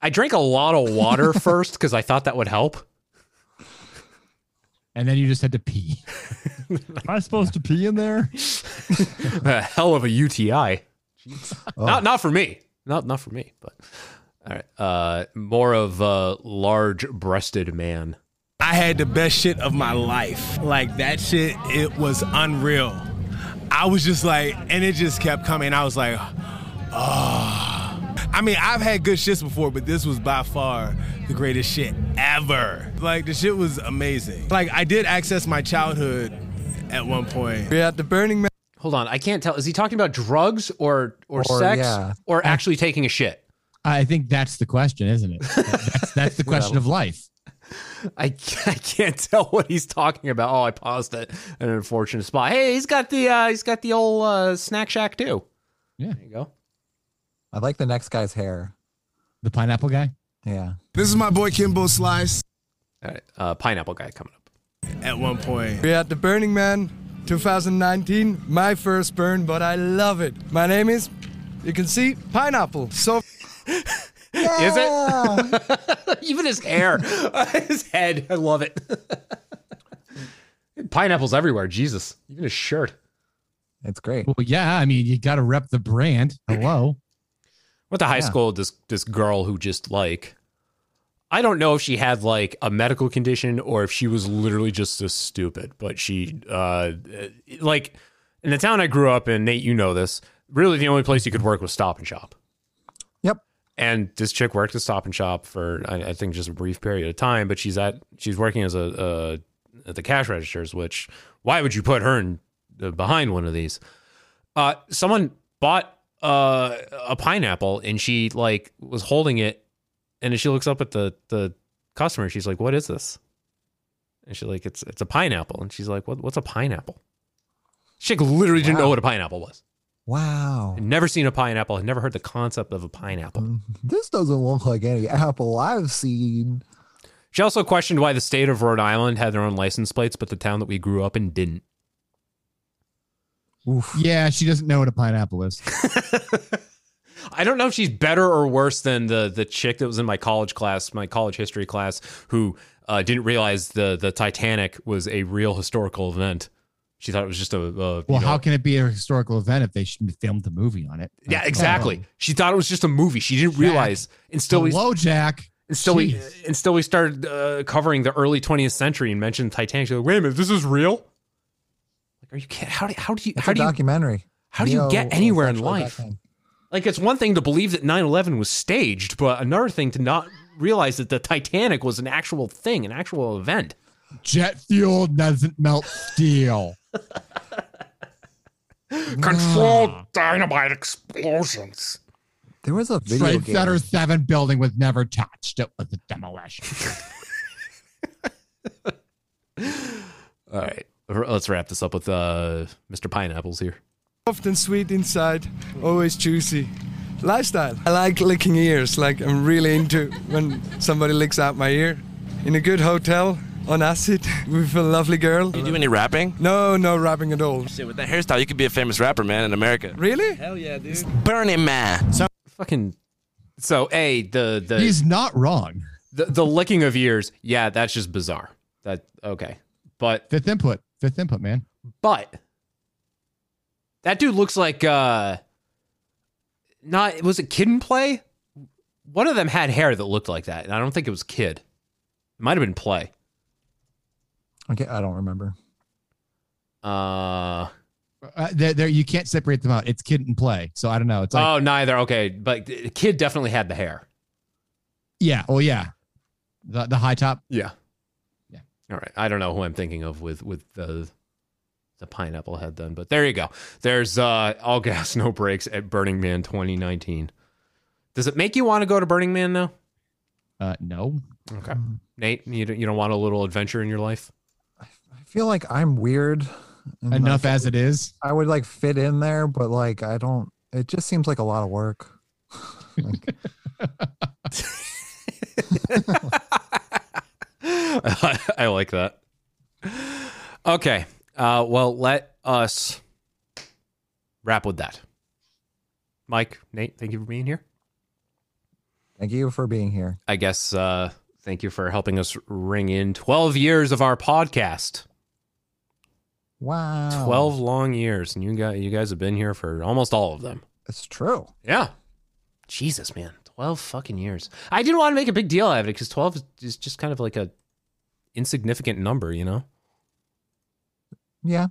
Speaker 4: I drank a lot of water [laughs] first because I thought that would help.
Speaker 5: And then you just had to
Speaker 4: [laughs]
Speaker 5: pee.
Speaker 4: [laughs]
Speaker 5: Am I supposed to pee in there?
Speaker 4: a hell of a UTI.
Speaker 12: Oh.
Speaker 4: Not not for me. Not not for me. But all right. Uh, more of a large-breasted man.
Speaker 12: I had the best shit of my life. Like that shit, it was unreal. I was just like, and it just kept coming. I was like, oh. I mean, I've had good shits before, but this was by far the greatest shit ever. Like the shit was amazing. Like I did access my childhood at one point.
Speaker 4: Yeah, the Burning Man. Hold on, I can't tell. Is he talking about drugs or or,
Speaker 12: Or,
Speaker 4: sex
Speaker 12: yeah.
Speaker 4: or actually taking a shit?
Speaker 5: I think that's the question, isn't it? That's, that's the question of life.
Speaker 4: I, ca- I can't tell what he's talking about. Oh, I paused it in an unfortunate spot. Hey, he's got the uh, he's got the old uh, snack shack too.
Speaker 5: Yeah,
Speaker 4: there you go.
Speaker 6: I like the next guy's hair.
Speaker 5: The pineapple guy?
Speaker 6: Yeah.
Speaker 11: This is my boy Kimbo Slice.
Speaker 4: All right, uh, pineapple guy coming up.
Speaker 12: At one point.
Speaker 13: We're at the Burning Man 2019, my first burn, but I love it. My name is, you can see, Pineapple. So.
Speaker 4: Is it? [laughs] Even his hair, his head. I love it. Pineapples everywhere. Jesus, even his shirt.
Speaker 6: That's great.
Speaker 5: Well, yeah. I mean, you got to rep the brand. Hello.
Speaker 4: Went to high
Speaker 5: Yeah.
Speaker 4: school with this this girl who just like I don't know if she had like a medical condition or if she was literally just this stupid, but she uh like in the town I grew up in, Nate, you know this, really the only place you could work was stop and shop.
Speaker 6: Yep.
Speaker 4: And this chick worked at Stop and Shop for I, I think just a brief period of time, but she's at she's working as a, a at the cash registers. Which why would you put her in uh, behind one of these? Uh, someone bought uh, a pineapple and she like was holding it, and then she looks up at the the customer. She's like, "What is this?" And she's like, "It's it's a pineapple." And she's like, "What what's a pineapple?" She literally didn't know what a pineapple was.
Speaker 6: Wow.
Speaker 4: Had never seen a pineapple. Had never heard the concept of a pineapple.
Speaker 6: This doesn't look like any apple I've seen.
Speaker 4: She also questioned why the state of Rhode Island had their own license plates, but the town that we grew up in didn't.
Speaker 5: Yeah, she doesn't know what a pineapple is.
Speaker 4: I don't know if she's better or worse than the the chick that was in my college class, my college history class, who uh, didn't realize the the Titanic was a real historical event. She thought it was just a, a you
Speaker 5: Well,
Speaker 4: know-
Speaker 5: how can it be a historical event if they should filmed the movie on it?
Speaker 4: yeah, exactly. She thought it was just a movie. She didn't realize. And still, we-
Speaker 5: Uh-huh. Hello, Jack.
Speaker 4: And still, we and still we started uh, covering the early 20th century and mentioned Titanic. She's like, wait a minute, this is real. Like, are you kidding? How do how do you
Speaker 6: It's
Speaker 4: how
Speaker 6: a
Speaker 4: do you
Speaker 6: documentary.
Speaker 4: how do you get anywhere in life?
Speaker 6: Neo-sexual
Speaker 4: Like, it's one thing to believe that 9 11 was staged, but another thing to not realize that the Titanic was an actual thing, an actual event.
Speaker 5: Jet fuel doesn't melt steel.
Speaker 6: Controlled
Speaker 4: dynamite explosions.
Speaker 6: [laughs] There was a video
Speaker 5: Trade
Speaker 6: game.
Speaker 5: Center 7 building was never touched. It was a
Speaker 6: [laughs]
Speaker 5: demolition.
Speaker 4: All right, r- let's wrap this up with uh, Mr. Pineapples here.
Speaker 13: Soft and sweet inside, always juicy. Lifestyle. I like licking ears. Like I'm really into when somebody licks out my ear. In a good hotel on acid [laughs] with a lovely girl.
Speaker 21: You do any rapping?
Speaker 13: No, no rapping at all.
Speaker 21: With that hairstyle, you could be a famous rapper, man, in America.
Speaker 13: Really?
Speaker 21: Hell yeah, dude. Burning Man.
Speaker 4: Fucking. So, a the the
Speaker 5: He's not wrong.
Speaker 4: the, the licking of ears. Yeah, that's just bizarre. That okay, but
Speaker 5: Fifth input. Fifth input, man.
Speaker 4: but that dude looks like uh, not was it Kid and Play? One of them had hair that looked like that, and I don't think it was Kid. It might have been Play.
Speaker 6: Okay, I don't remember.
Speaker 4: Uh.
Speaker 5: Uh, there, there, you can't separate them out. It's kid and play. So I don't know. It's like,
Speaker 4: oh, neither. Okay, but the kid definitely had the hair.
Speaker 5: yeah. Oh, yeah. The, the high top.
Speaker 4: Yeah. Yeah. All right. I don't know who I'm thinking of with with the the pineapple head then, but there you go. There's uh all gas no breaks at Burning Man 2019. Does it make you want to go to Burning Man now?
Speaker 5: Uh, no. Mm.
Speaker 4: Okay. Nate, you don't, you don't want a little adventure in your life? [laughs]
Speaker 6: I feel like I'm weird and,
Speaker 5: Enough
Speaker 6: like,
Speaker 5: as it is.
Speaker 6: I would like fit in there, but like I don't. It just seems like a lot of work. [laughs]
Speaker 5: [laughs]
Speaker 4: I like that. Okay. Uh well, let us wrap with that. Mike, Nate, thank you for being here.
Speaker 6: Thank you for being here.
Speaker 4: I guess uh, thank you for helping us ring in 12 years of our podcast.
Speaker 6: Wow. Oh.
Speaker 4: 12 long years and you guys you guys have been here for almost all of them.
Speaker 6: It's true.
Speaker 25: Yeah. Jesus, man. 12 fucking years. I didn't want to make a big deal out of it because 12 is- is just kind of like a insignificant number, you know?
Speaker 6: Yeah,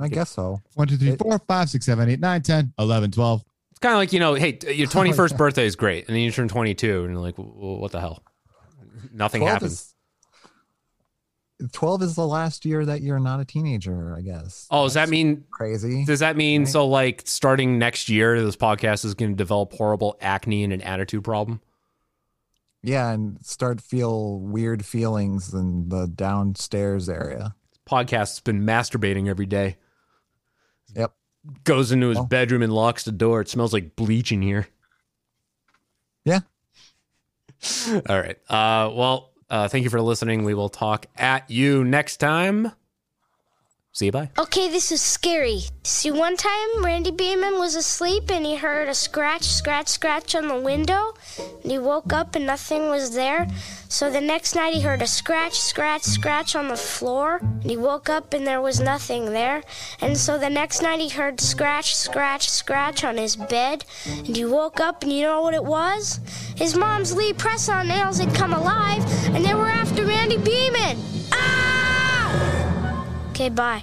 Speaker 6: I guess so.
Speaker 5: 1, 2, 3, 4, 5, 6, 7, 8, 9, 10, 11, 12.
Speaker 4: It's kind of like, you know, hey, t- your 21st birthday is great. And then you turn 22 and you're like, well, what the hell? Nothing
Speaker 6: 12
Speaker 4: happens.
Speaker 6: is- Twelve is the last year that you're not a teenager, I guess.
Speaker 4: Oh, does that mean
Speaker 6: crazy?
Speaker 4: Does that mean so like starting next year, this podcast is going to develop horrible acne and an attitude problem?
Speaker 6: Yeah, and start feel weird feelings in the downstairs area.
Speaker 4: Podcast's been masturbating every day.
Speaker 6: Yep.
Speaker 4: Goes into his bedroom and locks the door. It smells like bleach in here.
Speaker 6: Yeah.
Speaker 4: [laughs] All right. Uh, well, uh, thank you for listening. We will talk at you next time. See you. Bye.
Speaker 26: Okay, this is scary. See, one time Randy Beeman was asleep and he heard a scratch, scratch, scratch on the window. And he woke up and nothing was there. So the next night he heard a scratch, scratch, scratch on the floor. And he woke up and there was nothing there. And so the next night he heard scratch, scratch, scratch on his bed. And he woke up and you know what it was? His mom's Lee press on nails had come alive and they were after Randy Beeman. Ah! Okay, bye.